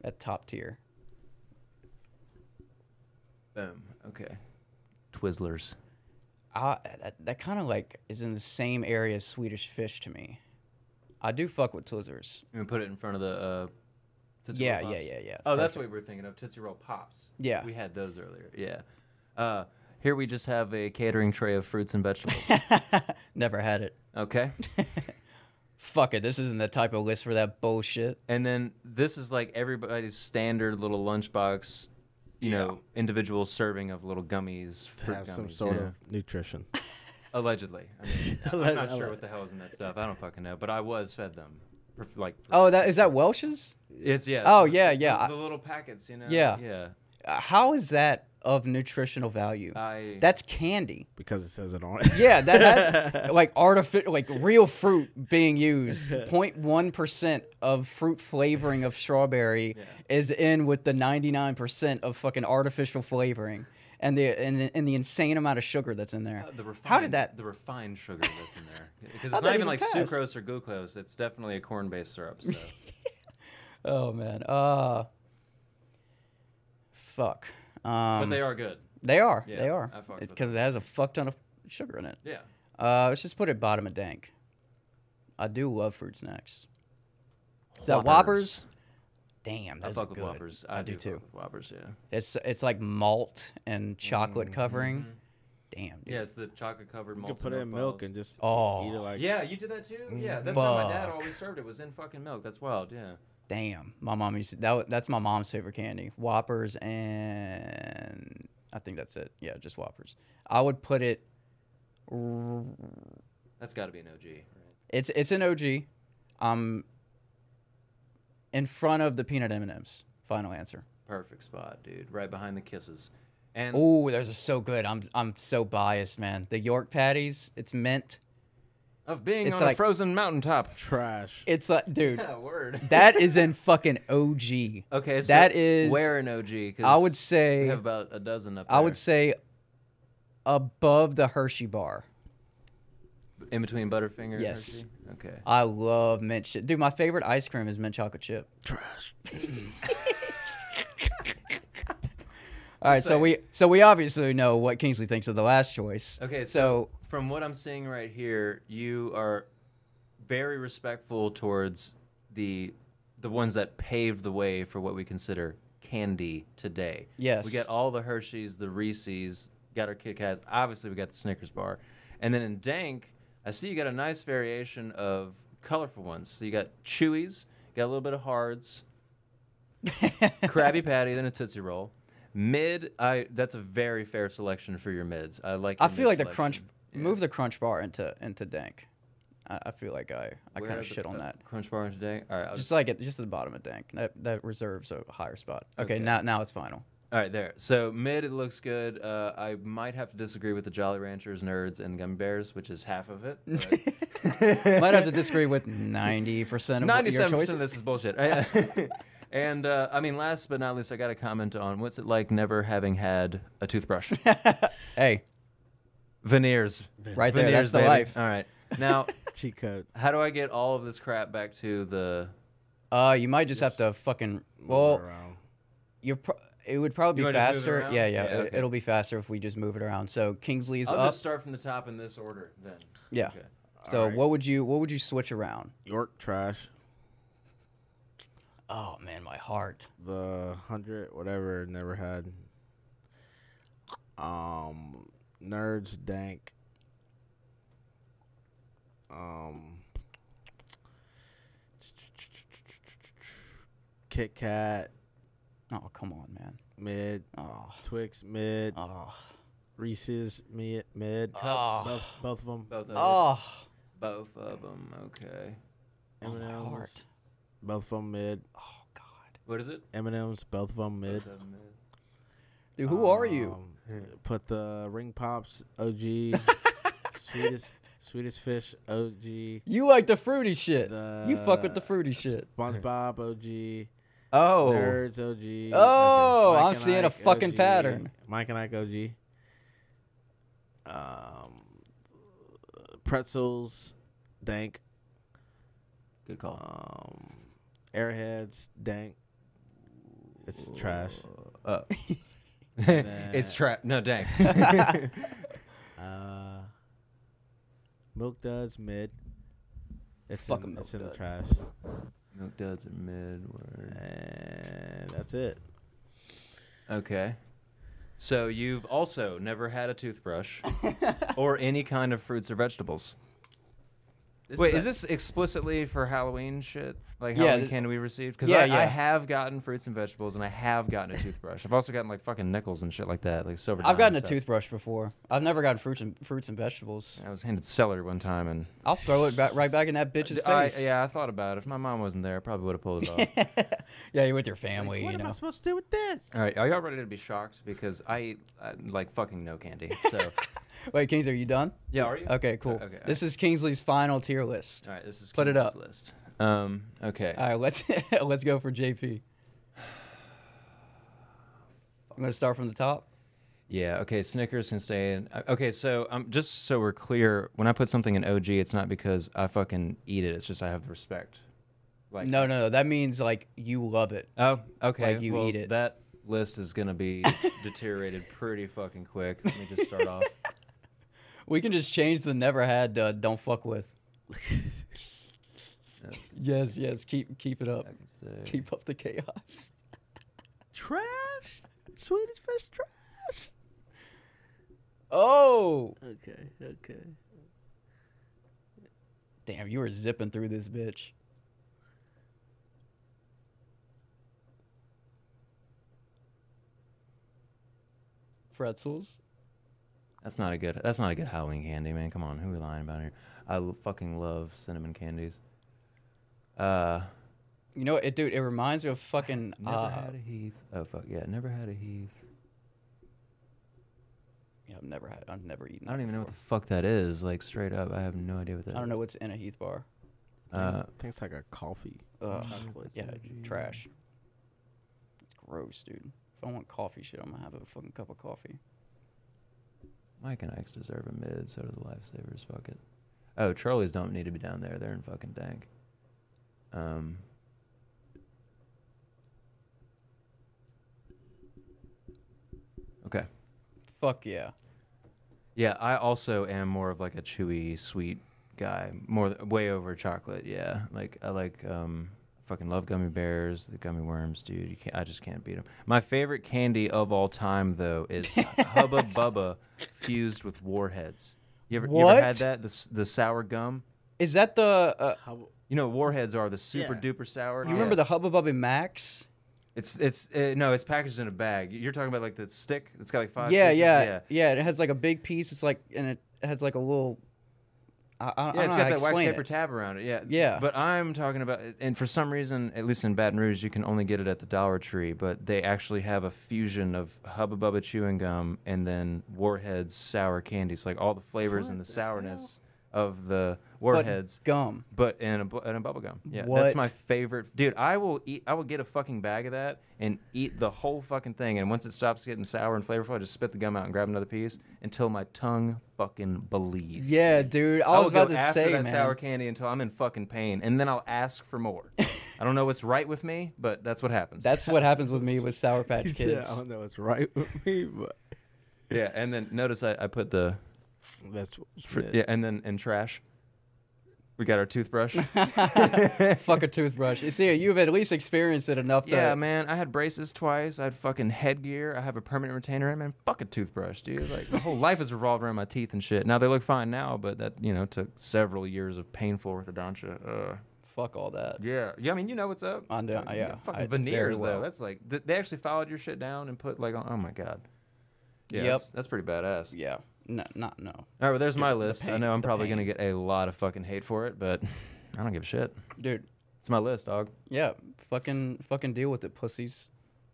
At top tier. Boom. Okay. Twizzlers. I, that that kind of like is in the same area as Swedish Fish to me. I do fuck with Twizzlers. You gonna put it in front of the. Uh, Tootsie Yeah, Roll yeah, Pops? yeah, yeah. Oh, that's Perfect. what we were thinking of. Tootsie Roll Pops. Yeah. We had those earlier. Yeah. Uh, here we just have a catering tray of fruits and vegetables. *laughs* Never had it. Okay. Fuck it, this isn't the type of list for that bullshit. And then this is like everybody's standard little lunchbox, you know, individual serving of little gummies. to fruit have some gummies, sort you know. of nutrition. Allegedly. *laughs* I mean, I'm Alleg- not sure alleg- what the hell is in that stuff. I don't fucking know. But I was fed them. for- Like, Oh, that is that Welsh's? It's- yeah, it's Oh the- yeah, the- yeah. the little packets, you know? Yeah. Yeah. Uh, How is that of nutritional value? I- That's candy. because it says it on it. *laughs* Yeah, *laughs* that has like artificial, like real fruit being used. 0.1 percent of fruit flavoring of strawberry is in with the 99 percent of fucking artificial flavoring, and the and the, and the insane amount of sugar that's in there. Uh, The refined, How did that? The refined sugar that's in *laughs* there. Because How'd it's that not even even like pass? sucrose or glucose. It's definitely a corn based syrup. *laughs* So. Oh man. Uh. Fuck. Um, they are good. They are. Yeah, they are. I fucked with Because it, has a fuck ton of sugar in it. Yeah. Uh, let's just put it bottom of dank. I do love fruit snacks. Is that Whoppers. Whoppers? Damn, I those fuck are with good. Whoppers. I, do, too. With Whoppers, yeah. It's it's like malt and chocolate covering. Damn, dude. Mm-hmm. Yeah, it's the chocolate covered You malt. could put it in milk and just Oh. eat it like yeah, you did that too. Mm. Yeah, that's how my dad always served it. Was in fucking milk. That's wild. Yeah. Damn, my mom used to, that. wa- That's my mom's favorite candy. Whoppers and I think that's it. Yeah, just Whoppers. I would put it. r- That's got to be an OG. Right? It's it's an OG. Um. In front of the peanut M and M's. Final answer. Perfect spot, dude. Right behind the kisses. And Oh, those are so good. I'm I'm so biased, man. The York patties. It's mint. of being it's on like- a frozen mountaintop. *laughs* Trash. It's like, dude. Yeah, word. that is in fucking OG. Okay, so that is where in OG? 'Cause I would say we have about a dozen up I would there. say above the Hershey bar. in between Butterfinger. and yes. Uh, Hershey? Okay. I love mint shit, dude. My favorite ice cream is mint chocolate chip. Trash. *laughs* All right, so we so we obviously know what Kingsley thinks of the last choice. Okay, so, so from what I'm seeing right here, you are very respectful towards the the ones that paved the way for what we consider candy today. Yes. We got all the Hershey's, the Reese's, got our Kit Kats. Obviously, we got the Snickers bar, and then in Dank, I see you got a nice variation of colorful ones. So you got Chewies, got a little bit of hards, Krabby Patty, then a Tootsie Roll. Mid, I that's a very fair selection for your mids. I like. I your feel mid like the selection. crunch move the crunch bar into into dank. I, I feel like I I Where kind are of the- shit on uh, that. Crunch bar in today. All right, I'll Just just, like at just at the bottom of dank. That that reserves a higher spot. Okay, Okay. now now *laughs* it's final. all right, there. So mid, it looks good. Uh, I might have to disagree with the Jolly Ranchers, Nerds, and Gummy Bears, which is half *laughs* of it. Might have to disagree with ninety percent of what your Ninety-seven percent of choices. this is bullshit. *laughs* Uh, and uh, I mean, last but not least, I got to comment on what's it like never having had a *laughs* toothbrush. hey, veneers. Right there, that's the baby. life. All right, now cheat code. how do I get all of this crap back to the? uh, you might just, have to fucking well, around. you're pro- it would probably You be wanna just move it faster. around? Yeah, yeah, Yeah, it, okay. will be faster if we just move it around. So Kingsley's I'll up. just start from the top in this order then. yeah. Okay. So Alright. what would you what would you switch around? York trash. Oh man, my heart. The hundred whatever never had. Um, nerds dank. Um, Kit Kat Oh come on, man. mid. Oh. Twix mid. Oh. Reese's mid, mid cups. Oh. Both, both of them. Both of Ah, Both of them. Okay. M and M's. Both of them mid. Oh God. What is it? M and M's. Both of them mid. Both of 'em mid. Dude, who are you? Um, Put the ring pops. OG. sweetest. Sweetest fish. OG. You like the fruity shit. you fuck with the uh, fruity shit. SpongeBob OG. Oh. Nerds OG. Oh, Mike I'm and seeing a Ike fucking OG, pattern. Mike and Ike OG. Um, pretzels, dank. Good call. Um, airheads, dank. It's trash. Uh, *laughs* it's trash. trap. No, dang. *laughs* uh, milk duds mid. It's Fuck a in, Milk it's in the Dud. trash. Milk duds are mid. Word. And that's it. Okay. So you've also never had a *laughs* toothbrush or any kind of fruits or vegetables. This Wait, is is, this a- explicitly for Halloween shit? Like Yeah, Halloween th- candy we received? Because yeah, I, I yeah. have gotten fruits and vegetables, and I have gotten a toothbrush. I've also gotten like fucking nickels and shit like that, like silver. I've dime gotten a and stuff. toothbrush before. I've never gotten fruits and fruits and vegetables. I was handed celery one time, and I'll throw it back, right back in that bitch's Uh, I, face. yeah, I thought about it. If my mom wasn't there, I probably would have pulled it off. *laughs* Yeah, you're with your family, What you am I know. supposed to do with this? All right, are y'all ready to be shocked? Because I eat uh, like fucking no candy. *laughs* So Wait, Kingsley, are you done? Yeah, are you? Okay, cool. Uh, okay, this is Kingsley's final tier list. All right, this is put it up. Kingsley's list. Um, okay. All right, let's *laughs* let's go for JP. I'm gonna start from the top. Yeah. Okay. Snickers can stay in. uh, Okay. So um, just so we're clear, when I put something in OG, it's not because I fucking eat it. It's just I have the respect. Like no, no, no. That means like you love it. Oh, okay. Like you well, eat it. That list is gonna *laughs* be deteriorated pretty fucking quick. Let me just start off. We can just change the never had to don't fuck with. *laughs* yes, yes. Keep keep it up. Keep up the chaos. *laughs* Trash. Sweetest fish trash. Oh, Okay. Okay. damn! You were zipping through this bitch. Pretzels. That's not a good. That's not a good Halloween candy, man. Come on, who are we lying about here? I l- fucking love cinnamon candies. Uh, You know, what, it, dude. It reminds me of fucking. never uh, had a Heath. Oh fuck yeah, never had a Heath. Yeah, I've never had. I've never eaten. I don't that even know what before. the fuck that is. Like straight up, I have no idea what that is. I don't know what's in a Heath bar. Uh, I think it's like a coffee. Ugh. Chocolate. Yeah, trash. It's gross, dude. If I want coffee, shit, I'm gonna have a fucking cup of coffee. Mike and Ike's deserve a mid. So do the lifesavers. Fuck it. Oh, Charlie's don't need to be down there. They're in fucking dank. Um. Okay. Fuck yeah. Yeah, I also am more of like a chewy, sweet guy, more th- way over chocolate. Yeah, like I like um, fucking love gummy bears, the gummy worms, dude. You can't, I just can't beat them. My favorite candy of all time though is *laughs* Hubba Bubba fused with warheads. You ever, you ever What? had that? The s- the sour gum. Is that the? Uh, You know what warheads are the super duper sour. you remember the Hubba Bubba Max? It's it's uh, no, it's packaged in a bag. You're talking about like the stick. It's got like five. yeah, pieces? yeah, yeah, It has like a big piece. It's like, and it has like a little. I, I, I Yeah, don't it's know got how to that wax explain paper it. tab around it. Yeah. Yeah. But I'm talking about, and for some reason, at least in Baton Rouge, you can only get it at the Dollar Tree. But they actually have a fusion of Hubba Bubba chewing gum and then Warheads sour candies, like all the flavors and the, sourness of the Warheads gum. but in a bu- in a bubble gum. Yeah, What? that's my favorite, dude. I will eat. I will get a fucking bag of that and eat the whole fucking thing. And once it stops getting sour and flavorful, I just spit the gum out and grab another piece until my tongue fucking bleeds. Yeah, dude. I will was about go to after say, that man. sour candy until I'm in fucking pain, and then I'll ask for *laughs* more. I don't know what's right with me, but that's what happens. That's what happens with me with *laughs* Sour Patch said, Kids. "I don't know what's right with me, but yeah, and then notice I, I put the that's fr- yeah, and then in trash. We got our *laughs* toothbrush. Fuck a toothbrush. You see, you've at least experienced it enough to. Yeah, man. I had braces twice. I had fucking headgear. I have a permanent retainer. And man, fuck a toothbrush, dude. Like my whole life has revolved around my teeth and shit. Now they look fine now, but that you know took several years of painful orthodontia. Uh, Fuck all that. yeah, yeah. I mean, you know what's up. I know, You yeah, got Fucking I- very veneers well. though. That's like th- they actually followed your shit down and put like on. Oh my god. Yeah, Yep. That's, that's pretty badass. Yeah. No, not no. All right, but there's my The- the list. I pain- know I'm the probably pain. gonna get a lot of fucking hate for it, but *laughs* I don't give a shit, dude. It's my list, dog. Yeah, fucking fucking deal with it, pussies.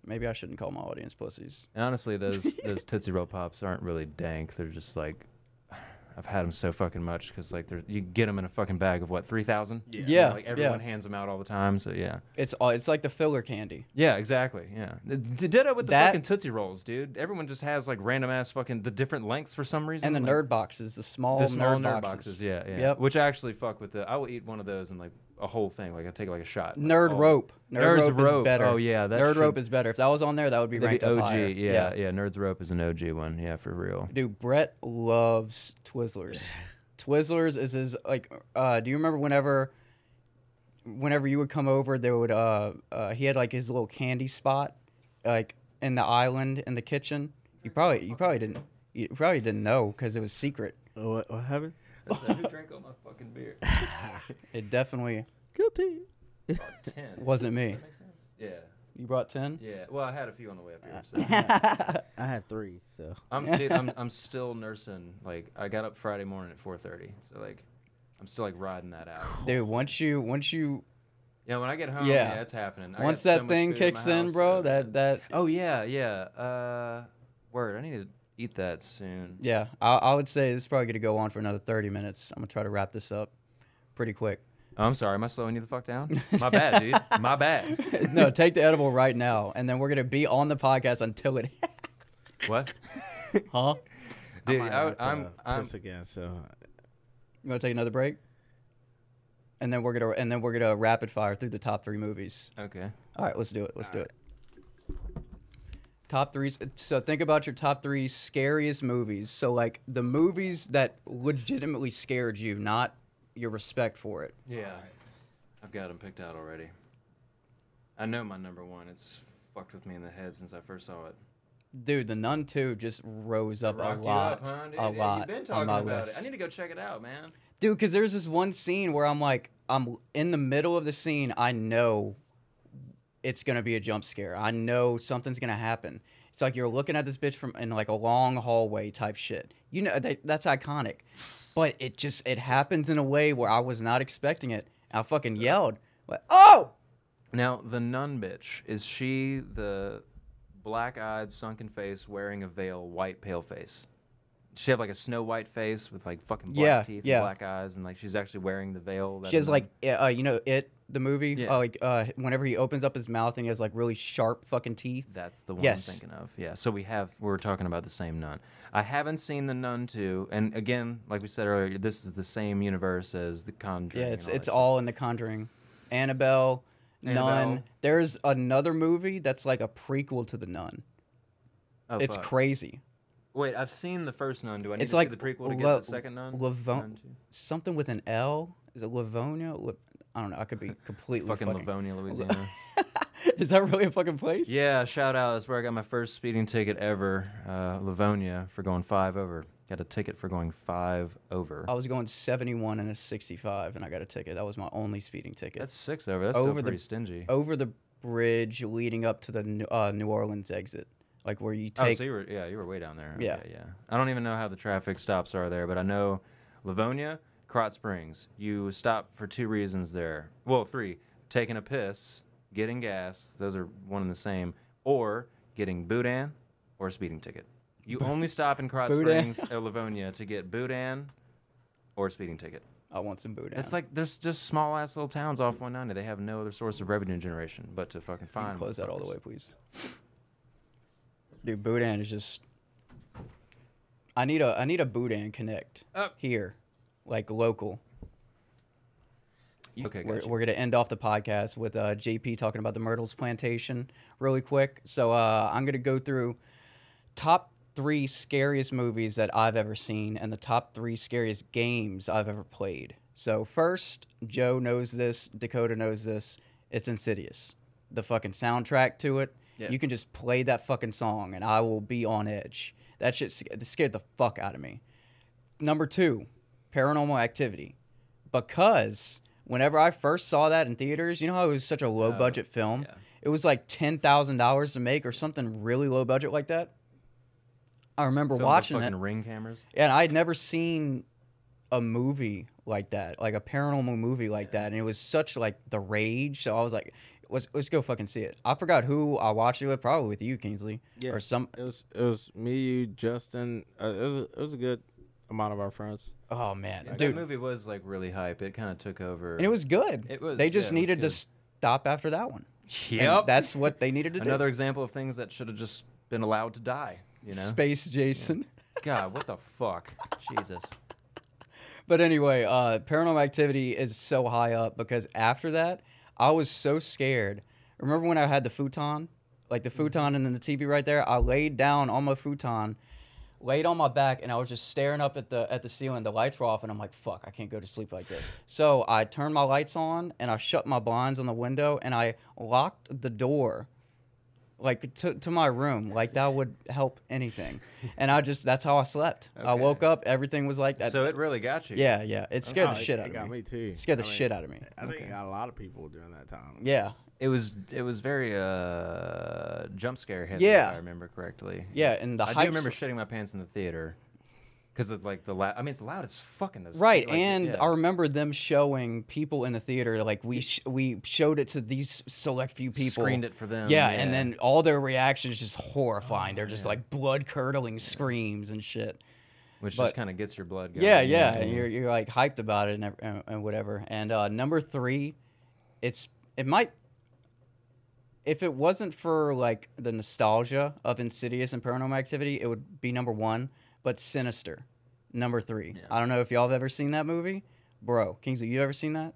Maybe I shouldn't call my audience pussies. And honestly, *laughs* those those Tootsie Roll pops aren't really dank. They're just like, *sighs* I've had them so fucking much because like they're you get them in a fucking bag of what three thousand. Yeah. Yeah, Like yeah. everyone hands them out all the time. So yeah. It's all it's like the filler candy. Yeah, exactly. Yeah. D- d- Ditto with the That- fucking Tootsie Rolls, dude. Everyone just has like random ass fucking the different lengths for some reason. And the like, nerd boxes, the small, the small nerd, boxes. Yeah, yeah. Yep. Which I actually fuck with the. I will eat one of those and like a whole thing. Like I take like a shot. like, Nerd all- rope. Nerd Oh. Nerds rope, is better. Oh yeah, that nerd should- rope is better. If that was on there, that would be that'd ranked OG. up higher. Yeah, yeah, Nerds rope is an OG one. Yeah, for real. Dude, Brett loves Twizzlers. Twizzlers is his like. Uh, do you remember whenever, whenever you would come over, there would uh, uh he had like his little candy spot, like in the island in the kitchen. You probably you probably didn't you probably didn't know because it was secret. Oh, What, what happened? *laughs* Who drank all my fucking beer? *laughs* It definitely guilty. Ten. wasn't me. That makes sense. Yeah. You brought ten. Yeah. Well, I had a few on the way up here. So. *laughs* I had three, so. I'm, dude, I'm I'm still nursing. Like I got up Friday morning at 4:30, so like I'm still like riding that out. Dude, once you once you Yeah, when I get home, yeah, it's happening. I Once got so that much thing food in my kicks in, house, bro, uh, that that Oh yeah, yeah. Uh, word. I need to eat that soon. Yeah, I, I would say it's probably gonna go on for another thirty minutes. I'm gonna try to wrap this up pretty quick. Oh, I'm sorry. Am I slowing you the fuck *laughs* down? My bad, dude. My bad. no, take the edible right now, and then we're gonna be on the podcast until it. *laughs* What? huh? Dude, might I, have would- to uh, I'm I'm piss again, so. uh, You wanna take another break? And then we're gonna and then we're gonna rapid fire through the top three movies. Okay. All right, let's do it. Let's do it. Top three. So think about your top three scariest movies. So like the movies that legitimately scared you, not your respect for it. Yeah. I've got them picked out already. I know my number one. It's fucked with me in the head since I first saw it. Dude, the Nun Two just rose up a Rocked you lot, up, huh, dude? a Yeah, lot You've been on talking my about list. it. I need to go check it out, man. Dude, because there's this one scene where I'm like, I'm in the middle of the scene. I know it's gonna be a jump scare. I know something's gonna happen. It's like you're looking at this bitch from in like a long hallway type shit. You know that, that's iconic, but it just it happens in a way where I was not expecting it. I fucking yelled, like, "Oh!" Now, the nun bitch, is she the black eyed, sunken face, wearing a veil, white, pale face? Does she have like a snow white face with like fucking black Yeah, teeth yeah. and black eyes, and like she's actually wearing the veil? that She a has nun- like uh, uh, you know it the movie Yeah. uh, like uh, whenever he opens up his mouth and he has like really sharp fucking teeth. That's the one yes. I'm thinking of. Yeah. So we have we're talking about the same nun. I haven't seen the nun two, and again, like we said earlier, this is the same universe as the Conjuring. and Yeah, it's all that it's all in The Conjuring, Annabelle, Nun. Annabelle. There's another movie that's like a prequel to The Nun. Oh, it's fuck. crazy. Wait, I've seen the first nun. Do I need It's to like see the prequel to get Lo- the second nun? Lavon- Nun two? something with an L. Is it Livonia? Li- I don't know. I *laughs* could be completely Fucking Livonia, Louisiana. *laughs* Is that really a fucking *laughs* place? Yeah, shout out. That's where I got my first speeding ticket ever. Uh, Livonia for going five over. Got a ticket for going five over. I was going 71 and a 65, and I got a ticket. That was my only speeding ticket. That's six over. That's still pretty stingy. Over the bridge leading up to the New, uh, New Orleans exit, like where you oh, take. so you were yeah, you were way down there. Yeah. Okay, yeah. I don't even know how the traffic stops are there, but I know Livonia, Crot Springs. You stop for two reasons there. Well, three: taking a piss, getting gas. Those are one and the same. Or getting Boudin or a speeding ticket. *laughs* You only stop in Crot Boudin. Springs or Livonia to get Boudin or a speeding ticket. I want some Boudin. It's like there's just small ass little towns off 190. They have no other source of revenue generation but to fucking You can find. close that all the way, please. Dude, Boudin is just. I need a I need a Boudin connect here, like local. Okay, we're, gotcha. we're gonna end off the podcast with uh, JP talking about the Myrtles plantation really quick. So uh, I'm gonna go through top three scariest movies that I've ever seen and the top three scariest games I've ever played. So first, Joe knows this, Dakota knows this. It's Insidious. The fucking soundtrack to it. Yeah. You can just play that fucking song and I will be on edge. That shit sc- scared the fuck out of me. Number two, Paranormal Activity. Because whenever I first saw that in theaters, you know how it was such a Oh, low budget film? It was like $10,000 to make or something really low budget like that. I remember Filmed with watching fucking it. ring cameras. Yeah, and I had never seen a movie like that, like a paranormal movie like that, and it was such like the rage. So I was like, let's let's go fucking see it. I forgot who I watched it with, probably with you, Kingsley, Yeah, or some. It was it was me, you, Justin. Uh, it was a, it was a good amount of our friends. Oh man, Yeah, dude, that movie was like really hype. It kind of took over, and it was good. It was. They just yeah, it was needed to good. stop after that one. And Yep. that's what they needed to do. Another example of things that should have just been allowed to die. You know, Space Jason. God, what the fuck, Jesus. But anyway, uh, Paranormal Activity is so high up because after that, I was so scared. Remember when I had the futon, like Mm-hmm. the futon, and then the TV right there? I laid down on my futon, laid on my back, and I was just staring up at the at the ceiling. The lights were off, and I'm like, "Fuck, I can't go to sleep like this." So I turned my lights on, and I shut my blinds on the window, and I locked the door like to, to my room like that would help anything and i just that's how i slept i Okay. woke up everything was like *laughs* that So it really got you. yeah yeah it scared Oh, the it- shit it out of got me me too. scared the I mean, shit out of me I think it got a lot of people during that time. yeah It was it was very uh jump scare heavy. Yeah. if I remember correctly. Yeah, and the I hype do remember sl- shitting my pants in the theater because of like the loud. I mean, it's loud as fucking this. right like, and yeah. i remember them showing people in the theater like we sh- we showed it to these select few people Screened it for them, yeah, and yeah. then all their reactions just horrifying they're just like blood curdling screams and shit which but- just kind of gets your blood going. Yeah, you yeah, know? and you're you're like hyped about it and, ev- and, and whatever. And uh, number three, it's it might if it wasn't for like the nostalgia of Insidious and Paranormal Activity, it would be number one. But Sinister, number three. I don't know if y'all have ever seen that movie, bro. Kingsley, you ever seen that?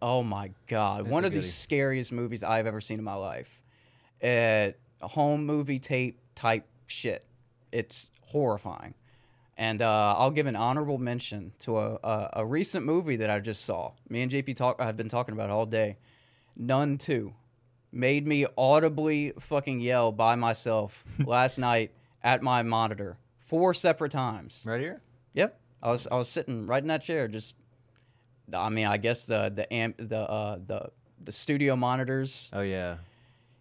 Oh my god, It's one a of the goodie. scariest movies I've ever seen in my life. At home movie tape type shit. It's horrifying. And uh, I'll give an honorable mention to a, a, a recent movie that I just saw. Me and JP talk have been talking about it all day. None 2 made me audibly fucking yell *laughs* by myself last night at my monitor four separate times. Right here? Yep. I was I was sitting right in that chair just I mean, I guess the the amp, the uh, the the studio monitors. Oh yeah.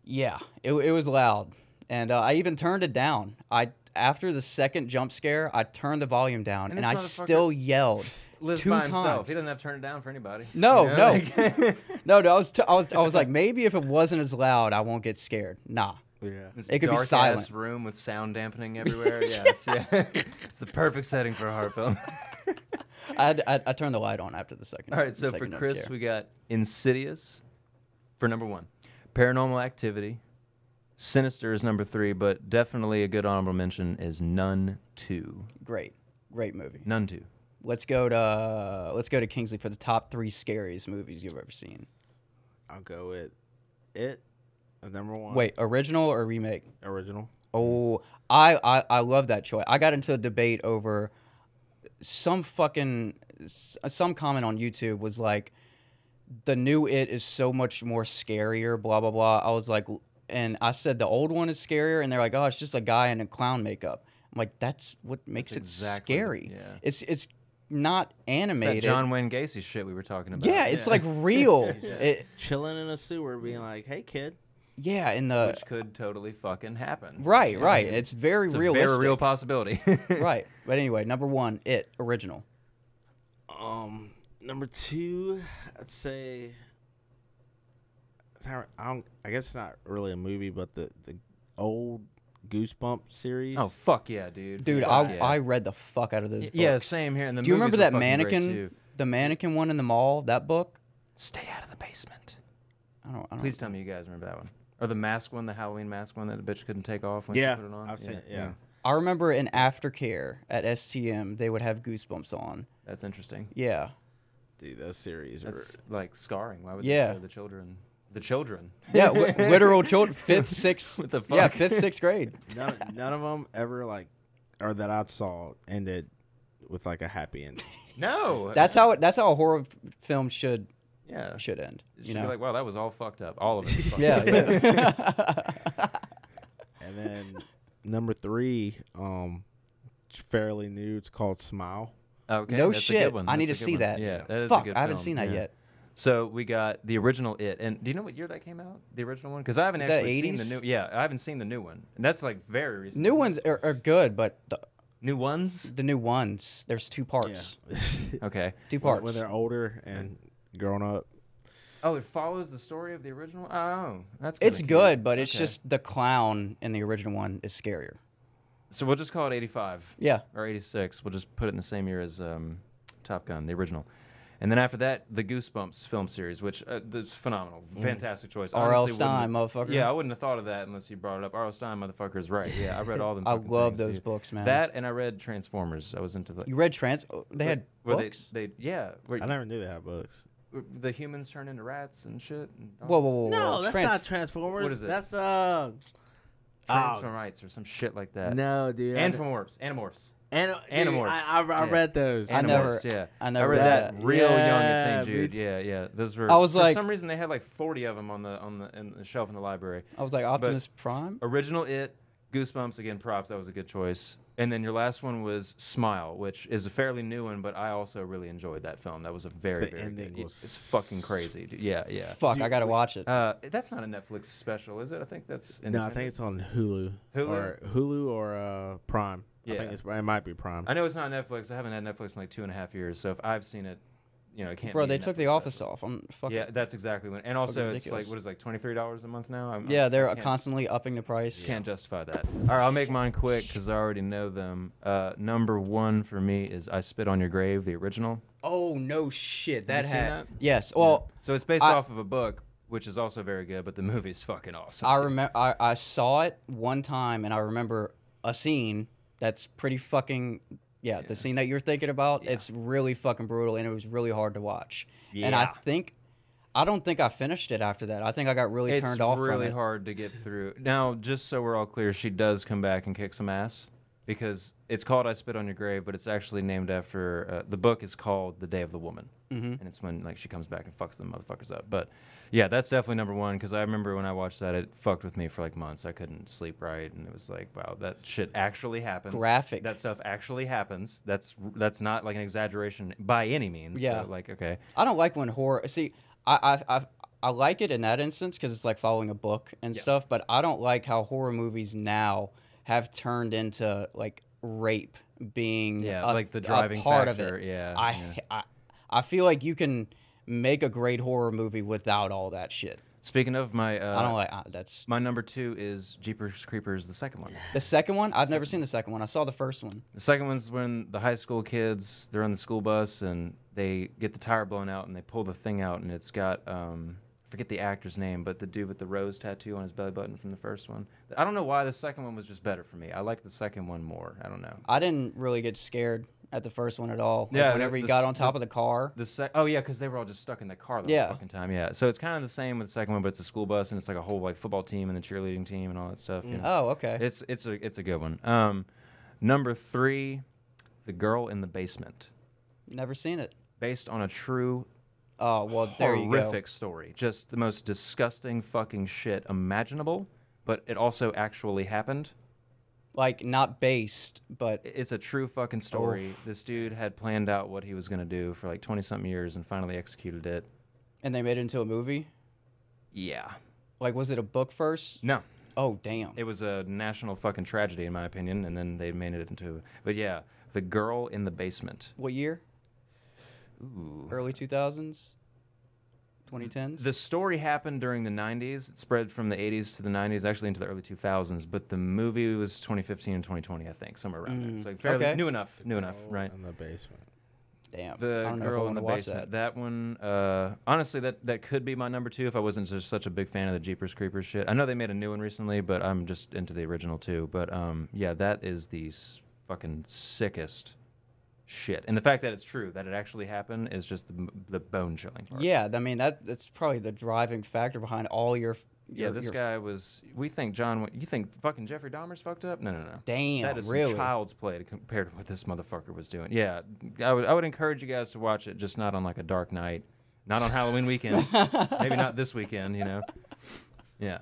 Yeah, it, it was loud, and uh, I even turned it down. I after the second jump scare, I turned the volume down, And and, this I motherfucker still yelled Lives two by times. himself. He doesn't have to turn it down for anybody. No, You know, no, like- *laughs* no, no. I was, t- I was, I was like, maybe if it wasn't as loud, I won't get scared. Nah. Yeah. This It could be dark-ass silent. room with sound dampening everywhere. yeah, it's, *laughs* yeah, *laughs* it's the perfect setting for a horror film. I, had, I, I turned the light on after the second. All right, so for second jump Chris, scare. we got Insidious for number one, Paranormal Activity, Sinister is number three, but definitely a good honorable mention is None Two. great, great movie. None Two. Let's go to let's go to Kingsley for the top three scariest movies you've ever seen. I'll go with it. as Number one. Wait, original or remake? Original. Oh, I, I I love that choice. I got into a debate over some fucking s- some comment on YouTube was like the new it is so much more scarier, blah blah blah. I was like and I said the old one is scarier and they're like, "Oh, it's just a guy in a clown makeup." I'm like, "That's what makes it exactly- scary." yeah. It's it's not It's animated. that John Wayne Gacy shit we were talking about. yeah, it's like *laughs* real. it, Chilling in a sewer, being like, "Hey, kid." yeah, in the which could totally fucking happen. Right, right. It's very it's A realistic. very real possibility. *laughs* right. But anyway, number 1, it original. Um, number two, I'd say. it's not- I don't. I guess it's not really a movie, but the the old Goosebump series. oh fuck yeah, dude. Dude, Fuck I, yeah. I read the fuck out of those Y- books. yeah, same here, and the Do you movies remember were that fucking great, mannequin, too. the mannequin one in the mall? That book? stay out of the basement. I don't. I don't Please tell me you guys remember that one. Or the mask one, the Halloween mask one that the bitch couldn't take off when Yeah, she put it on. I've seen it, yeah. I remember in aftercare at STM, they would have goosebumps on. That's interesting. *laughs* Yeah, Dude, those series were That's like scarring. Why would Yeah. they show the children? The children. yeah, w- literal children, *laughs* fifth, sixth, What the yeah, fuck? fifth, sixth *laughs* grade. none, none of them ever like, or that I saw ended with like a happy ending. No. *laughs* That's how it. That's how a horror f- film should. Yeah. should end. It You should know. be like, wow, that was all fucked up. All of it. was *laughs* fucked yeah. *laughs* up. yeah. *laughs* And then number three, um, it's fairly new. It's called Smile. *laughs* Okay, no that's a good shit. one. I need to That's a good see one. that. Yeah, that is a Fuck, good I haven't film, seen that yeah. yet. So we got the original It, and do you know what year that came out? The original one, because I haven't Is that actually seen the 80s? new. Yeah, I haven't seen the new one, and that's like very recent. New ones are, are good, but the new ones. The new ones. There's two parts. okay. Two parts. When they're older and grown up. Oh, it follows the story of the original. Oh, that's it's kinda good, cute. but it's Okay. just the clown in the original one is scarier. So we'll just call it 85. Yeah. Or 86. We'll just put it in the same year as um, Top Gun, the original. And then after that, the Goosebumps film series, which uh, is phenomenal. Mm. Fantastic choice. R.L. Honestly, wouldn't- Stine, motherfucker. Yeah, I wouldn't have thought of that unless you brought it up. R.L. Stein, motherfucker, is right. Yeah, I read all them. *laughs* I fucking love things, those dude. books, man. That and I read Transformers. I was into the. You read Trans? oh, They Were- had were they- books. They, yeah. were- I never knew they had books. The humans turn into rats and shit. And all- Whoa, whoa, whoa, whoa, No, whoa. that's Trans- not Transformers. What is it? That's uh. Transformites or some shit like that. No, dude, I And d- from Warps. Animorphs. Ani- dude, Animorphs. I- I- I read those. I Animorphs, never- yeah. I never read read that, that. real young Yeah, at St. Jude. bitch. Yeah, yeah. Those were. I was for like- some reason they had like 40 of them on the on the, in the shelf in the library. I was like, But Optimus Prime? Original It, Goosebumps again. Props. That was a good choice. And then your last one was Smile, which is a fairly new one, but I also really enjoyed that film. That was a very The very ending good. it's fucking crazy. Dude. Yeah, yeah. Fuck, I gotta watch it. Uh, that's not a Netflix special, is it? I think that's. No, I think independent. it's on Hulu. Hulu? Or Hulu or uh, Prime. I Yeah. think it's, it might be Prime. I know it's not Netflix. I haven't had Netflix in like two and a half years, so if I've seen it, you know, it can't. Bro, be they a took Netflix The Office off. I'm fucking. Yeah, that's exactly when. And also, it's like ridiculous. what is it, like twenty three dollars a month now. I'm, Yeah, I'm- they're can't- constantly upping the price. Can't justify that. All right, I'll make mine quick because I already know them. Uh, number one for me is "I Spit on Your Grave," the original. Oh no, shit! Have That you seen had that? yes. Yeah. Well, so it's based I- off of a book, which is also very good, but the movie's fucking awesome. I remember I, I saw it one time, and I remember a scene that's pretty fucking yeah. The scene that you're thinking about, it's really fucking brutal, and it was really hard to watch. And I Yeah. think I don't think I finished it after that. I think I got really it's turned off. really from it. hard to get through. Now, just so we're all clear, she does come back and kick some ass because it's called "I Spit on Your Grave," but it's actually named after uh, the book is called "The Day of the Woman," Mhm. and it's when like she comes back and fucks them motherfuckers up. But yeah, that's definitely number one because I remember when I watched that, it fucked with me for like months. I couldn't sleep right, and it was like, wow, that shit actually happens. Graphic. That stuff actually happens. That's that's not like an exaggeration by any means. Yeah. So, like okay. I don't like when horror. See, I I I, I like it in that instance because it's like following a book and stuff. But I don't like how horror movies now have turned into like rape being Yeah, a- like the a driving part factor, Of it. yeah, I, yeah. I I feel like you can make a great horror movie without all that shit. Speaking of my, uh, I don't like uh, that's my number two is Jeepers Creepers, the second one. the second one. I've never seen the second one. I saw the first one. The second one's when the high school kids they're on the school bus and they get the tire blown out and they pull the thing out and it's got um, I forget the actor's name, but the dude with the rose tattoo on his belly button from the first one. I don't know why the second one was just better for me. I liked the second one more. I don't know. I didn't really get scared at the first one at all. Like, whenever the- he the got s- on top of the car. The sec- oh yeah, because they were all just stuck in the car the Yeah. whole fucking time. Yeah, so it's kind of the same with the second one, but it's a school bus and it's like a whole like football team and the cheerleading team and all that stuff. you know? Mm. Oh, okay. It's it's a it's a good one. Um, number three, the girl in the basement, Never seen it. based on a true. Oh well, there you go. horrific story. Just the most disgusting fucking shit imaginable, but it also actually happened. Like not based, but it's a true fucking story. This dude had planned out what he was gonna do for like twenty something years and finally executed it. And they made it into a movie? Yeah. Like, was it a book first? No. Oh, damn. It was a national fucking tragedy, in my opinion, and then they made it into. But yeah, The Girl in the Basement. What year? Ooh. Early 2000s? 2010s? The story happened during the 90s. It spread from the 80s to the 90s, actually into the early 2000s, but the movie was 2015 and 2020, I think, somewhere around there. Mm, So fairly okay. new enough, new enough, Girl right? In the basement. Damn. I The don't know if I girl in wanna the watch basement. That, one, uh, honestly, that, that could be my number two if I wasn't just such a big fan of the Jeepers Creepers shit. I know they made a new one recently, but I'm just into the original too. But um, yeah, that is the s- fucking sickest shit. And the fact that it's true, that it actually happened, is just the, m- the bone chilling part. Yeah, I mean, that that's probably the driving factor behind all your. Yeah, your- this your- guy was. We think John. Wa- You think fucking Jeffrey Dahmer's fucked up? No, no, no. Damn, that is some really? child's play to- compared to what this motherfucker was doing. Yeah, I would. I would encourage you guys to watch it, just not on like a dark night, not on Halloween *laughs* weekend, maybe not this weekend. You know. Yeah.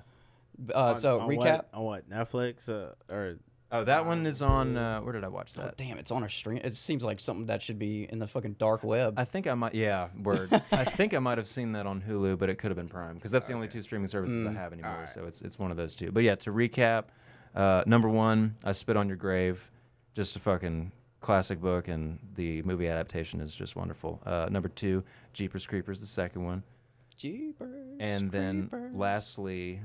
Uh, On- so, on recap. What, on what Netflix uh, or Oh, that one is on. Uh, where did I watch that? damn, it's on our stream. It seems like something that should be in the fucking dark web. I think I might. Yeah, word. I think I might have seen that on Hulu, but it could have been Prime because that's the only two streaming services I Mm. have anymore. So it's it's one of those two. But yeah, to recap, uh, number one, I spit on your grave, just a fucking classic book, and the movie adaptation is just wonderful. Uh, number two, Jeepers Creepers, the second one, Jeepers. and then creepers. lastly,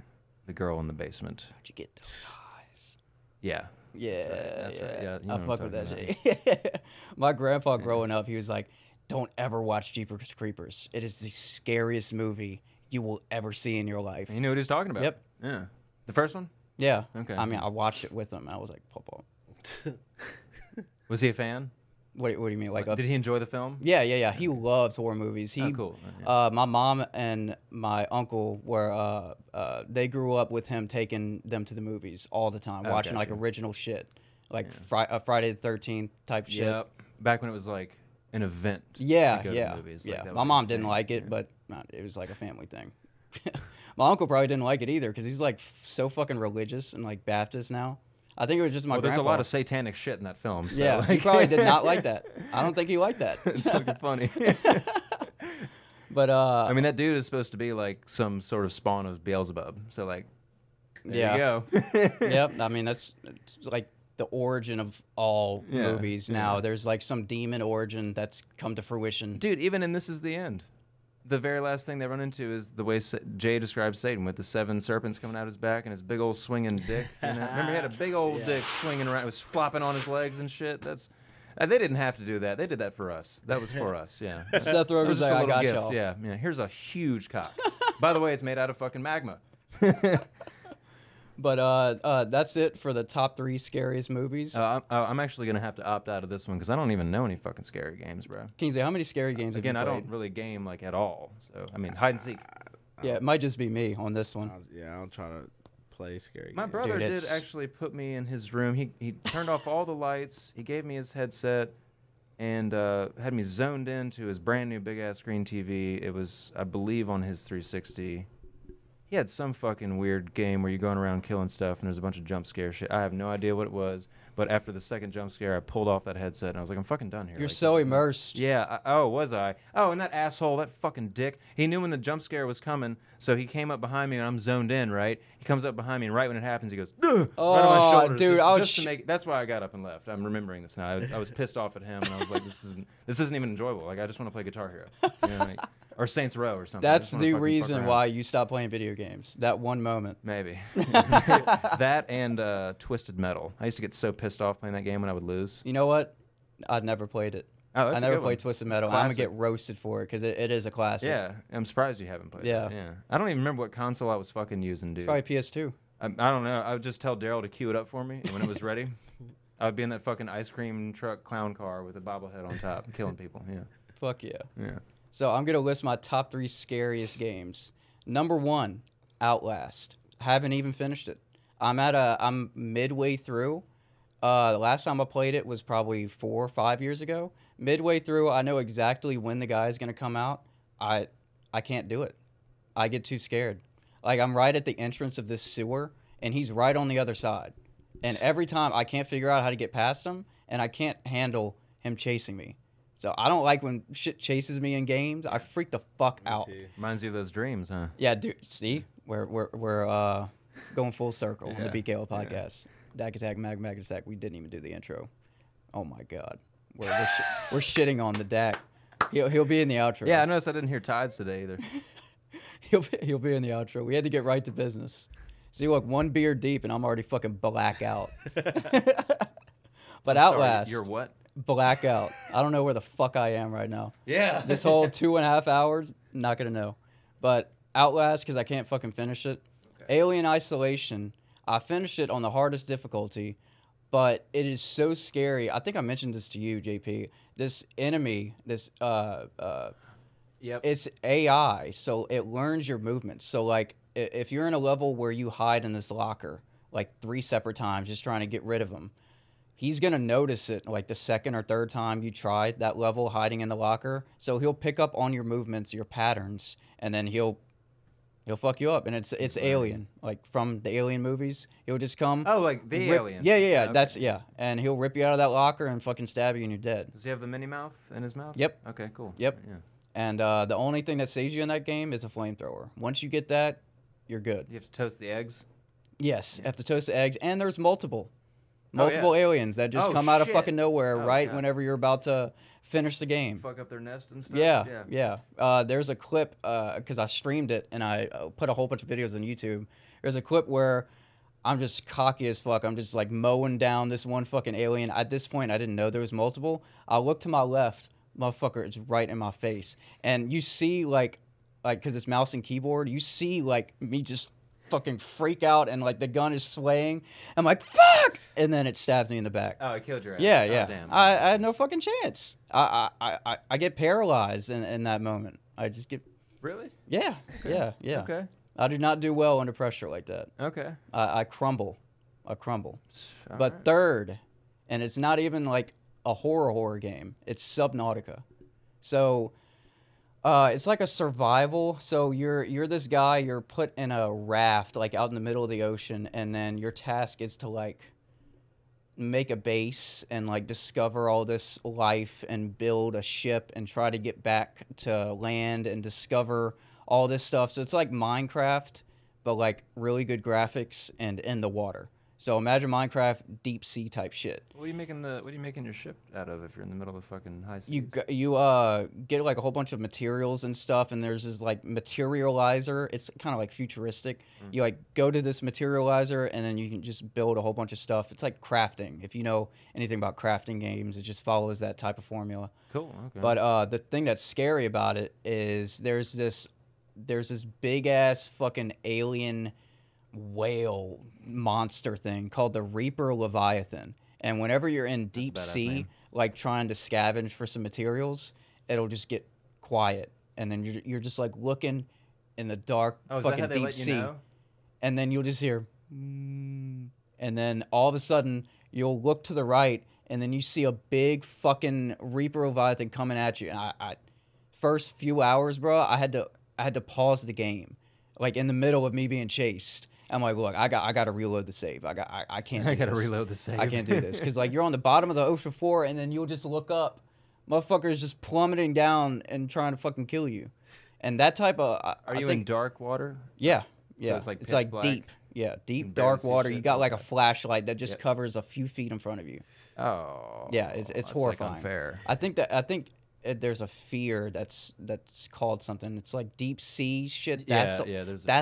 the girl in the basement. How'd you get those eyes? Yeah. Yeah, That's right. That's yeah. right. Yeah. you know I what I'm fuck with that talking about. shit. *laughs* My grandpa growing up, he was like, "Don't ever watch Jeepers Creepers. It is the scariest movie you will ever see in your life." You knew what he was talking about. Yep. Yeah. The first one. Yeah. Okay. I mean, I watched it with him. I was like, "Papa." Was he a fan? What, what do you mean? Like, Uh, did he enjoy the film? Yeah, yeah, yeah. He loves horror movies. He, Oh, cool. Oh, Uh, my mom and my uncle were uh, uh, they grew up with him taking them to the movies all the time, Oh, watching like gotcha. original shit, like Fri- uh, Friday the Thirteenth type shit. Yep. Back when it was like an event. to Yeah, go to yeah, movies, like, yeah. that was My a mom didn't thing. like it, but uh, it was like a family thing. *laughs* my uncle probably didn't like it either because he's like f- so fucking religious and like Baptist now. I think it was just my. Well, there's a lot grandpa. of satanic shit in that film. So yeah, he like- *laughs* probably did not like that. I don't think he liked that. it's fucking funny. *laughs* but uh, I mean, that dude is supposed to be like some sort of spawn of Beelzebub. So like, there yeah. you go. *laughs* yep. I mean, that's it's like the origin of all Yeah, movies now. yeah. There's like some demon origin that's come to fruition. Dude, even in This Is the End, the very last thing they run into is the way Sa- Jay describes Satan with the seven serpents coming out his back and his big old swinging dick. You know? Remember, he had a big old *laughs* Yeah. dick swinging around, it was flopping on his legs and shit. That's. uh, they didn't have to do that. They did that for us. That was *laughs* for us. Yeah. *laughs* Seth That was Rogen's just like, a "I little got y'all." Yeah. Yeah. Here's a huge cock. By the way, it's made out of fucking magma. But uh, uh, that's it for the top three scariest movies. Uh, I'm, uh, I'm actually gonna have to opt out of this one because I don't even know any fucking scary games, bro. Kingsley, how many scary games uh, Again, I have you don't really game like at all. So I mean, hide and seek. played? Yeah, it might just be me on this one. Yeah, I'll try to play scary. My games. brother Dude, did it's- actually put me in his room. He he turned off all the lights. He gave me his headset, and uh, had me zoned into his brand new big ass screen TV. It was, I believe, on his 360. He had some fucking weird game where you're going around killing stuff and there's a bunch of jump scare shit. I have no idea what it was, but after the second jump scare, I pulled off that headset and I was like, I'm fucking done here. You're Like, so this is not- immersed. yeah. I, oh, was I? Oh, and that asshole, that fucking dick. He knew when the jump scare was coming, so he came up behind me, and I'm zoned in, right? He comes up behind me, and right when it happens, he goes, "Ugh," right on my Oh, shoulders, dude, just, I would just to sh- make. That's why I got up and left. I'm remembering this now. I, was- I was pissed off at him, and I was like, "This isn't. This isn't even enjoyable. Like, I just want to play Guitar Hero, you know, *laughs* like- or Saints Row, or something." I That's just wanna the fucking fuck reason around. why you stopped playing video games. That one moment. *laughs* Maybe. *laughs* that and uh, Twisted Metal. I used to get so pissed off playing that game when I would lose. You know what? I've never played it. Oh, that's I a never good one. played Twisted It's a Metal. I'm gonna classic. get roasted for it because it, it is a classic. Yeah, I'm surprised you haven't played. Yeah. it. yeah. I don't even remember what console I was fucking using, dude. Probably PS2. Um, I, I don't know. I would just tell Daryl to queue it up for me, and when it was *laughs* ready, I would be in that fucking ice cream truck clown car with a bobblehead on *laughs* top, killing people. Yeah. Fuck yeah. Yeah. So I'm gonna list my top three scariest games. Number one, Outlast. Haven't even finished it. I'm at a I'm midway through. Uh, the last time I played it was probably four or five years ago. Midway through, I know exactly when the guy is gonna come out. I I can't do it. I get too scared. Like I'm right at the entrance of this sewer, and he's right on the other side. And every time I can't figure out how to get past him, and I can't handle him chasing me. So I don't like when shit chases me in games. I freak the fuck out. Reminds you of those dreams, huh? Yeah, dude. See, we're we're we're uh, going full circle on the Yeah, BKL yeah. podcast. Dak attack, mag mag attack. We didn't even do the intro. Oh my god, we're we're, sh- we're shitting on the Dak. He'll he'll be in the outro. Yeah, I noticed I didn't hear tides today *laughs* either. He'll be, he'll be in the outro. We had to get right to business. See, look, one beer deep, and I'm already fucking *laughs* blackout. *laughs* but I'm sorry, Outlast. you're what? Blackout. I don't know where the fuck I am right now. Yeah. this whole two and a half hours, not gonna know. But Outlast, because I can't fucking finish it. Alien Isolation. I finished it on the hardest difficulty, but it is so scary. I think I mentioned this to you, JP. This enemy, this uh uh Yep. it's AI, so it learns your movements. So like, i- if you're in a level where you hide in this locker like three separate times, just trying to get rid of him, he's gonna notice it like the second or third time you try that level hiding in the locker. So he'll pick up on your movements, your patterns, and then he'll He'll fuck you up, and it's it's alien, like from the alien movies. He'll just come. Oh, like the rip- Alien. Yeah, yeah, yeah. Okay. That's yeah, and he'll rip you out of that locker and fucking stab you, and you're dead. Does he have the mini mouth in his mouth? Yep. Okay, cool. Yep. Yeah. And uh, the only thing that saves you in that game is a flamethrower. Once you get that, you're good. You have to toast the eggs. Yes, have to toast the eggs, and there's multiple, Oh, yeah. multiple aliens that just Oh, come out of shit. fucking nowhere Oh, right God. whenever you're about to finish the game. Fuck up their nest and stuff. Yeah, yeah. Uh, there's a clip because I streamed it and I uh, put a whole bunch of videos on YouTube. There's a clip where I'm just cocky as fuck. I'm just like mowing down this one fucking alien. At this point, I didn't know there was multiple. I look to my left, motherfucker, it's right in my face, and you see like, like because it's mouse and keyboard, you see like me just fucking freak out and like the gun is swaying. I'm like fuck, and then it stabs me in the back. Oh, it killed your ass. Yeah, Oh, yeah. damn. I, I had no fucking chance. I I, I, I get paralyzed in, in that moment. I just get. Really? Yeah, Okay. yeah, yeah. Okay. I do not do well under pressure like that. Okay. I, I crumble. I crumble. All but right. third, and it's not even like a horror horror game. It's Subnautica. So uh, it's like a survival. So you're you're this guy. You're put in a raft, like out in the middle of the ocean, and then your task is to like make a base and like discover all this life and build a ship and try to get back to land and discover all this stuff. So it's like Minecraft, but like really good graphics and in the water. So imagine Minecraft deep sea type shit. What are you making the? What are you making your ship out of if you're in the middle of fucking high seas? You g- you uh get like a whole bunch of materials and stuff, and there's this like materializer. It's kind of like futuristic. You like go to this materializer, and then you can just build a whole bunch of stuff. It's like crafting. If you know anything about crafting games, it just follows that type of formula. Cool, okay. But uh, the thing that's scary about it is there's this there's this big ass fucking alien whale monster thing called the Reaper Leviathan. And whenever you're in deep badass sea, name. like trying to scavenge for some materials, it'll just get quiet, and then you're, you're just like looking in the dark Oh, is that how fucking they deep let you sea, know? and then you'll just hear, Mm. and then all of a sudden you'll look to the right, and then you see a big fucking Reaper Leviathan coming at you. And I, I first few hours, bro, I had to I had to pause the game, like in the middle of me being chased. I'm like, look, I got I got to reload the save. I got I, I *laughs* can't. I do gotta this. reload the I save. can't do this because like you're on the bottom of the ocean floor, and then you'll just look up, motherfuckers just plummeting down and trying to fucking kill you, and that type of. I, Are I you think, in dark water? Yeah, So yeah. it's like pitch black. deep. Yeah, deep barely dark see water. shit. You got like a flashlight that just Yep. covers a few feet in front of you. Oh. Yeah, it's it's that's, like, horrifying. unfair. I think that I think uh, there's a fear that's that's called something. It's like deep sea shit. Yeah, That's yeah, there's a fear. Uh,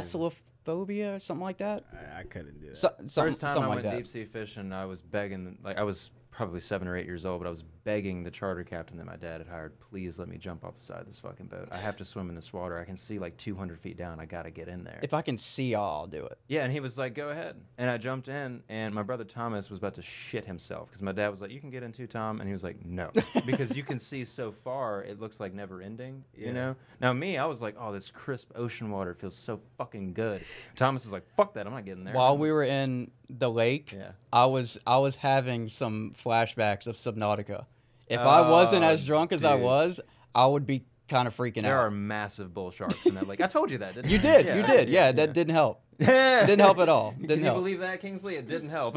Thalassophobia or something like that. I, I couldn't do that. So, some- First time something I like went that. deep sea fishing, I was begging, like I was probably seven or eight years old, but I was begging the charter captain that my dad had hired, please let me jump off the side of this fucking boat. I have to swim in this water. I can see like 200 feet down. I gotta get in there. If I can see, I'll do it. Yeah, and he was like, "Go ahead." And I jumped in, and my brother Thomas was about to shit himself because my dad was like, "You can get in too, Tom," and he was like, *laughs* "No," because you can see so far, it looks like never ending. Yeah. You know. Now me, I was like, "Oh, this crisp ocean water feels so fucking good." Thomas was like, "Fuck that! I'm not getting there." While we were in the lake, I was I was having some flashbacks of Subnautica. If I wasn't Oh, as drunk as I dude. was, I would be kind of freaking there out. are massive bull sharks in that lake. I told you that. Didn't You I? did, Yeah, you I- did. Yeah, that *laughs* didn't help. didn't help at all. Didn't Can you help. believe that, Kingsley? It didn't *laughs* help.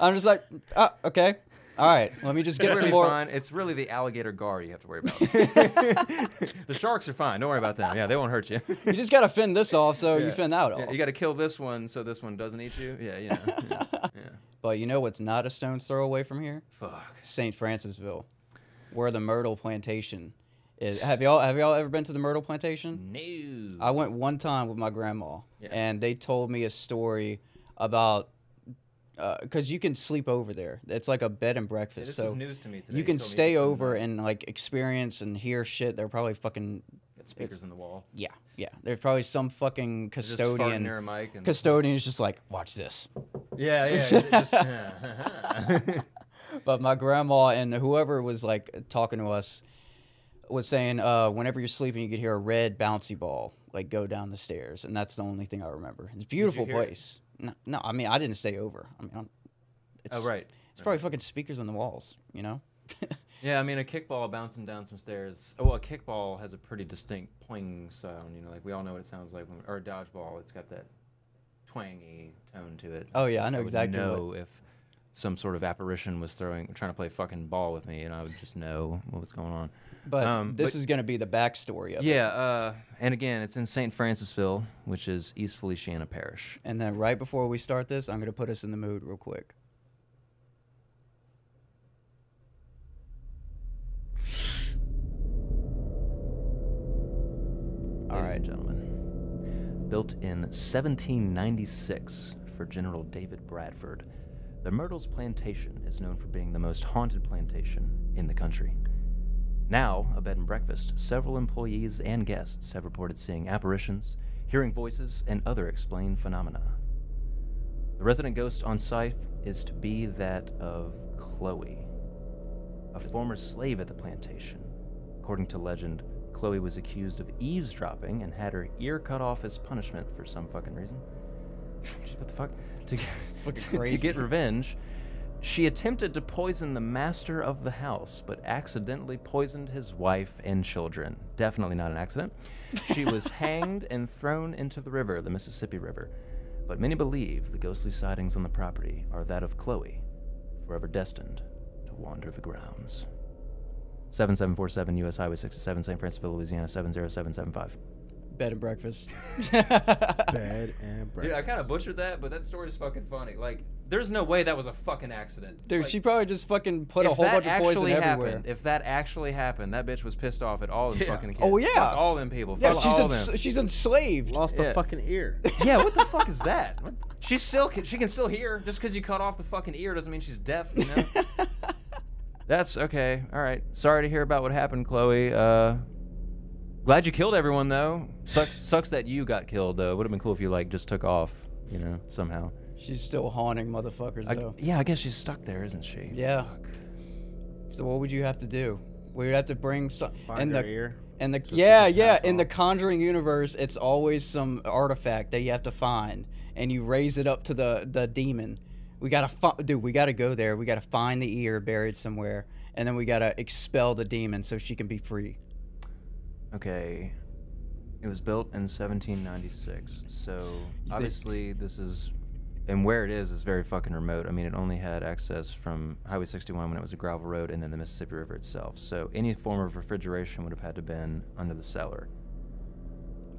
I'm just like, ah, okay, all right. Let me just get It's some really more. fine. It's really the alligator gar you have to worry *laughs* about. *laughs* the sharks are fine. Don't worry about them. Yeah, they won't hurt you. You just gotta fend this off, so you Yeah. fend that off. Yeah, you got to kill this one so this one doesn't eat *laughs* you. Yeah, you know. yeah. But you know what's not a stone's throw away from here? Fuck. St. Francisville, where the Myrtle Plantation is. Have y'all have y'all ever been to the Myrtle Plantation? No. I went one time with my grandma, Yeah. and they told me a story about because you can sleep over there. It's like a bed and breakfast. this so was news to me today. You You can told me this stay in the over and like experience and hear shit. They're probably fucking Got speakers in the wall. Yeah, yeah. There's probably some fucking just farting custodian. near a mic and- *laughs* custodian is just like, watch this. Yeah, *laughs* yeah, it just- yeah. *laughs* but my grandma and whoever was like talking to us was saying, uh, whenever you're sleeping, you could hear a red bouncy ball like go down the stairs, and that's the only thing I remember. It's a beautiful hear it? place. No, no, I mean I didn't stay over. I mean, I'm, Oh, right. It's probably fucking speakers on the walls, you know. Yeah, I mean, a kickball bouncing down some stairs. Oh, well, a kickball has a pretty distinct pling sound. You know, like we all know what it sounds like. When, or a dodgeball, it's got that twangy tone to it. Oh, yeah, I know would exactly what- know if some sort of apparition was throwing, trying to play fucking ball with me, and I would just know what was going on. But Um, this is going to be the backstory of it. yeah, uh, and again, it's in St. Francisville, which is East Feliciana Parish. And then right before we start this, I'm going to put us in the mood real quick. Ladies and gentlemen, built in 1796 for General David Bradford, the Myrtles Plantation is known for being the most haunted plantation in the country. Now, a bed and breakfast, several employees and guests have reported seeing apparitions, hearing voices, and other explained phenomena. The resident ghost on site is to be that of Chloe, a former slave at the plantation. According to legend, Chloe was accused of eavesdropping and had her ear cut off as punishment for some fucking reason. *laughs* what the fuck? *laughs* To, fucking to crazy. get revenge, she attempted to poison the master of the house, but accidentally poisoned his wife and children. Definitely not an accident. She *laughs* was hanged and thrown into the river, the Mississippi River. But many believe the ghostly sightings on the property are that of Chloe, forever destined to wander the grounds. 7747 US Highway 67, St. Francisville, Louisiana 70775. Bed and breakfast. *laughs* Bed and Dude, I kind of butchered that, but that story's fucking funny. Like, there's no way that was a fucking accident. Dude, Like, she probably just fucking put a if whole that bunch of poison actually everywhere. happened, if that actually happened, that bitch was pissed off at all them fucking kids. Oh, yeah. Fuck all them people. Yeah, Fuck she's all ens- them. she's enslaved. Lost Yeah. a fucking *laughs* ear. yeah, what the fuck is that? What- She still can, she can still hear. Just because you cut off the fucking ear doesn't mean she's deaf. You know. That's okay. All right. Sorry to hear about what happened, Chloe. Uh, glad you killed everyone though. Sucks. sucks that you got killed though. Would have been cool if you like just took off. You know, somehow. She's still haunting motherfuckers I, though. yeah, I guess she's stuck there, isn't she? Yeah. So what would you have to do? We would have to bring some Find and her the ear, and the so she yeah can yeah pass in the on. Conjuring universe, it's always some artifact that you have to find, and you raise it up to the the demon. We gotta fi- dude, we gotta go there. We gotta find the ear buried somewhere, and then we gotta expel the demon so she can be free. Okay. It was built in 1796, so obviously this is, and where it is is very fucking remote. I mean, it only had access from Highway 61 when it was a gravel road, and then the Mississippi River itself. So any form of refrigeration would have had to been under the cellar.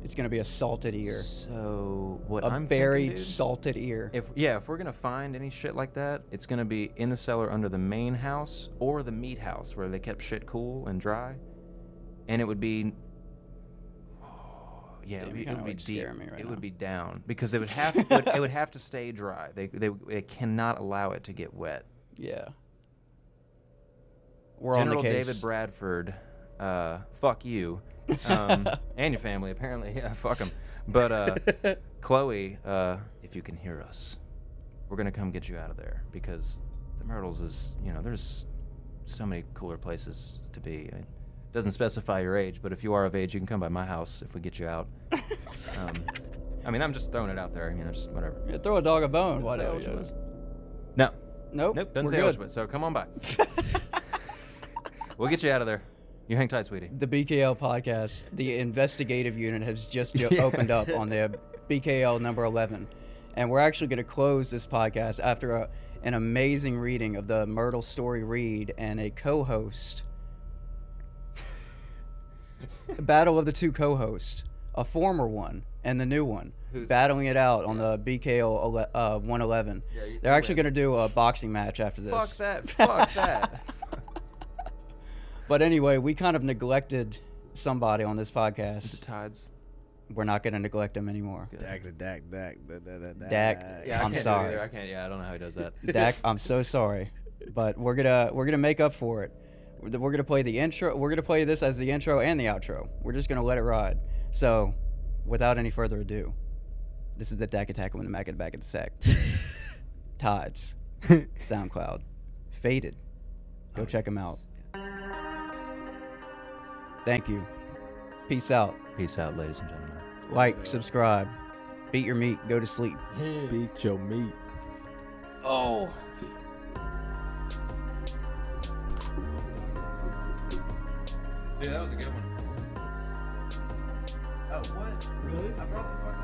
It's gonna be a salted ear, So what a I'm thinking, buried dude- salted ear. If yeah, if we're gonna find any shit like that, it's gonna be in the cellar under the main house or the meat house where they kept shit cool and dry, and it would be. *sighs* yeah, Damn, it would you be, it kinda, would be like, deep. scare me right it now. would be down because it would have it would, it would have to stay dry. They, they they cannot allow it to get wet. Yeah. We're General on the case. David Bradford, uh, fuck you, *laughs* um, and your family apparently. *laughs* Yeah, fuck them. But *laughs* uh, Chloe, uh, if you can hear us, we're gonna come get you out of there because the Myrtles is, you know, there's so many cooler places to be. It doesn't specify your age, but if you are of age, you can come by my house if we get you *laughs* out. um, I mean, I'm just throwing it out there. You know, just whatever. Yeah, throw a dog a bone. Does it Why say how not? old she Yeah. was? No. Nope. Nope. Doesn't we're say good. how much, but so come on by. we'll get you out of there. You hang tight, sweetie. The BKL podcast, the investigative unit, has *laughs* just ju- Yeah. opened up on the BKL number 11. And we're actually going to close this podcast after a, an amazing reading of the Myrtle Story Read and a *laughs* co host, Battle of the Two Co hosts, a former one and the new one, Who's- battling it out on the BKL ele- uh, 111. Yeah, you- They're you actually going *laughs* to do a boxing match after this. Fuck that. Fuck *laughs* that. But anyway, we kind of neglected somebody on this podcast. The tides. We're not going to neglect them anymore. Dak, dak, dak, dak, dak, dak. Dak, Yeah, I can't I'm Do it sorry. either. I can't. Yeah, I don't know how he does that. *laughs* Dak, I'm so sorry, but we're gonna we're gonna make up for it. We're we're gonna play the intro. We're gonna play this as the intro and the outro. We're just gonna let it ride. So, without any further ado, this is the Dak Attack when the Mac at the back of the sack. Tides, SoundCloud, Faded. Go check them out. Thank you. Peace out. *laughs* Peace out, ladies and gentlemen. Like, subscribe, beat your meat, go to sleep. Beat your meat. Oh. Dude, that was a good one. Oh, what? Really? I brought the fucking